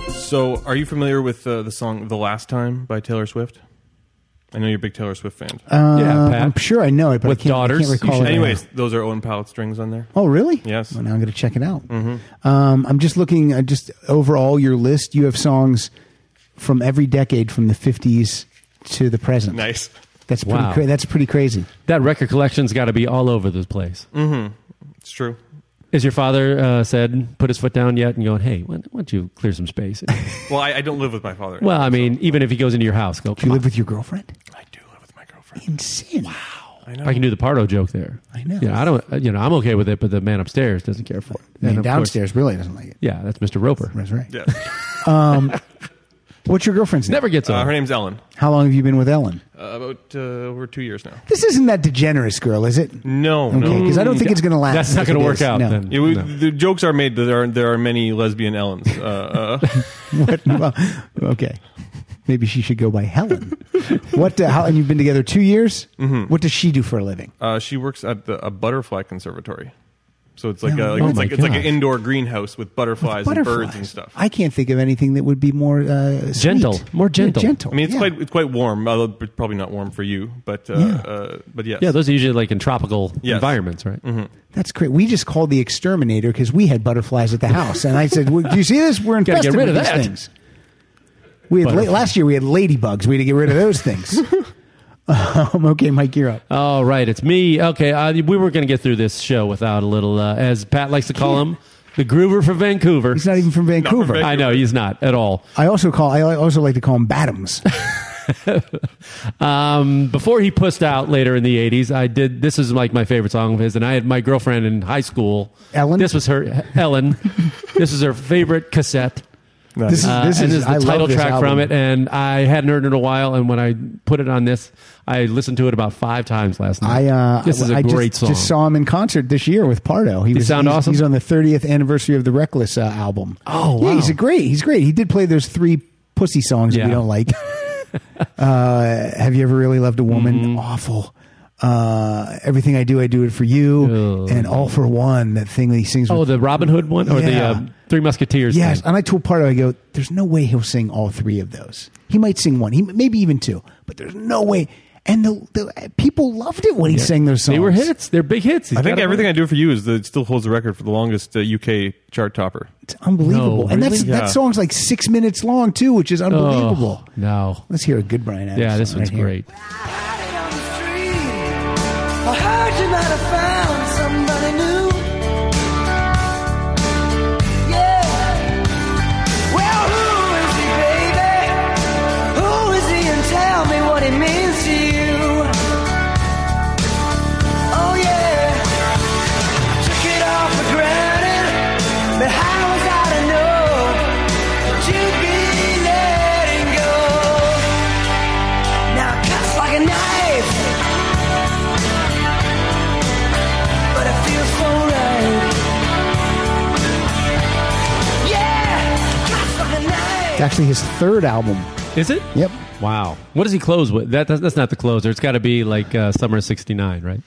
Speaker 4: So are you familiar with uh, the song "The Last Time" by Taylor Swift? I know you're a big Taylor Swift fan.
Speaker 3: yeah,
Speaker 2: Um,
Speaker 3: Pat.
Speaker 2: I'm sure I know it, but
Speaker 3: With
Speaker 2: I can't, I
Speaker 3: daughters,
Speaker 2: can't
Speaker 3: you
Speaker 2: recall
Speaker 3: should-
Speaker 2: it.
Speaker 4: Anyways, those are Owen Pallett strings on there.
Speaker 2: Oh, really?
Speaker 4: Yes.
Speaker 2: Well, now I'm going to check it out.
Speaker 3: Mm-hmm.
Speaker 2: Um, I'm just looking. I just overall your list. You have songs from every decade, from the 50s to the present.
Speaker 4: Nice.
Speaker 2: That's pretty.
Speaker 3: Wow.
Speaker 2: Cra- that's pretty crazy.
Speaker 3: That record collection's got to be all over the place.
Speaker 4: It's true.
Speaker 3: Is your father uh, said put his foot down yet and going, hey, why why don't you clear some space?
Speaker 4: Well, I, I don't live with my father.
Speaker 3: well, I mean, even if he goes into your house, go.
Speaker 2: Do you
Speaker 3: "Come
Speaker 2: live with your girlfriend?
Speaker 4: I do live with my girlfriend.
Speaker 2: Insane. Wow.
Speaker 4: I
Speaker 3: on."
Speaker 4: know.
Speaker 3: I can do the Pardo joke there.
Speaker 2: I know.
Speaker 3: You know, I don't. You know, I'm okay with it, but the man upstairs doesn't care for it.
Speaker 2: Man
Speaker 3: of course-
Speaker 2: downstairs really doesn't like it.
Speaker 3: yeah, that's Mr. Roper.
Speaker 2: That's right.
Speaker 4: Yeah.
Speaker 2: What's your girlfriend's name?
Speaker 3: Never gets
Speaker 4: Uh,
Speaker 3: over.
Speaker 4: her name's Ellen.
Speaker 2: How long have you been with Ellen?
Speaker 4: Uh, about uh, over two years now.
Speaker 2: This isn't that degenerous girl, is it?
Speaker 4: No,
Speaker 2: Okay,
Speaker 4: no.
Speaker 2: because I don't think it's going to last.
Speaker 3: That's not
Speaker 2: If
Speaker 3: going
Speaker 2: it
Speaker 3: to work
Speaker 2: is,
Speaker 3: out.
Speaker 2: no.
Speaker 3: Then.
Speaker 4: Yeah, we,
Speaker 3: No.
Speaker 4: The jokes are made that there are, there are many lesbian Ellens. Uh, uh,
Speaker 2: What- well, okay. Maybe she should go by Helen. what? Uh, how, and you've been together two years. Mm-hmm. What does she do for a living?
Speaker 4: Uh, she works at the, a butterfly conservatory. So it's like
Speaker 2: Yeah.
Speaker 4: a, like,
Speaker 2: Oh
Speaker 4: it's
Speaker 2: my
Speaker 4: like it's like an
Speaker 2: gosh.
Speaker 4: indoor greenhouse with butterflies, and birds
Speaker 2: Butterflies.
Speaker 4: and stuff.
Speaker 2: I can't think of anything that would be more uh, sweet.
Speaker 4: Gentle.
Speaker 2: more gentle, gentle.
Speaker 4: I mean, it's
Speaker 2: yeah.
Speaker 4: quite it's quite warm. Although it's probably not warm for you, but uh,
Speaker 2: Yeah.
Speaker 4: uh, but yes.
Speaker 3: Yeah, those are usually like in tropical
Speaker 4: Yes.
Speaker 3: environments, right?
Speaker 2: That's great. We just called the exterminator because we had butterflies at the house, and I said, well, "Do you see this? We're
Speaker 3: Gotta
Speaker 2: infested
Speaker 3: get rid
Speaker 2: with
Speaker 3: of
Speaker 2: these
Speaker 3: that.
Speaker 2: things." We had la-
Speaker 3: Butterfly.
Speaker 2: last year we had ladybugs. We had to get rid of those things. um, okay, Mike, you're up.
Speaker 3: All right, it's me. Okay, uh, we weren't going to get through this show without a little, uh, as Pat likes to call him, the Groover from Vancouver. He's
Speaker 2: not even from Vancouver.
Speaker 3: I know he's not at all.
Speaker 2: I also call. I also like to call them Badams.
Speaker 3: Um, before he pushed out later in the '80s, I did. This is like my favorite song of his, and I had my girlfriend in high school. Ellen. This was her Ellen. this is her favorite cassette.
Speaker 2: This is-
Speaker 3: Uh,
Speaker 2: this
Speaker 3: and
Speaker 2: is-
Speaker 3: this is the
Speaker 2: I love
Speaker 3: title
Speaker 2: this
Speaker 3: track
Speaker 2: album.
Speaker 3: from it, and I hadn't heard it in a while. And when I put it on this, I listened to it about five times last night.
Speaker 2: I uh,
Speaker 3: this is a
Speaker 2: I just-
Speaker 3: great
Speaker 2: just,
Speaker 3: song.
Speaker 2: saw him in concert this year with Pardo. He
Speaker 3: They
Speaker 2: was
Speaker 3: sound
Speaker 2: he's,
Speaker 3: awesome?
Speaker 2: He's on the 30th anniversary of the Reckless uh, album.
Speaker 3: Oh,
Speaker 2: yeah,
Speaker 3: wow.
Speaker 2: he's a great. He's great. He did play those three pussy songs that we
Speaker 3: Yeah.
Speaker 2: don't like. uh, Have you ever really loved a woman?
Speaker 3: Mm-hmm.
Speaker 2: Awful. Uh, everything I do, I do it for you, and all for one. That thing that he sings.
Speaker 3: Oh,
Speaker 2: with,
Speaker 3: the Robin Hood one or the
Speaker 2: Yeah.
Speaker 3: uh, Three Musketeers?
Speaker 2: Yes,
Speaker 3: thing.
Speaker 2: and I told Pardo, I go, "There's no way he'll sing all three of those. He might sing one, he maybe even two, but there's no way." And the, the people loved it when he
Speaker 4: Yeah.
Speaker 2: sang those songs.
Speaker 4: They were
Speaker 3: hits. They're big hits.
Speaker 4: I think everything I do for you is that it still holds the record for the longest uh, UK chart topper.
Speaker 2: It's unbelievable.
Speaker 4: No,
Speaker 2: and that's
Speaker 4: really? Yeah.
Speaker 2: that song's like six minutes long too, which is unbelievable.
Speaker 3: no.
Speaker 2: Let's hear a good Brian Adams.
Speaker 3: Yeah, this
Speaker 2: song
Speaker 3: one's
Speaker 2: right here.
Speaker 3: great.
Speaker 6: I heard you might have found somebody new. Yeah. Well, who is he, baby? Who is he? And tell me what he means to you. Oh, yeah. Took it all for granted. But how was I to know that you'd be letting go? Now, it cuts like a knife. but it feels so right. Yeah, just like a knife.
Speaker 2: It's actually his third album.
Speaker 3: Is it?
Speaker 2: Yep.
Speaker 3: Wow. What does he close with? That that's, that's not the closer. It's got to be like uh, Summer of '69, right?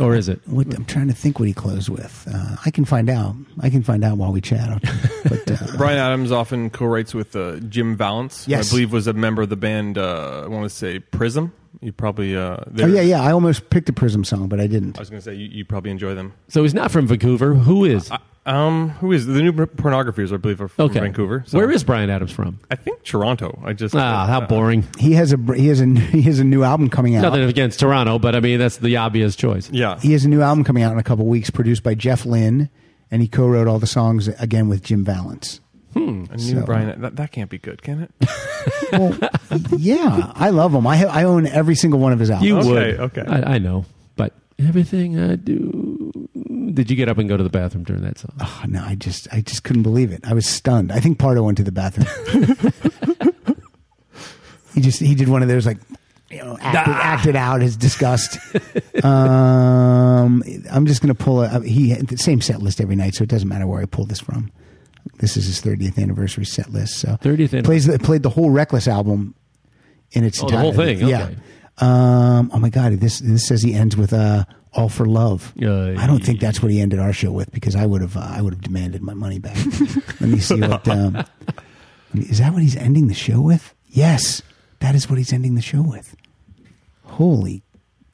Speaker 3: or is it?
Speaker 2: What, I'm trying to think what he closed with. Uh, I can find out. I can find out while we chat. uh,
Speaker 4: Brian Adams often co-writes with uh, Jim Valance, who
Speaker 2: Yes.
Speaker 4: I believe was a member of the band. Uh, I want to say Prism. You probably uh,
Speaker 2: Oh
Speaker 4: they're-
Speaker 2: yeah, yeah. I almost picked a Prism song, but I didn't.
Speaker 4: I was going to say you, you probably enjoy them.
Speaker 3: So he's not from Vancouver. Who is?
Speaker 4: Um, who is the new Por- pornographers? I believe are from
Speaker 3: Okay.
Speaker 4: Vancouver.
Speaker 3: Where is Brian Adams from?
Speaker 4: I think Toronto. I just uh,
Speaker 3: Ah, how boring.
Speaker 2: He has a he has a he has a new album coming out.
Speaker 3: Nothing against Toronto, but I mean that's the obvious choice.
Speaker 4: Yeah.
Speaker 2: He has a new album coming out in a couple weeks, produced by Jeff Lynne, and he co-wrote all the songs again with Jim Valance.
Speaker 4: Hmm. I knew
Speaker 2: So-
Speaker 4: Brian. That, that can't be good, can it?
Speaker 2: yeah, I love him. I ha- I own every single one of his albums.
Speaker 3: You would. I, I know, but everything I do. Did you get up and go to the bathroom during that song?
Speaker 2: Oh, no, I just I just couldn't believe it. I was stunned. I think Pardo went to the bathroom. he just he did one of those like you know acted, acted out his disgust. um, I'm just gonna pull a uh, he had the same set list every night, so it doesn't matter where I pulled this from. This is his 30th anniversary set list. So
Speaker 3: 30th
Speaker 2: plays the, played the whole Reckless album in its
Speaker 3: Oh, the whole
Speaker 2: entirety.
Speaker 3: thing,
Speaker 2: Yeah.
Speaker 3: okay.
Speaker 2: Um, oh my God! This this says he ends with uh, "All for Love." I don't think that's what he ended our show with because I would have uh, I would have demanded my money back. Let me see what um, is that what he's ending the show with? Yes, that is what he's ending the show with. Holy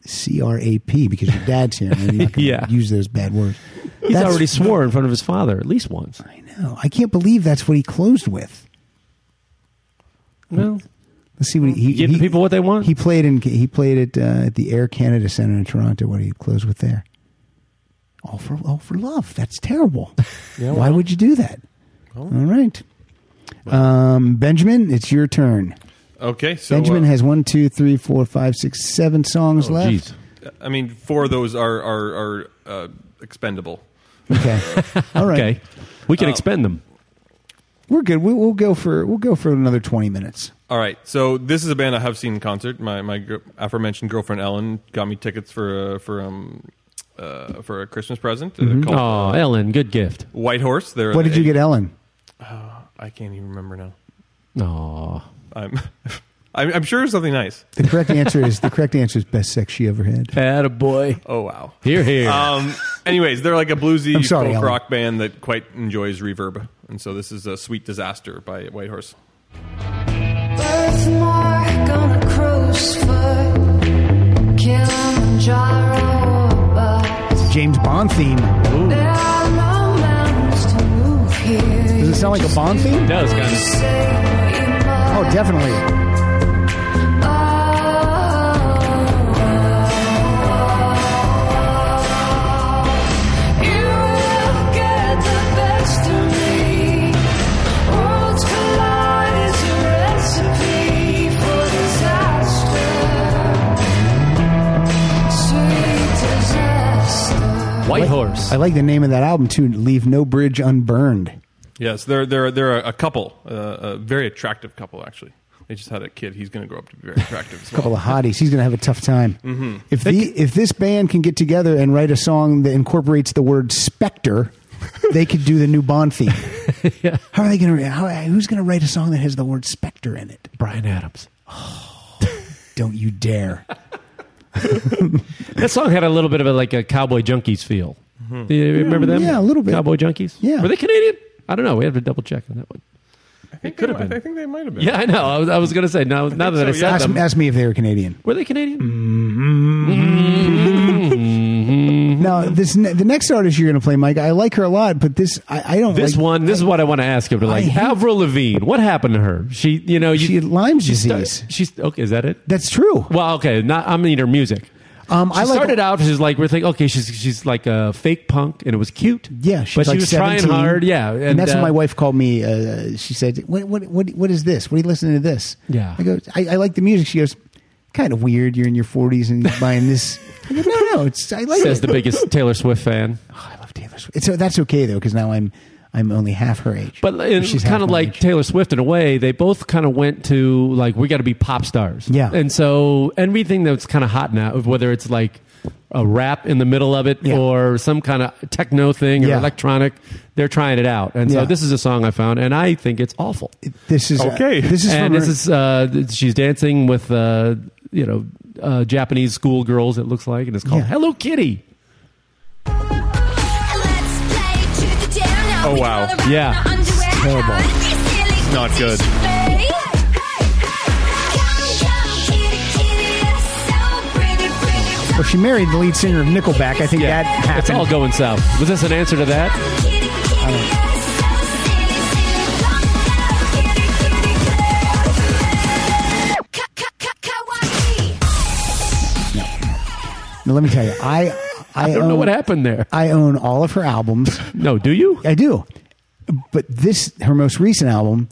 Speaker 2: C R A P! Because your dad's here. and I'm not going to
Speaker 3: Yeah.
Speaker 2: use those bad words.
Speaker 3: He's
Speaker 2: That's-
Speaker 3: already swore in front of his father at least once. I
Speaker 2: No, I can't believe that's what he closed with.
Speaker 3: Well,
Speaker 2: Let's see what he, he
Speaker 3: Give the people what they want.
Speaker 2: He played in he played at uh, at the Air Canada Center in Toronto. What do you close with there? All for all for love. That's terrible.
Speaker 4: Yeah,
Speaker 2: Why would you do that? all right, um, Benjamin, it's your turn.
Speaker 4: Okay, so
Speaker 2: Benjamin
Speaker 4: uh,
Speaker 2: has one, two, three, four, five, six, seven songs
Speaker 3: Oh,
Speaker 2: left.
Speaker 4: I mean, four of those are are, are uh, expendable.
Speaker 2: Okay, all right,
Speaker 3: Okay, we can
Speaker 4: Uh,
Speaker 3: expend them.
Speaker 2: we're good. We, we'll go for we'll go for another twenty minutes.
Speaker 4: All right, so this is a band I have seen in concert. My my gr- aforementioned girlfriend Ellen got me tickets for uh, for um uh, for a Christmas present. Uh,
Speaker 3: Mhm.
Speaker 4: called,
Speaker 3: Oh,
Speaker 4: uh,
Speaker 3: Ellen, good gift.
Speaker 4: White Horse. They're
Speaker 2: What did you get, Ellen?
Speaker 4: I can't even remember now.
Speaker 3: Oh,
Speaker 4: I'm, I'm, I'm sure it's something nice.
Speaker 2: The correct answer is the correct answer is best sex she ever had.
Speaker 3: Had a boy.
Speaker 4: Oh wow.
Speaker 3: Here, here.
Speaker 4: Um, anyways, they're like a bluesy
Speaker 2: I'm sorry,
Speaker 4: folk
Speaker 2: Alan.
Speaker 4: rock band that quite enjoys reverb, and so this is a sweet disaster by Whitehorse.
Speaker 7: Birthmark on a crow's foot. Kilimanjaro above.
Speaker 2: James Bond theme.
Speaker 7: There are no mountains to move here.
Speaker 2: Does it sound like a Bond theme?
Speaker 3: does kind
Speaker 7: You say what you must.
Speaker 2: Oh, definitely.
Speaker 7: You will get the best of me. Worlds collide is a recipe for disaster. Sweet disaster.
Speaker 3: White Horse.
Speaker 2: I like the name of that album too. Leave no bridge unburned.
Speaker 4: Yes, they're they're they're a couple, uh, a very attractive couple actually. They just had a kid. He's going to grow up to be very attractive. As well.
Speaker 2: Couple of hotties. He's gonna have a tough time.
Speaker 3: Mm-hmm.
Speaker 2: If the if this band can get together and write a song that incorporates the word specter, they could do the new Bond theme. How are they gonna? How, who's gonna write a song that has the word specter in it?
Speaker 3: Brian Adams.
Speaker 2: Don't you dare!
Speaker 3: That song had a little bit of a, like a Cowboy Junkies feel. Do you remember them?
Speaker 2: Mm-hmm. Yeah, a little bit.
Speaker 3: Cowboy Junkies.
Speaker 2: Yeah.
Speaker 3: were they Canadian? I don't know. We have to double check on that one.
Speaker 4: I think
Speaker 3: could
Speaker 4: they
Speaker 3: have
Speaker 4: might-
Speaker 3: been.
Speaker 4: I think they might have been.
Speaker 3: Yeah, I know. I was, I was going to say now. Now that I
Speaker 4: so,
Speaker 3: said
Speaker 4: yeah.
Speaker 2: Ask,
Speaker 3: them,
Speaker 2: ask me Mm. if they were Canadian.
Speaker 3: were they Canadian? Mm-hmm.
Speaker 2: Now this ne- the next artist you're gonna play, Mike. I like her a lot, but this I, I don't.
Speaker 3: This
Speaker 2: like,
Speaker 3: one. This is what I want to ask him. To like
Speaker 2: hate-
Speaker 3: Avril Lavigne. What happened to her? She, you know, you,
Speaker 2: She had Lyme's
Speaker 3: she sta-
Speaker 2: disease.
Speaker 3: she's okay. Is that it?
Speaker 2: That's true.
Speaker 3: Well, okay. Not. I mean her music.
Speaker 2: Um,
Speaker 3: She
Speaker 2: I like
Speaker 3: started out she's like we're thinking okay she's she's like a fake punk and it was cute
Speaker 2: Yeah, she's
Speaker 3: but
Speaker 2: like
Speaker 3: she was
Speaker 2: 17.
Speaker 3: trying hard yeah
Speaker 2: and, that's
Speaker 3: uh,
Speaker 2: when my wife called me. Uh, she said, "What, what, what, what is this? What are you listening to this?"
Speaker 3: Yeah.
Speaker 2: I go, "I, I like the music." She goes, "Kind of weird. You're in your 40s and you're buying this." I go, "No, no, it's I like
Speaker 3: says
Speaker 2: it."
Speaker 3: the biggest Taylor Swift fan
Speaker 2: Oh, I love Taylor Swift. So that's okay though, because now I'm I'm only half her age.
Speaker 3: but it's
Speaker 2: She's half
Speaker 3: kind of
Speaker 2: my
Speaker 3: like
Speaker 2: age.
Speaker 3: Taylor Swift in a way they both kind of went to like we got to be pop stars
Speaker 2: Yeah.
Speaker 3: and so everything that's kind of hot now whether it's like a rap in the middle of it
Speaker 2: Yeah.
Speaker 3: or some kind of techno thing or
Speaker 2: Yeah.
Speaker 3: electronic they're trying it out and
Speaker 2: Yeah.
Speaker 3: so this is a song I found and I think it's awful
Speaker 2: this is uh,
Speaker 4: Okay.
Speaker 2: this is
Speaker 3: and
Speaker 2: from
Speaker 3: this
Speaker 2: her-
Speaker 3: is uh, th- she's dancing with uh, you know uh, Japanese schoolgirls. It looks like, and it's called
Speaker 2: Yeah.
Speaker 3: Hello Kitty.
Speaker 4: Oh, wow.
Speaker 3: Yeah.
Speaker 5: It's
Speaker 2: terrible.
Speaker 5: It's
Speaker 4: not good.
Speaker 2: Well, oh, she married the lead singer of Nickelback. I think
Speaker 3: Yeah.
Speaker 2: that happened.
Speaker 3: It's all going south. Was this an answer to that?
Speaker 2: Now, let me tell you, I I,
Speaker 3: I don't
Speaker 2: own,
Speaker 3: know what happened there.
Speaker 2: I own all of her albums.
Speaker 3: No, do you?
Speaker 2: I do, but this her most recent album,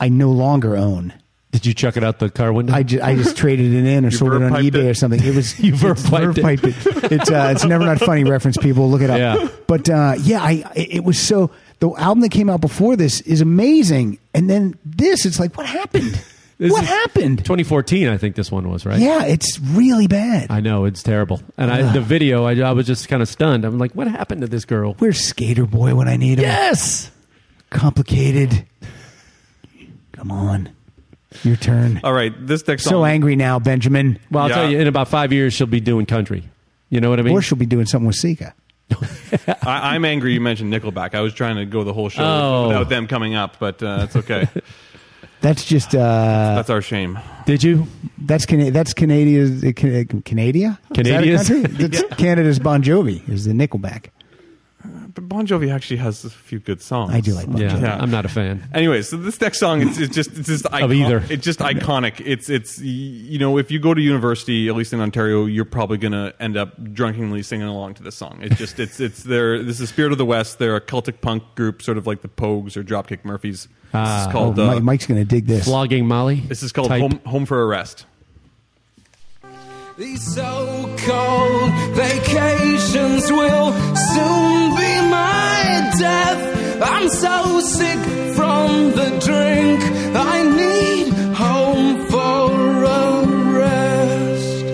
Speaker 2: I no longer own.
Speaker 3: Did you chuck it out the car window?
Speaker 2: I just, I just traded it in or sold it on
Speaker 4: verb-piped
Speaker 2: eBay
Speaker 4: it?
Speaker 2: or something. It was
Speaker 3: You
Speaker 2: it's
Speaker 3: verb-piped it.
Speaker 2: verb-piped it. It's uh, it's never not funny reference. People look it up.
Speaker 3: Yeah.
Speaker 2: But uh, yeah, I it was so the album that came out before this is amazing, and then this it's like what happened?
Speaker 3: This
Speaker 2: what
Speaker 3: is-
Speaker 2: happened?
Speaker 3: 2014, I think this one was right.
Speaker 2: yeah, it's really bad.
Speaker 3: I know it's terrible, and I, the video. I, I was just kind of stunned. I'm like, what happened to this girl?
Speaker 2: Where's Skater Boy when I need him?
Speaker 3: Yes.
Speaker 2: complicated. Come on, your turn.
Speaker 4: All right, this next
Speaker 2: so
Speaker 4: song.
Speaker 2: angry now, Benjamin.
Speaker 3: Well, I'll
Speaker 4: Yeah.
Speaker 3: tell you, in about five years, she'll be doing country. You know what I mean?
Speaker 2: Or she'll be doing something with Sika.
Speaker 4: I, I'm angry. You mentioned Nickelback. I was trying to go the whole show
Speaker 3: Oh.
Speaker 4: without them coming up, but uh, that's okay.
Speaker 2: That's just uh,
Speaker 4: that's our shame.
Speaker 3: Did you?
Speaker 2: that's Cana- that's Canadia's uh, Can- uh, Canada. Is
Speaker 3: Canadia's?
Speaker 2: that a country? That's Canada's Bon Jovi is the Nickelback.
Speaker 4: But Bon Jovi actually has a few good songs.
Speaker 2: I do like Bon
Speaker 3: Yeah,
Speaker 2: Jovi.
Speaker 4: Yeah.
Speaker 3: I'm not a fan.
Speaker 4: Anyway, so this next song it's, it's just it's just icon-
Speaker 3: either.
Speaker 4: It's just iconic. It's it's y- you know if you go to university, at least in Ontario, you're probably gonna end up drunkenly singing along to this song. It's just it's it's their this is Spirit of the West. They're a Celtic punk group, sort of like the Pogues or Dropkick Murphys.
Speaker 3: Ah,
Speaker 4: this is called
Speaker 2: oh,
Speaker 4: uh,
Speaker 2: Mi- Mike's going to dig this.
Speaker 3: Flogging Molly.
Speaker 4: this is called
Speaker 3: Type.
Speaker 4: Home Home for Arrest.
Speaker 9: These so-called vacations will soon be my death. I'm so sick from the drink. I need home for a rest.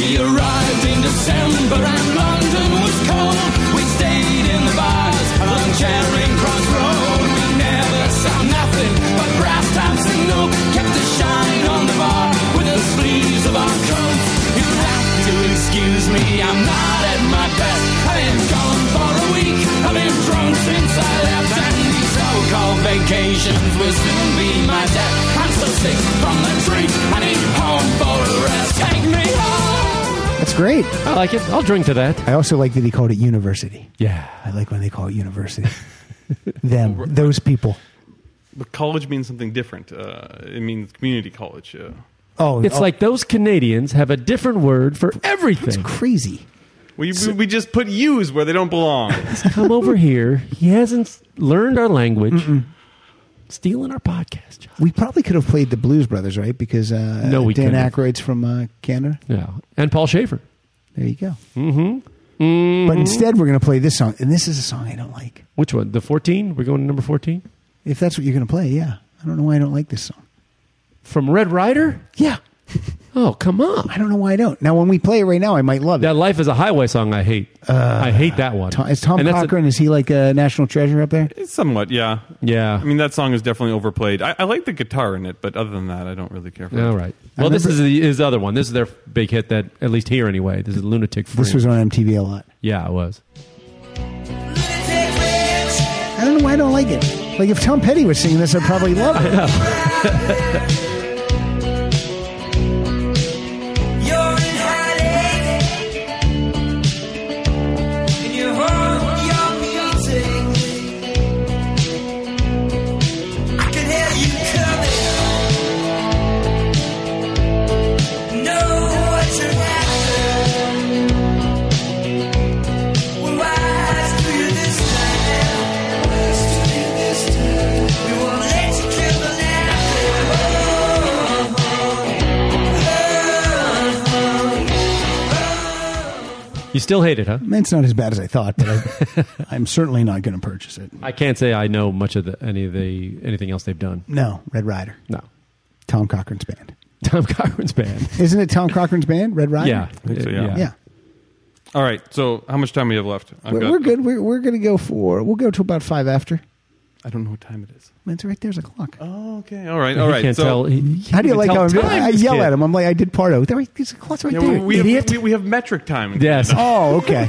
Speaker 9: We arrived in December and London was cold. We stayed in the bars along Charing Cross Road. We never saw nothing but brass
Speaker 12: not at my best. I ain't gone for a week. I've been thrown since I left. And these so-called vacations will soon be my death. I'm so sick from the drink. I need home for a rest. Take me home.
Speaker 2: That's great. I
Speaker 3: like it. I'll drink to that.
Speaker 2: I also like that he called it university.
Speaker 3: Yeah.
Speaker 2: I like when they call it university. Them, those people.
Speaker 4: But college means something different. Uh, it means community college. Uh,
Speaker 2: Oh,
Speaker 3: It's
Speaker 2: oh,
Speaker 3: like those Canadians have a different word for everything.
Speaker 2: crazy.
Speaker 4: we, we, we just put U's where they don't belong.
Speaker 3: Come over here. He hasn't s- learned our language. Stealing our podcast. John.
Speaker 2: We probably could have played the Blues Brothers, right? Because uh,
Speaker 3: No, we
Speaker 2: Dan
Speaker 3: couldn't.
Speaker 2: Aykroyd's from uh, Canada.
Speaker 3: Yeah. And Paul Schaefer.
Speaker 2: There you go.
Speaker 3: Mm-hmm.
Speaker 2: But instead, we're going to play this song, and this is a song I don't like.
Speaker 3: Which one? The 14? We're going to number 14?
Speaker 2: If that's what you're going to play, yeah. I don't know why I don't like this song.
Speaker 3: From Red Rider?
Speaker 2: Yeah.
Speaker 3: Oh, come on.
Speaker 2: I don't know why I don't. Now, when we play it right now, I might love it.
Speaker 3: That Life is a Highway song I hate. I hate that one.
Speaker 2: Uh, Tom, is Tom
Speaker 3: And that's a-
Speaker 2: Cochran, is he like a national treasure up there?
Speaker 4: Somewhat, yeah.
Speaker 3: Yeah.
Speaker 4: I mean, that song is definitely overplayed. I, I like the guitar in it, but other than that, I don't really care for it.
Speaker 3: All right. Well, this is the, his other one. This is their big hit that, at least here anyway, this is Lunatic Free.
Speaker 2: This was on MTV a lot.
Speaker 3: Yeah, it was.
Speaker 2: I don't know why I don't like it. Like, if Tom Petty was singing this, I'd probably love it.
Speaker 12: You're in hiding, and you hold your beating. I can hear you coming. Know what you're after. We're wise to you this time. Wise to you this time. We won't let you kill the laughter.
Speaker 3: You still hate it, huh?
Speaker 2: Man, it's not as bad as I thought, but I, I'm certainly not going to purchase it.
Speaker 3: I can't say I know much of the, any of the anything else they've done.
Speaker 2: No, Red Rider.
Speaker 3: No.
Speaker 2: Tom Cochran's band.
Speaker 3: Tom Cochran's band.
Speaker 2: Isn't it Tom Cochran's band, Red Rider?
Speaker 3: Yeah.
Speaker 4: so, yeah.
Speaker 2: Yeah.
Speaker 4: All right. So, how much time we have left? I've
Speaker 2: We're,
Speaker 4: got-
Speaker 2: we're good. We're, we're going to go for, we'll go to about five after.
Speaker 4: I don't know what time it is.
Speaker 2: It's right there's a clock.
Speaker 4: Oh, okay. All right. All
Speaker 3: He
Speaker 4: right.
Speaker 3: can't
Speaker 4: so,
Speaker 3: tell- he- he can't
Speaker 2: How do you
Speaker 3: even
Speaker 2: like
Speaker 3: tell
Speaker 2: how I'm doing?
Speaker 3: time,
Speaker 2: I
Speaker 3: this
Speaker 2: yell
Speaker 3: kid.
Speaker 2: at him. I'm like, I did Pardo. There, there's a clock right
Speaker 4: Yeah,
Speaker 2: there.
Speaker 4: we, we,
Speaker 2: idiot.
Speaker 4: have, we, we have metric time.
Speaker 3: Yes.
Speaker 2: oh, okay.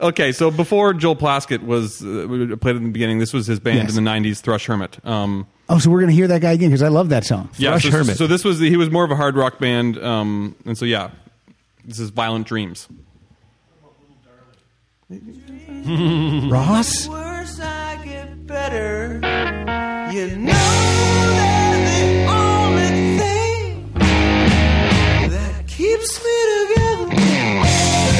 Speaker 4: Okay, so before Joel Plaskett was uh, we played in the beginning, this was his band
Speaker 2: Yes.
Speaker 4: in the '90s, Thrush Hermit. Um,
Speaker 2: Oh, so we're going to hear that guy again because I love that song.
Speaker 4: yeah,
Speaker 3: Thrush
Speaker 4: so,
Speaker 3: Hermit.
Speaker 4: So this was the, he was more of a hard rock band, um, and so yeah, this is Violent Dreams.
Speaker 2: Ross?
Speaker 12: worse I get better. You know that the only thing that keeps me together.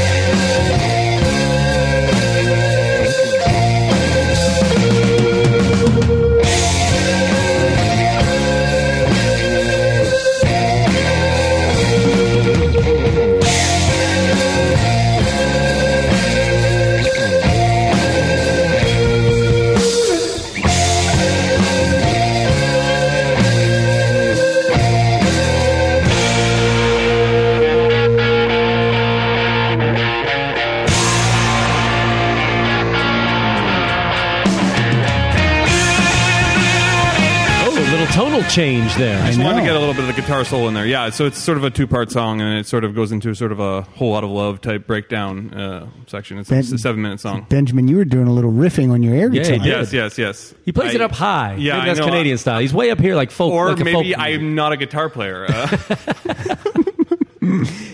Speaker 3: Oh, a little tonal change
Speaker 4: I
Speaker 3: there.
Speaker 4: just
Speaker 2: I
Speaker 4: wanted to
Speaker 2: know.
Speaker 4: get a little bit of the guitar solo in there. Yeah, so it's sort of a two-part song, and it sort of goes into sort of a whole lot of love type breakdown uh, section. It's,
Speaker 2: Ben-
Speaker 4: a seven-minute song.
Speaker 2: Benjamin, you were doing a little riffing on your air
Speaker 3: Yeah,
Speaker 2: guitar.
Speaker 3: he did.
Speaker 4: Yes, yes, yes.
Speaker 3: He plays
Speaker 4: I-
Speaker 3: it up high.
Speaker 4: Yeah,
Speaker 3: Maybe
Speaker 4: I
Speaker 3: that's
Speaker 4: know.
Speaker 3: Canadian style. He's way up here, like folk.
Speaker 4: Or
Speaker 3: like a folk
Speaker 4: maybe
Speaker 3: musician.
Speaker 4: I'm not a guitar player. Uh,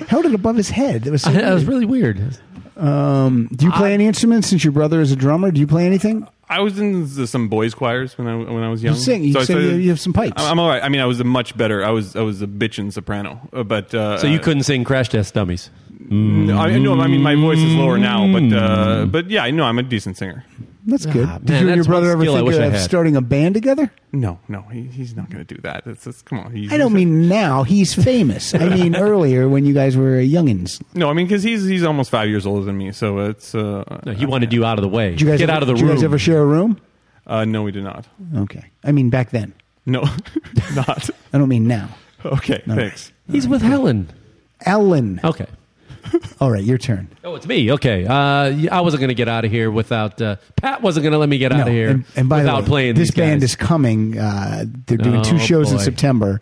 Speaker 2: Held it above his head. That was so
Speaker 3: That was
Speaker 2: weird.
Speaker 3: really weird.
Speaker 2: um, do you play any instruments since your brother is a drummer? Do you play anything?
Speaker 4: I was in the- some boys' choirs when I when I was young.
Speaker 2: sing. You
Speaker 4: I
Speaker 2: said
Speaker 4: started-
Speaker 2: you- you have some pipes.
Speaker 4: I'm, I'm all right. I mean, I was a much better. I was I was a bitchin' soprano, uh, but uh,
Speaker 3: So you couldn't sing Crash Test Dummies.
Speaker 4: No, I, no, I mean my voice is lower now, but
Speaker 3: Mm.
Speaker 4: uh, but yeah, I know I'm a decent singer.
Speaker 2: That's good. Did
Speaker 3: Ah,
Speaker 2: you and
Speaker 3: man,
Speaker 2: your
Speaker 3: that's one
Speaker 2: brother ever
Speaker 3: skill I
Speaker 2: think
Speaker 3: wish I
Speaker 2: of
Speaker 3: had.
Speaker 2: starting a band together?
Speaker 4: No, no, he, he's not going to do that. It's, it's, come on. He's,
Speaker 2: I don't
Speaker 4: he's-
Speaker 2: mean now. He's famous. I mean earlier when you guys were youngins.
Speaker 4: no. I mean because he's he's almost five years older than me, so it's uh,
Speaker 3: No, he wanted you out of the way.
Speaker 2: Did you guys
Speaker 3: Get
Speaker 2: ever,
Speaker 3: out of the
Speaker 2: did
Speaker 3: room.
Speaker 2: You guys ever share a room?
Speaker 4: uh, no, we do not.
Speaker 2: Okay. I mean back then.
Speaker 4: No, not
Speaker 2: I don't mean now.
Speaker 4: okay. Thanks.
Speaker 3: He's with Helen.
Speaker 2: Ellen.
Speaker 3: Okay.
Speaker 2: All right, your turn.
Speaker 3: Oh, it's me. Okay. Uh, yeah, I wasn't going to get out of here without uh, Pat. Wasn't going to let me get out of here
Speaker 2: And, and by
Speaker 3: without
Speaker 2: the way,
Speaker 3: playing
Speaker 2: this
Speaker 3: these guys.
Speaker 2: band is coming. Uh, they're doing
Speaker 3: Oh,
Speaker 2: two shows in
Speaker 3: boy.
Speaker 2: September,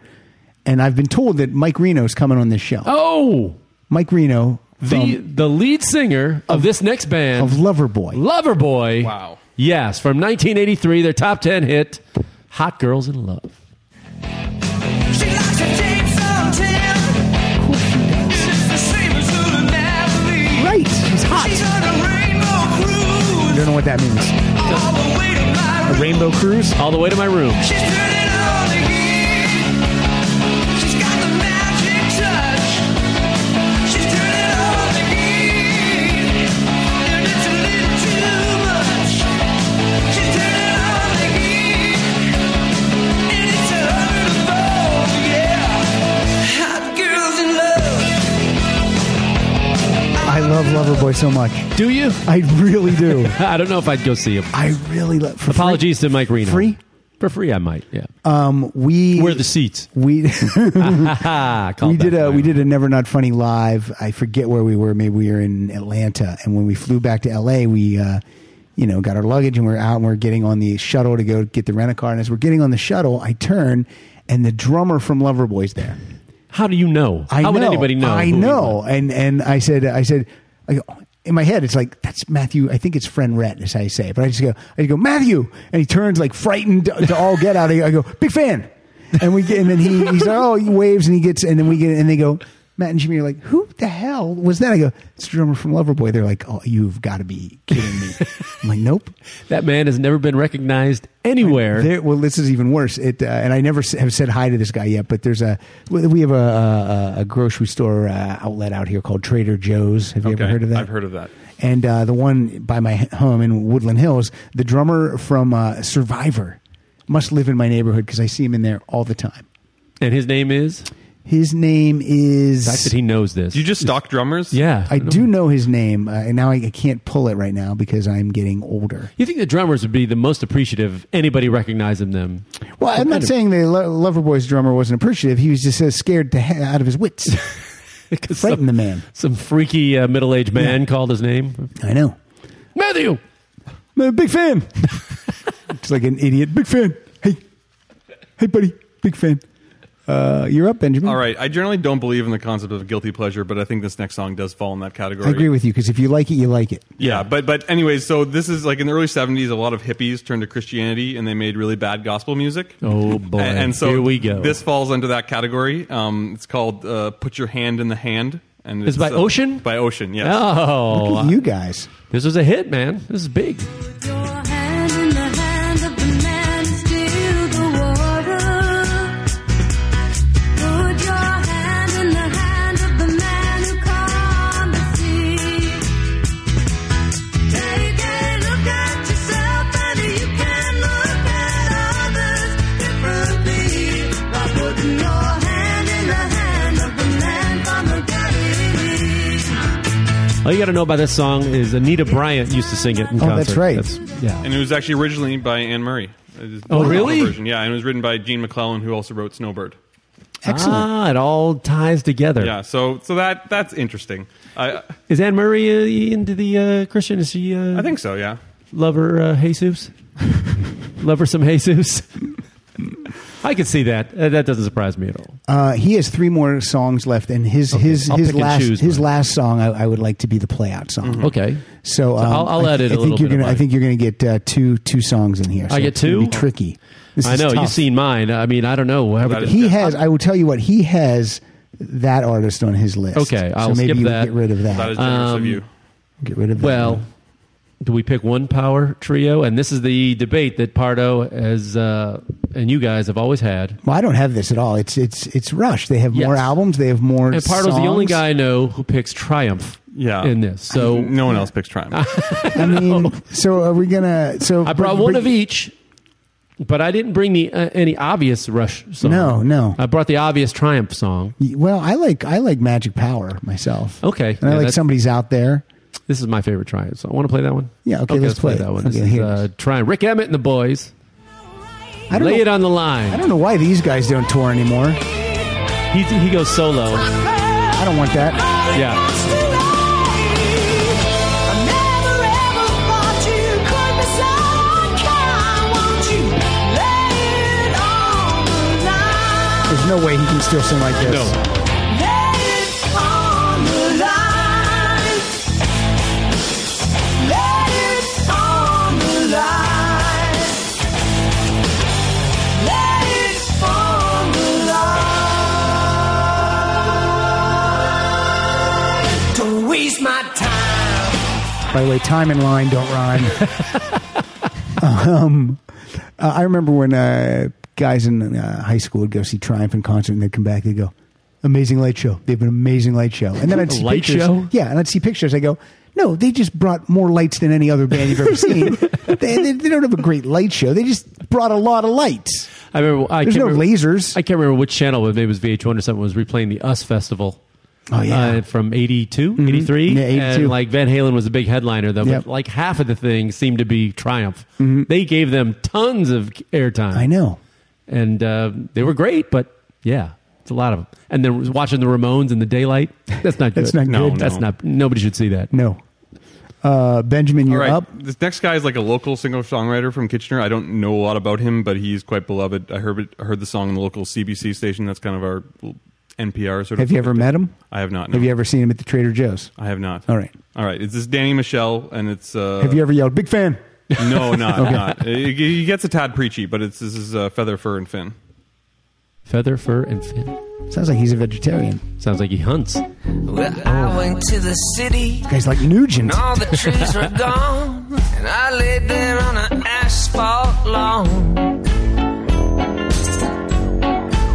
Speaker 2: and I've been told that Mike Reno's coming on this show.
Speaker 3: Oh,
Speaker 2: Mike Reno
Speaker 3: the the lead singer of, this next band of
Speaker 2: Loverboy.
Speaker 3: Loverboy. Wow. Yes, from 1983, their top 10 hit, "Hot Girls in Love."
Speaker 2: Right, she's hot. You don't know what that means.
Speaker 3: A rainbow cruise all the way to my room.
Speaker 2: I love Loverboy so much.
Speaker 3: Do you?
Speaker 2: I really do.
Speaker 3: I don't know if I'd go see him.
Speaker 2: I really love. For
Speaker 3: Apologies to Mike Reno.
Speaker 2: Free?
Speaker 3: For free, I might. Yeah.
Speaker 2: Um, we
Speaker 3: Where are the seats?
Speaker 2: we we
Speaker 3: we
Speaker 2: did a we did a never not funny live. I forget where we were. Maybe we were in Atlanta, and when we flew back to L.A., we uh, you know got our luggage and we are out and we are getting on the shuttle to go get the rental car. And as we're getting on the shuttle, I turn and the drummer from Loverboy's there.
Speaker 3: How do you know?
Speaker 2: I
Speaker 3: How would
Speaker 2: know.
Speaker 3: anybody know?
Speaker 2: I
Speaker 3: who he
Speaker 2: know. And and I said I said I go, in my head it's like that's Matthew. I think it's friend Rhett is how you say it. But I just go I go Matthew, and he turns like frightened to all get out. I go big fan, and we get and then he he's like oh he waves and he gets and then we get and they go. Matt and Jimmy are like, who the hell was that? I go, it's the drummer from Loverboy. They're like, oh, you've got to be kidding me. I'm like, nope.
Speaker 3: That man has never been recognized anywhere.
Speaker 2: There, well, this is even worse. It uh, and I never s- have said hi to this guy yet. But there's a we we have a a, a grocery store uh, outlet out here called Trader Joe's. Have you ever
Speaker 4: Okay,
Speaker 2: heard of that?
Speaker 4: I've heard of that.
Speaker 2: And uh, the one by my h- home in Woodland Hills, the drummer from uh, Survivor must live in my neighborhood because I see him in there all the time.
Speaker 3: And his name is?
Speaker 2: His name is.
Speaker 3: The fact that he knows this.
Speaker 4: You just stalk drummers?
Speaker 3: Yeah.
Speaker 2: I do know his name, uh, and now I, I can't pull it right now because I'm getting older.
Speaker 3: You think the drummers would be the most appreciative anybody recognizing them?
Speaker 2: Well, I'm not saying the Lo- Loverboy's drummer wasn't appreciative. He was just uh, scared to he- out of his wits.
Speaker 3: Frighten
Speaker 2: the man.
Speaker 3: Some freaky uh, middle-aged man called his name.
Speaker 2: I know.
Speaker 3: Matthew.
Speaker 2: I'm a big fan. It's like an idiot. Big fan. Hey, hey, buddy. Big fan. Uh, you're up, Benjamin.
Speaker 4: All right. I generally don't believe in the concept of guilty pleasure, but I think this next song does fall in that category.
Speaker 2: I agree with you because if you like it, you like it.
Speaker 4: Yeah, but but anyways, so this is like in the early '70s, a lot of hippies turned to Christianity and they made really bad gospel music.
Speaker 3: Oh, boy.
Speaker 4: And, and so
Speaker 3: Here we go.
Speaker 4: This falls under that category. Um, it's called uh, "Put Your Hand in the Hand," and
Speaker 3: It's by
Speaker 4: uh,
Speaker 3: Ocean?
Speaker 4: By Ocean, yes.
Speaker 3: Oh,
Speaker 2: Look at you guys.
Speaker 3: This was a hit, man. This is big. All you got to know about this song is Anita Bryant used to sing it in concert.
Speaker 2: Oh, that's right.
Speaker 3: yeah.
Speaker 4: And it was actually originally by Anne Murray. It is
Speaker 3: Oh,
Speaker 4: the
Speaker 3: really?
Speaker 4: Version. Yeah, and it was written by Gene McClellan, who also wrote "Snowbird."
Speaker 2: Excellent.
Speaker 3: Ah, it all ties together.
Speaker 4: Yeah, so so that that's interesting. I
Speaker 3: Is Anne Murray uh, into the uh, Christian? Is she uh,
Speaker 4: I think so. Yeah.
Speaker 3: lover uh, Jesus? lover some Jesus? I could see that. Uh, that doesn't surprise me at all.
Speaker 2: Uh, he has three more songs left, and his his
Speaker 3: I'll
Speaker 2: his
Speaker 3: pick and
Speaker 2: last
Speaker 3: choose
Speaker 2: his
Speaker 3: mine.
Speaker 2: last song I, I would like to be the playout song.
Speaker 3: Okay.
Speaker 2: So, um,
Speaker 3: I'll- I'll
Speaker 2: I-
Speaker 3: edit
Speaker 2: I
Speaker 3: a
Speaker 2: think
Speaker 3: little
Speaker 2: you're
Speaker 3: bit of
Speaker 2: gonna. I
Speaker 3: mine.
Speaker 2: think you're gonna get uh, two two songs in here.
Speaker 3: I get
Speaker 2: it's gonna
Speaker 3: two?
Speaker 2: Be tricky. This
Speaker 3: I
Speaker 2: is
Speaker 3: know you've
Speaker 2: tough.
Speaker 3: seen mine. I mean, I don't know. However-
Speaker 4: That is-
Speaker 2: He has. I will tell you what he has. That artist on his list.
Speaker 3: Okay,
Speaker 2: so
Speaker 3: I'll
Speaker 2: maybe
Speaker 3: skip
Speaker 2: you
Speaker 3: that.
Speaker 2: get rid of that.
Speaker 4: That is generous
Speaker 3: Um,
Speaker 4: of you.
Speaker 2: get rid of that.
Speaker 3: Well, do we pick one power trio? And this is the debate that Pardo as uh, and you guys have always had.
Speaker 2: Well, I don't have this at all. It's it's it's Rush. They have more
Speaker 3: Yes.
Speaker 2: albums. They have more.
Speaker 3: And Pardo's the
Speaker 2: songs.
Speaker 3: only guy I know who picks Triumph.
Speaker 4: Yeah.
Speaker 3: In this, so
Speaker 4: no one else picks Triumph.
Speaker 2: I mean, so are we gonna? So
Speaker 3: I brought
Speaker 2: but-
Speaker 3: one
Speaker 2: but-
Speaker 3: of each, but I didn't bring the uh, any obvious Rush song.
Speaker 2: No, no.
Speaker 3: I brought the obvious Triumph song.
Speaker 2: Well, I like I like Magic Power myself.
Speaker 3: Okay,
Speaker 2: and
Speaker 3: yeah,
Speaker 2: I like
Speaker 3: that's-
Speaker 2: somebody's out there.
Speaker 3: This is my favorite Triumph song. I want to play that one.
Speaker 2: Yeah, okay, let's play it.
Speaker 3: that one.
Speaker 2: Okay,
Speaker 3: this is
Speaker 2: here it
Speaker 3: uh, Triumph. Rick Emmett and the boys.
Speaker 2: I don't
Speaker 3: Lay
Speaker 2: know,
Speaker 3: it on the
Speaker 2: I
Speaker 3: line.
Speaker 2: don't know why these guys don't tour anymore.
Speaker 3: He he goes solo.
Speaker 2: I don't want that.
Speaker 3: Yeah.
Speaker 2: There's no way he can still sing like this.
Speaker 3: No.
Speaker 6: on the line.
Speaker 13: waste my time.
Speaker 2: By the way, time and line don't rhyme. um, uh, I remember when uh, guys in uh, high school would go see Triumph in concert, and they'd come back, they'd go, "Amazing light show! They have an amazing light show." And then I'd
Speaker 3: A
Speaker 2: see
Speaker 3: light
Speaker 2: pictures.
Speaker 3: show?
Speaker 2: Yeah, and I'd see pictures. I go, "No, they just brought more lights than any other band you've ever seen. they, they, they don't have a great light show. They just brought a lot of lights."
Speaker 3: I remember. I
Speaker 2: There's
Speaker 3: can't
Speaker 2: no
Speaker 3: remember,
Speaker 2: lasers.
Speaker 3: I can't remember which channel, but maybe it was VH1 or something. Was replaying the Us Festival.
Speaker 2: Oh, yeah. Mm-hmm.
Speaker 3: uh, from 82, 83?
Speaker 2: Yeah, 82.
Speaker 3: And like Van Halen was a big headliner, though.
Speaker 2: Yep. Mm-hmm.
Speaker 3: But like half of the thing seemed to be Triumph. They gave them tons of airtime. I
Speaker 2: know,
Speaker 3: and uh, they were great, but yeah, it's a lot of them. And then watching the Ramones in the daylight. That's not.
Speaker 2: That's
Speaker 3: good.
Speaker 2: not No, good.
Speaker 3: That's
Speaker 2: no.
Speaker 3: not. Nobody should see that.
Speaker 2: No. Uh, Benjamin,
Speaker 4: All
Speaker 2: you're
Speaker 4: right.
Speaker 2: up.
Speaker 4: This next guy is like a local singer songwriter from Kitchener. I don't know a lot about him, but he's quite beloved. I heard it, I heard the song on the local CBC station. That's kind of our l- NPR sort of.
Speaker 2: Have you ever met him?
Speaker 4: I have not. No.
Speaker 2: Have you ever seen him at the Trader Joe's?
Speaker 4: I have not.
Speaker 2: All right.
Speaker 4: All right. It's this Danny Michelle, and it's. Uh,
Speaker 2: Have you ever yelled, "Big fan"?
Speaker 4: No, not
Speaker 2: Okay.
Speaker 4: not. He- He gets a tad preachy, but it's this is uh, feather, fur, and fin.
Speaker 3: Feather, fur, and fin.
Speaker 2: Sounds like he's a vegetarian.
Speaker 3: Sounds like he hunts.
Speaker 9: Well, I went to the city.
Speaker 2: Guys like Nugent.
Speaker 9: And all the trees were gone, and I laid there on an asphalt lawn.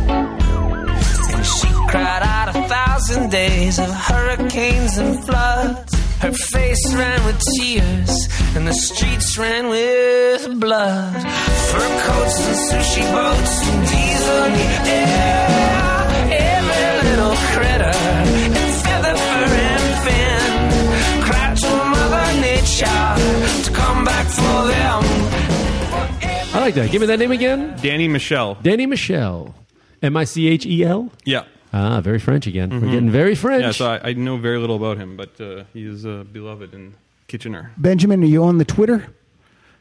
Speaker 9: And she cried out a thousand days of hurricanes and floods. Her face ran with tears, and the streets ran with blood. Fur coats and sushi boats and diesel in the air. Every little critter and feather, fur, and fin cried to Mother Nature to come back for them.
Speaker 3: I like that. Give me that name again.
Speaker 4: Danny Michelle.
Speaker 3: Danny Michelle. M I C H E L.
Speaker 4: Yeah.
Speaker 3: Ah, very French again. We're
Speaker 4: Mhm.
Speaker 3: getting very French.
Speaker 4: Yeah, so I, I know very little about him, but uh, he is uh, beloved in Kitchener.
Speaker 2: Benjamin, are you on the Twitter?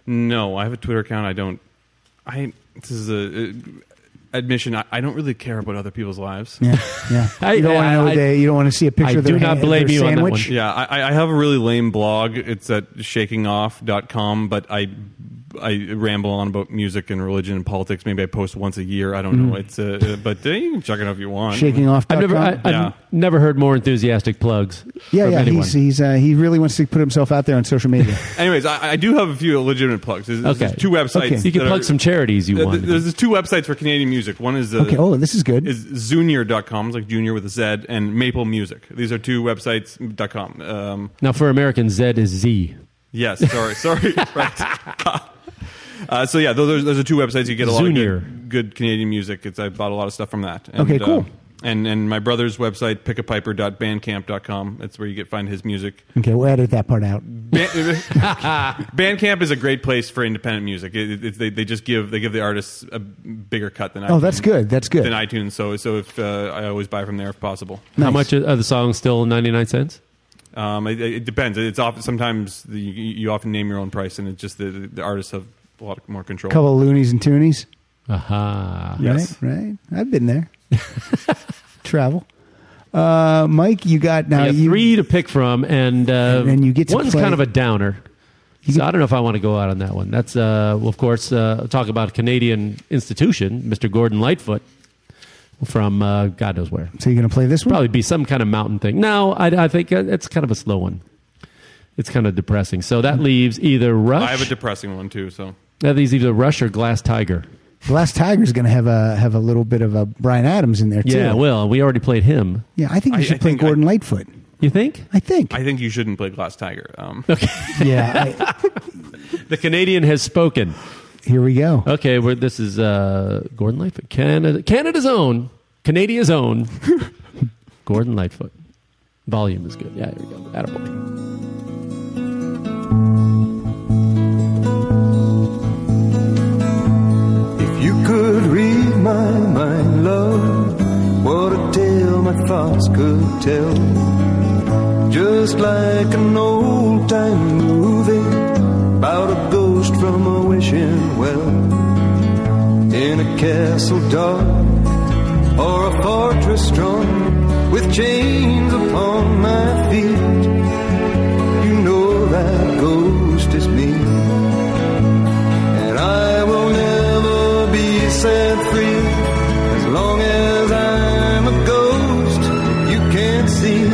Speaker 4: No, I have a Twitter account. I don't. I this is a uh, admission. I, I don't really care about other people's lives.
Speaker 2: Yeah, yeah. you don't want to know they, You don't want to see a picture of their, hand- their sandwich.
Speaker 4: Yeah, I, I have a really lame blog. It's at shakingoff.com, but I I ramble on about music and religion and politics. Maybe I post once a year. I don't know.
Speaker 3: Mhm.
Speaker 4: It's uh, uh, but uh, you can check it out if you want.
Speaker 3: I've never, I, I've
Speaker 4: yeah.
Speaker 3: never heard more enthusiastic plugs.
Speaker 2: Yeah,
Speaker 3: from
Speaker 2: yeah.
Speaker 3: anyone.
Speaker 2: He's, he's uh, he really wants to put himself out there on social media.
Speaker 4: Anyways, I, I do have a few legitimate plugs. There's, there's
Speaker 3: Okay.
Speaker 4: two websites.
Speaker 2: Okay.
Speaker 3: You can
Speaker 4: that
Speaker 3: plug some charities you
Speaker 4: Uh, th-
Speaker 3: want.
Speaker 4: There's two websites for Canadian music. One is uh,
Speaker 2: Okay, oh, this is good.
Speaker 4: Is Zunior.com, it's like Junior with a Z, and Maple Music. These are two websites. dot com. Um,
Speaker 3: now, for Americans, Z is Z.
Speaker 4: yes, sorry, sorry. right. Uh, so yeah, those, those, those are two websites. You get a lot
Speaker 3: Zunier.
Speaker 4: of good, good Canadian music. It's I bought a lot of stuff from that.
Speaker 2: Okay, cool.
Speaker 4: Uh, and and my brother's website, pickapiper.bandcamp.com. That's where you get find his music.
Speaker 2: Okay, we'll edit that part out.
Speaker 4: Ban- Bandcamp is a great place for independent music. It, it, it's- they, they just give they give the artists a bigger cut than
Speaker 2: Oh, that's
Speaker 4: iTunes-
Speaker 2: good. That's good.
Speaker 4: than iTunes. So so if uh, I always buy from there if possible.
Speaker 3: How much are the songs still 99 cents?
Speaker 4: Um, it, it depends. It's often sometimes the, you, you often name your own price, and it's just the, the artists have a lot more control.
Speaker 2: couple of loonies and toonies.
Speaker 3: Aha.
Speaker 4: Yes.
Speaker 2: Right, right. I've been there. Travel. Uh, Mike, you got now.
Speaker 3: I got
Speaker 2: you,
Speaker 3: three to pick from, and, uh,
Speaker 2: And you get to
Speaker 3: one's
Speaker 2: play-
Speaker 3: kind of a downer. So I don't know if I want to go out on that one. That's uh, well, of course, uh, talk about a Canadian institution, Mr. Gordon Lightfoot from uh, God knows where.
Speaker 2: So you're going to play this one?
Speaker 3: Probably be some kind of mountain thing. No, I, I think uh, it's kind of a slow one. It's kind of depressing. So that leaves either
Speaker 4: I have
Speaker 3: Rush.
Speaker 4: a depressing one too. So
Speaker 3: That leaves either Rush or Glass Tiger.
Speaker 2: The Last Tiger's going to have a have a little bit of a Brian Adams in there too.
Speaker 3: Yeah, well, we already played him.
Speaker 2: Yeah, I think you
Speaker 4: I-
Speaker 2: should
Speaker 4: I
Speaker 2: play
Speaker 4: think
Speaker 2: Gordon Lightfoot.
Speaker 3: You think?
Speaker 2: I think.
Speaker 4: I think you shouldn't play Glass Tiger. Um,
Speaker 3: Okay.
Speaker 2: Yeah. I,
Speaker 3: The Canadian has spoken.
Speaker 2: here we go.
Speaker 3: Okay, we this is uh, Gordon Lightfoot, Canada, Canada's own, Canada's own, Gordon Lightfoot. Volume is good. Yeah, here we go. Attaboy.
Speaker 14: If you could read my mind, love, what a tale my thoughts could tell. Just like an old time movie about a ghost from a wishing well. In a castle dark or a fortress strong with chains upon my feet. You know that ghost is me. And I will never be set free as long as I'm a ghost you can't see.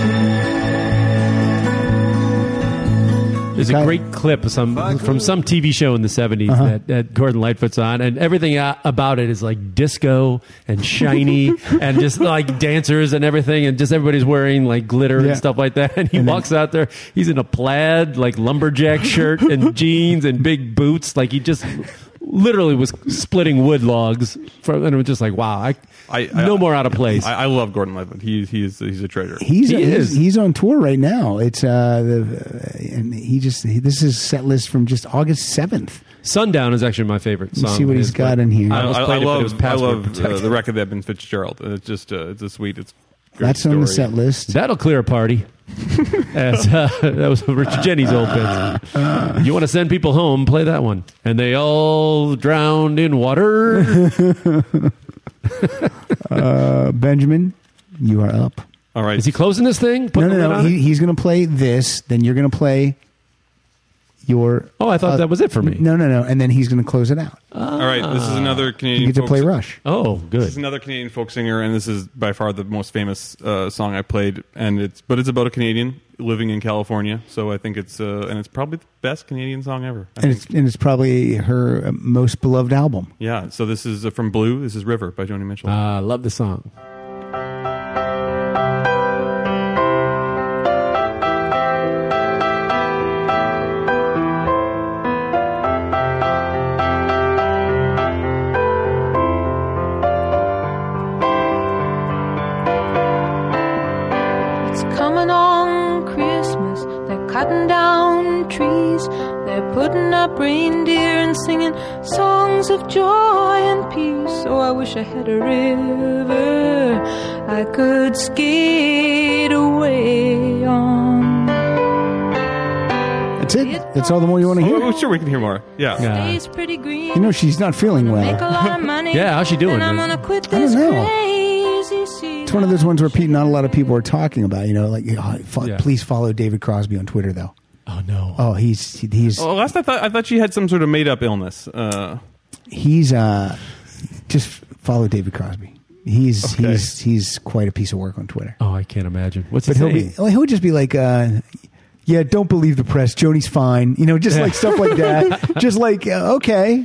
Speaker 3: There's a
Speaker 2: Okay.
Speaker 3: great clip of some from some TV show in the 70s
Speaker 2: Uh-huh.
Speaker 3: that, that Gordon Lightfoot's on, and everything uh, about it is like disco and shiny and just like dancers and everything, and just everybody's wearing like glitter
Speaker 2: Yeah.
Speaker 3: and stuff like that. And he walks out there, he's in a plaid, like lumberjack shirt and jeans and big boots. Like he just literally was splitting wood logs. From, and it was just like, wow, I,
Speaker 4: I,
Speaker 3: no more out of place.
Speaker 4: I, I love Gordon Lightfoot. He he is he's a traitor.
Speaker 2: He's, he's he's on tour right now. It's uh, the, and he just he, this is set list from just August seventh.
Speaker 3: Sundown is actually my favorite
Speaker 2: Let's
Speaker 3: song.
Speaker 2: see what
Speaker 3: of
Speaker 2: he's
Speaker 3: his,
Speaker 2: got
Speaker 3: but
Speaker 2: in here.
Speaker 4: I,
Speaker 3: almost
Speaker 4: I, I
Speaker 3: played it, but it was
Speaker 4: love I
Speaker 3: password
Speaker 4: love uh,
Speaker 3: protected.
Speaker 4: the record that Edmund Fitzgerald. and It's just uh, it's a sweet. It's great
Speaker 2: That's on the
Speaker 4: story.
Speaker 2: set list.
Speaker 3: That'll clear a party. As, uh, that was Richard Jenny's old bit. You want to send people home? Play that one. And they all drowned in water.
Speaker 2: Uh, Benjamin, you are up.
Speaker 4: All right.
Speaker 3: Is he closing this thing?
Speaker 2: No,
Speaker 3: Putting the
Speaker 2: no,
Speaker 3: lid
Speaker 2: no.
Speaker 3: on it?
Speaker 2: He, he's going to play this. Then you're going to play your. uh,
Speaker 3: Oh, I thought that was it for me.
Speaker 2: No, no, no. And then he's going to close it out.
Speaker 4: All right. This
Speaker 3: Ah.
Speaker 4: is another Canadian.
Speaker 2: You get to
Speaker 4: folk
Speaker 2: play
Speaker 4: si-
Speaker 2: Rush.
Speaker 3: Oh,
Speaker 4: This is another Canadian folk singer, and this is by far the most famous uh, song I played. And it's but it's about a Canadian living in California, so I think it's uh, and it's probably the best Canadian song ever. I
Speaker 2: And
Speaker 4: think.
Speaker 2: it's, and it's probably her uh, most beloved album.
Speaker 4: Yeah. So this is uh, from Blue. This is River by Joni
Speaker 2: Uh,
Speaker 4: Mitchell.
Speaker 3: Uh, I love the song.
Speaker 7: It's coming on Christmas. They're cutting down trees. They're putting up reindeer and singing songs of joy and peace. Oh, I wish I had a river I could skate away on.
Speaker 2: That's it. That's all the more you want to hear.
Speaker 4: Oh, sure, we can hear more. Yeah.
Speaker 7: Stays pretty green.
Speaker 2: You know she's not feeling
Speaker 7: Make a
Speaker 2: well.
Speaker 7: lot of money.
Speaker 2: Yeah, how's she doing,
Speaker 7: And I'm
Speaker 2: man?
Speaker 7: gonna quit
Speaker 2: I don't
Speaker 7: this
Speaker 2: know.
Speaker 7: crazy season.
Speaker 2: It's one of those ones where Pete, not a lot of people are talking about. You know, like oh, fo-
Speaker 4: Yeah.
Speaker 2: please follow David Crosby on Twitter though.
Speaker 3: Oh no.
Speaker 2: Oh, he's he's
Speaker 4: Oh, last I thought I thought she had some sort of made up illness. Uh,
Speaker 2: he's uh just follow David Crosby. He's he's he's quite a piece of work on Twitter.
Speaker 3: Oh, I can't imagine. What's
Speaker 2: but
Speaker 3: he
Speaker 2: he'll
Speaker 3: saying?
Speaker 2: be well, he'll just be like uh yeah, don't believe the press. Joni's fine. You know, just like stuff like that. just like uh, okay.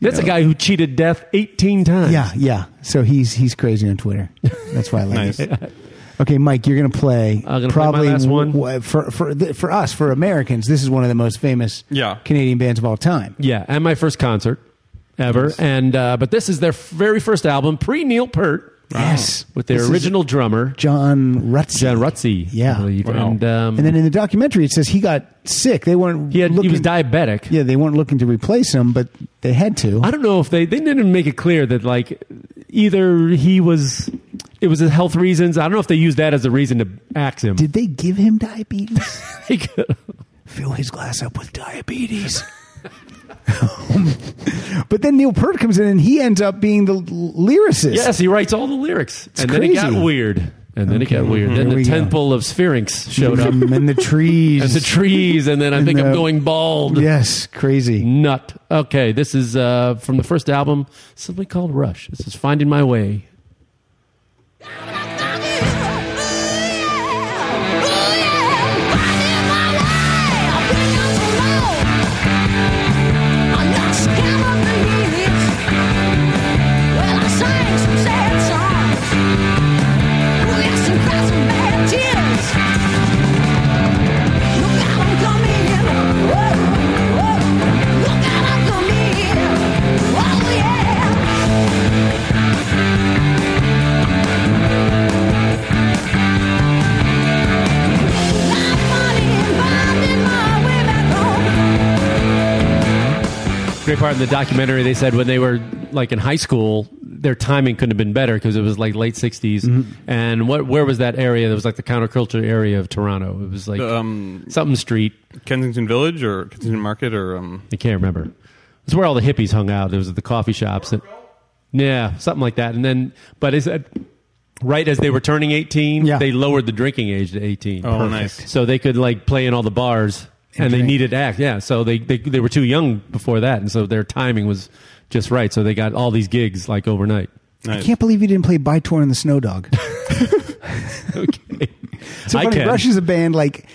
Speaker 3: That's a guy who cheated death 18 times.
Speaker 2: Yeah, yeah. So he's he's crazy on Twitter. That's why I like
Speaker 3: Nice.
Speaker 2: it. Okay, Mike, you're going to play
Speaker 3: I'm gonna play my
Speaker 2: probably
Speaker 3: last one.
Speaker 2: w- for for th- for us for Americans. This is one of the most famous
Speaker 3: Yeah.
Speaker 2: Canadian bands of all time.
Speaker 3: Yeah, and my first concert ever. And uh, but this is their very first album, pre Neil Peart.
Speaker 2: Yes,
Speaker 3: with their
Speaker 2: This is
Speaker 3: original drummer
Speaker 2: John Rutsey.
Speaker 3: John Rutsey, yeah, I believe.
Speaker 2: Wow.
Speaker 3: and um,
Speaker 2: and then in the documentary, it says he got sick. They weren't. He, looking,
Speaker 3: was diabetic.
Speaker 2: Yeah, they weren't looking to replace him, but they had to.
Speaker 3: I don't know if they they didn't make it clear that like either he was it was his health reasons. I don't know if they used that as a reason to axe him.
Speaker 2: Did they give him diabetes?
Speaker 3: They could-
Speaker 2: Fill his glass up with diabetes. but then Neil Peart comes in and he ends up being the l- lyricist.
Speaker 3: yes, he writes all the lyrics,
Speaker 2: It's
Speaker 3: and then it
Speaker 2: crazy.
Speaker 3: got weird. And then it got
Speaker 2: Okay.
Speaker 3: weird.
Speaker 2: Mhm.
Speaker 3: Then
Speaker 2: Here we
Speaker 3: the
Speaker 2: go.
Speaker 3: temple of Sphinx showed up,
Speaker 2: and the trees,
Speaker 3: and the trees, and then I
Speaker 2: And
Speaker 3: think I'm
Speaker 2: the-
Speaker 3: going bald.
Speaker 2: Yes, crazy
Speaker 3: nut. Okay, this is uh, from the first album, simply called Rush. This is Finding My Way. Great part in the documentary, they said when they were like in high school, their timing couldn't have been better because it was like late 60s. And what where was that area? That was like the counterculture area of Toronto. It was like
Speaker 4: um,
Speaker 3: something street.
Speaker 4: Kensington Village or Kensington Market or um,
Speaker 3: I can't remember. It's where all the hippies hung out. It was at the coffee shops. That, yeah, something like that. And then, but is that right as they were turning 18, they lowered the drinking age to 18.
Speaker 4: Oh, Perfect. nice.
Speaker 3: So they could like play in all the bars and, they needed act. Yeah. So they, they, they were too young before that. And so their timing was just right. So they got all these gigs like overnight.
Speaker 2: I can't believe you didn't play Bytorn and the Snow Dog.
Speaker 3: okay.
Speaker 2: So
Speaker 3: I
Speaker 2: funny,
Speaker 3: can.
Speaker 2: Rush is a band like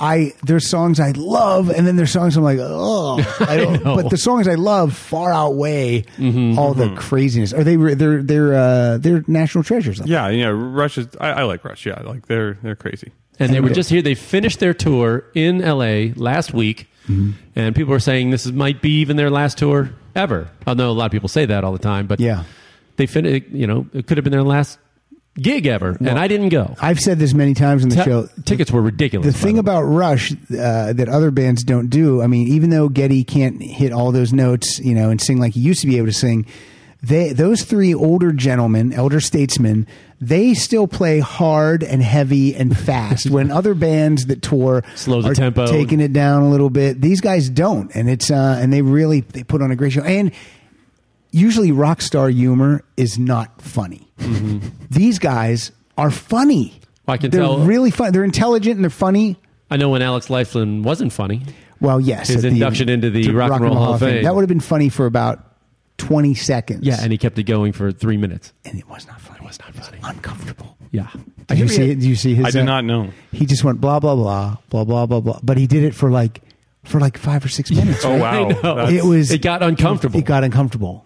Speaker 2: I there's songs I love, and then there's songs I'm like, oh, I don't,
Speaker 15: know.
Speaker 2: but the songs I love far outweigh
Speaker 3: Mm-hmm,
Speaker 2: all the craziness. Are they re- they're they're uh, they're national treasures?
Speaker 4: Yeah, yeah. Rush is. I, I like Rush. Yeah, like they're they're crazy.
Speaker 3: And they were just here. They finished their tour in LA last week,
Speaker 2: Mm-hmm.
Speaker 3: and people are saying this is, might be even their last tour ever. I know a lot of people say that all the time, but
Speaker 2: yeah,
Speaker 3: they finished. You know, it could have been their last gig ever, and I didn't go.
Speaker 2: I've said this many times on the
Speaker 3: Ti-
Speaker 2: show.
Speaker 3: tickets were ridiculous.
Speaker 2: The thing about Rush uh, that other bands don't do, I mean, even though Getty can't hit all those notes, you know, and sing like he used to be able to sing, they those three older gentlemen, elder statesmen, they still play hard and heavy and fast. when other bands that tour
Speaker 3: Slow the
Speaker 2: are
Speaker 3: tempo.
Speaker 2: taking it down a little bit, these guys don't, and it's uh, and they really they put on a great show. And usually, rock star humor is not funny. These guys are funny.
Speaker 3: Mm-hmm. I can
Speaker 2: They're
Speaker 3: tell-
Speaker 2: really fun. They're intelligent and they're funny.
Speaker 3: I know when Alex Lifeson wasn't funny.
Speaker 2: Well, yes,
Speaker 3: His
Speaker 2: at the-
Speaker 3: induction into the
Speaker 2: to
Speaker 3: Rock and Roll Hall of Fame.
Speaker 2: That would have been funny for about twenty seconds.
Speaker 3: Yeah, and he kept it going for three minutes.
Speaker 2: And it was not funny. It was not funny. uncomfortable.
Speaker 3: Yeah.
Speaker 2: Did you see? it? Did you see his?
Speaker 4: I did
Speaker 2: uh,
Speaker 4: not know.
Speaker 2: He just went blah blah blah blah blah blah blah. But he did it for like for like five or six minutes.
Speaker 3: Oh,
Speaker 2: right?
Speaker 3: wow. I know. That's-
Speaker 2: It was.
Speaker 3: It got uncomfortable.
Speaker 2: It got uncomfortable.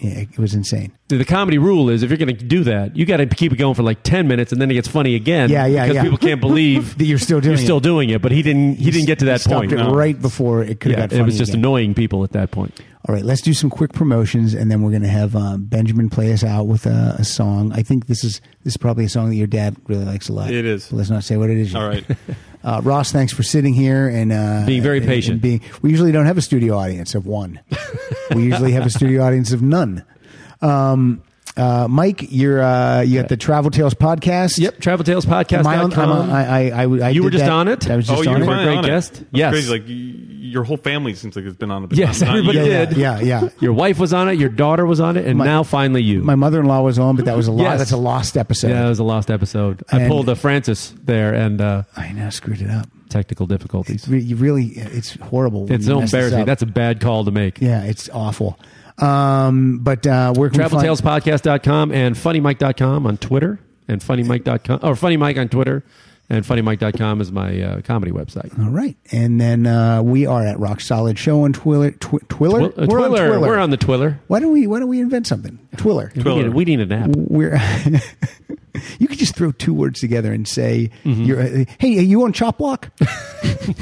Speaker 2: Yeah, it it was insane.
Speaker 3: The comedy rule is if you're going to do that, you got to keep it going for like ten minutes, and then it gets funny again.
Speaker 2: Yeah, yeah,
Speaker 3: Because
Speaker 2: yeah.
Speaker 3: people can't believe
Speaker 2: that you're still doing
Speaker 3: you're still
Speaker 2: it.
Speaker 3: doing it. But he didn't. He, didn't get to that
Speaker 2: stopped
Speaker 3: point.
Speaker 2: it right before it could
Speaker 3: Yeah,
Speaker 2: have got funny
Speaker 3: it was just
Speaker 2: again.
Speaker 3: annoying people at that point.
Speaker 2: All right, let's do some quick promotions, and then we're going to have um, Benjamin play us out with a, a song. I think this is this is probably a song that your dad really likes a lot.
Speaker 4: It is.
Speaker 2: But let's not say what it is.
Speaker 4: All right.
Speaker 2: Uh, Ross, thanks for sitting here and uh,
Speaker 3: Being very
Speaker 2: and- and
Speaker 3: patient.
Speaker 2: being, we usually don't have a studio audience of one. we usually have a studio audience of none. Um, uh, Mike, you're uh, you got the Travel Tales podcast. Yep,
Speaker 3: Travel Tales podcast.
Speaker 2: Am I on- I'm on- I, I, I, I
Speaker 3: You were
Speaker 2: did
Speaker 3: just
Speaker 2: that.
Speaker 3: on it?
Speaker 2: I was just
Speaker 4: oh, you
Speaker 2: on
Speaker 4: were
Speaker 2: it.
Speaker 4: finally
Speaker 3: great
Speaker 4: on it.
Speaker 3: guest.
Speaker 4: That's
Speaker 3: Yes.
Speaker 4: crazy. Like y- your whole family seems like it's been on it. but
Speaker 3: Yes,
Speaker 4: not you.
Speaker 3: everybody
Speaker 2: Yeah,
Speaker 3: did.
Speaker 2: yeah, yeah.
Speaker 3: Your wife was on it. Your daughter was on it, and
Speaker 2: My-
Speaker 3: now finally you.
Speaker 2: My mother-in-law was on, but that was a lost.
Speaker 3: Yes.
Speaker 2: That's a lost episode.
Speaker 3: yeah, it was a lost episode. I
Speaker 2: And-
Speaker 3: pulled a Francis there, and uh,
Speaker 2: I know screwed it up.
Speaker 3: Technical difficulties.
Speaker 2: Re- you really it's horrible when
Speaker 3: It's
Speaker 2: you
Speaker 3: so
Speaker 2: mess this
Speaker 3: embarrassing.
Speaker 2: up.
Speaker 3: That's a bad call to make.
Speaker 2: yeah it's awful um but uh where can we find-
Speaker 3: TravelTalesPodcast.com and FunnyMike.com on Twitter and FunnyMike.com or FunnyMike on Twitter and FunnyMike.com is my uh, comedy website.
Speaker 2: all right and then uh we are at rock solid show on twiller tw- twiller?
Speaker 3: Twi- uh,
Speaker 2: we're on
Speaker 3: Twiller.
Speaker 2: twiller
Speaker 3: We're on the Twiller.
Speaker 2: why don't we why don't we invent something twiller
Speaker 3: We need, we need an app.
Speaker 2: we're you could just throw two words together and say you're uh, hey are you on chop block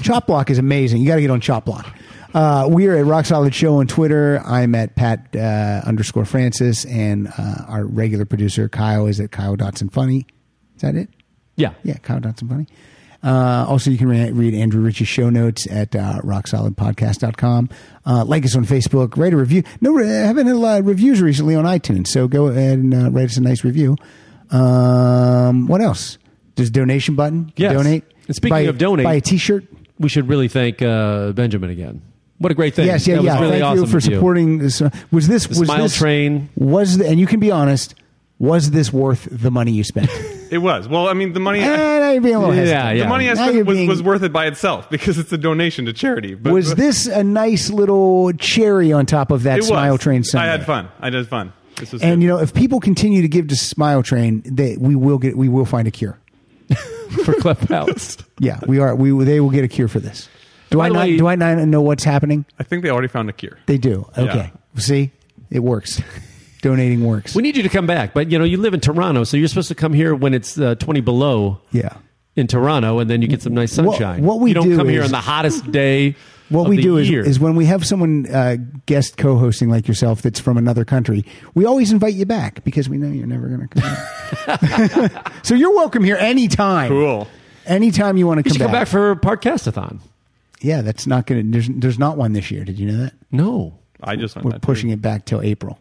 Speaker 2: chop block is amazing you got to get on chop block uh, we are at rock solid show on twitter i'm at pat uh, underscore francis and uh, our regular producer kyle is at kyle dotson funny is that it
Speaker 3: Yeah.
Speaker 2: yeah kyle dotson funny uh, also, you can re- read Andrew Ritchie's show notes at uh, rocksolidpodcast.com. Uh, like us on Facebook. Write a review. No, re- I haven't had a lot of reviews recently on iTunes, so go ahead and uh, write us a nice review. Um, what else? There's a donation button. You
Speaker 3: Yes.
Speaker 2: can Donate.
Speaker 3: And speaking
Speaker 2: Buy-
Speaker 3: of donate-
Speaker 2: buy a T-shirt.
Speaker 3: We should really thank uh, Benjamin again. What a great thing.
Speaker 2: Yes, yeah,
Speaker 3: that
Speaker 2: yeah.
Speaker 3: Was really
Speaker 2: Thank
Speaker 3: awesome
Speaker 2: you for
Speaker 3: of
Speaker 2: supporting this. uh, Was this
Speaker 3: The
Speaker 2: was
Speaker 3: Smile
Speaker 2: this,
Speaker 3: Train.
Speaker 2: Was the, and you can be honest. Was this worth the money you spent?
Speaker 4: It was. Well, I mean, the money.
Speaker 2: Eh, now you're being a little hesitant.
Speaker 4: The money I
Speaker 2: Now
Speaker 4: spent
Speaker 2: you're
Speaker 4: was,
Speaker 2: being-
Speaker 4: was worth it by itself because it's a donation to charity. But
Speaker 2: was
Speaker 4: but
Speaker 2: this a nice little cherry on top of
Speaker 4: it
Speaker 2: that
Speaker 4: was.
Speaker 2: Smile Train? Sunday?
Speaker 4: I had fun. I did fun. This was
Speaker 2: And you know, if people continue to give to Smile Train, they, we will get we will find a cure.
Speaker 3: you for Clubhouse.
Speaker 2: Yeah, we are. We they will get a cure for this. Do
Speaker 4: By
Speaker 2: I
Speaker 4: the
Speaker 2: not?
Speaker 4: way-
Speaker 2: do I not know what's happening?
Speaker 4: I think they already found a cure.
Speaker 2: They do.
Speaker 4: Yeah.
Speaker 2: Okay. See, it works. Donating works.
Speaker 3: we need you to come back, but you know you live in Toronto, so you're supposed to come here when it's uh, 20 below.
Speaker 2: Yeah.
Speaker 3: In Toronto, and then you get some nice
Speaker 2: What-
Speaker 3: sunshine.
Speaker 2: what we
Speaker 3: you don't
Speaker 2: do
Speaker 3: come here
Speaker 2: is-
Speaker 3: on the hottest day.
Speaker 2: What
Speaker 3: of
Speaker 2: we
Speaker 3: the
Speaker 2: do is,
Speaker 3: year.
Speaker 2: is when we have someone uh, guest co-hosting like yourself that's from another country, we always invite you back because we know you're never going to come. back. so you're welcome here anytime.
Speaker 4: Cool.
Speaker 2: Anytime you want to
Speaker 3: you
Speaker 2: come
Speaker 3: should
Speaker 2: back.
Speaker 3: come back for Podcastathon.
Speaker 2: yeah, that's not going to. There's, there's not one this year. Did you know that?
Speaker 3: No,
Speaker 4: I just
Speaker 2: We're pushing it back till April.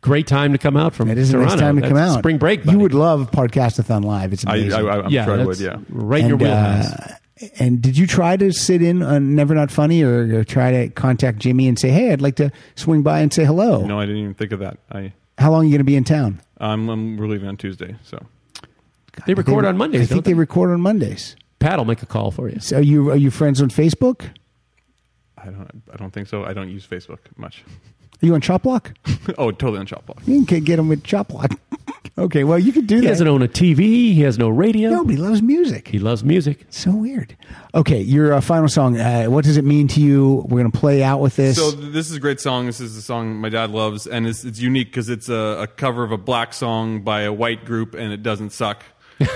Speaker 3: great time to come out from
Speaker 2: It is the
Speaker 3: Toronto.
Speaker 2: next time to
Speaker 3: That's
Speaker 2: come out.
Speaker 3: Spring break.
Speaker 2: You would love Podcastathon live. It's
Speaker 4: I,
Speaker 2: amazing.
Speaker 4: I, I'm sure I would.
Speaker 3: that's
Speaker 4: Yeah.
Speaker 3: Right in your
Speaker 2: And,
Speaker 3: wheelhouse.
Speaker 2: uh, and did you try to sit in on Never Not Funny or, or try to contact Jimmy and say, "Hey, I'd like to swing by and say hello"?
Speaker 4: No, I didn't even think of that. I
Speaker 2: How long are you going to be in town?
Speaker 4: I'm, I'm we're leaving on Tuesday, so
Speaker 3: they record on Mondays.
Speaker 2: I think
Speaker 3: don't they?
Speaker 2: they record on Mondays.
Speaker 3: Pat will make a call for you.
Speaker 2: So are you are you friends on Facebook? Are
Speaker 4: I don't. I don't think so. I don't use Facebook much.
Speaker 2: you on Chop Block?
Speaker 4: oh, totally on Shopblock.
Speaker 2: You can get them with Chop Block. Okay, well, you could do
Speaker 3: he
Speaker 2: that.
Speaker 3: doesn't own a TV. He has no radio.
Speaker 2: Nobody loves music.
Speaker 3: He loves music.
Speaker 2: So weird. Okay, your uh, final song. Uh, what does it mean to you? We're going to play out with this.
Speaker 4: So th- this is a great song. This is a song my dad loves, and it's, it's unique because it's a, a cover of a black song by a white group, and it doesn't suck.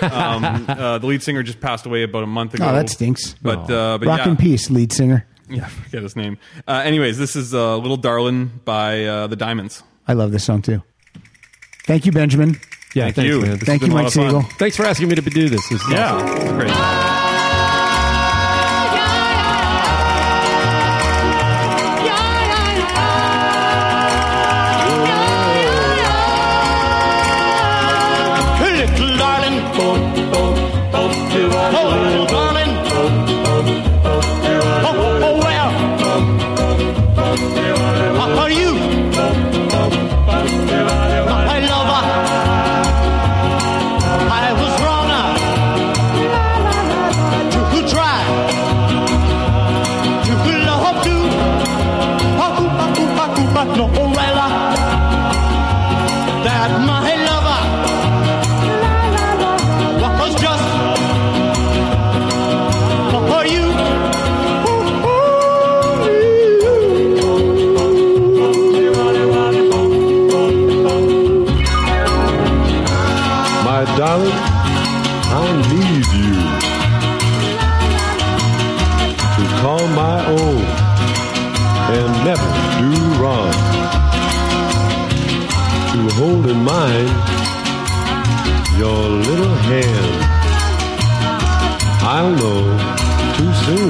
Speaker 4: um, uh, the lead singer just passed away about a month ago.
Speaker 2: oh, that stinks.
Speaker 4: But, uh, but
Speaker 2: Rock
Speaker 4: yeah.
Speaker 2: in peace, lead singer.
Speaker 4: Yeah, I forget his name. Uh, anyways, this is uh, "Little Darlin'" by uh, the Diamonds.
Speaker 2: I love this song too. Thank you, Benjamin.
Speaker 3: Yeah,
Speaker 4: Thank
Speaker 3: thanks,
Speaker 4: you.
Speaker 3: man.
Speaker 4: This
Speaker 2: Thank you,
Speaker 4: has been a lot
Speaker 2: Mike
Speaker 4: of fun.
Speaker 2: Siegel.
Speaker 3: Thanks for asking me to do this. This is
Speaker 4: Yeah,
Speaker 3: awesome.
Speaker 4: it's great.
Speaker 12: Hey, little darling, boop, boop, boop, do a little darling, boop, boop, boop, do a oh, oh, well, boop, boop, boop, do a little how are you? Boop, boop, boop, do a little I love her. I was wrong uh, to try to love you. Oh, ooh, ah, ooh, ah, ooh, ah, no, oh, well, ah, that my lover was just for you.
Speaker 15: My darling, I need you to call my own and never do wrong. To hold in mind your little hand. I'll know too soon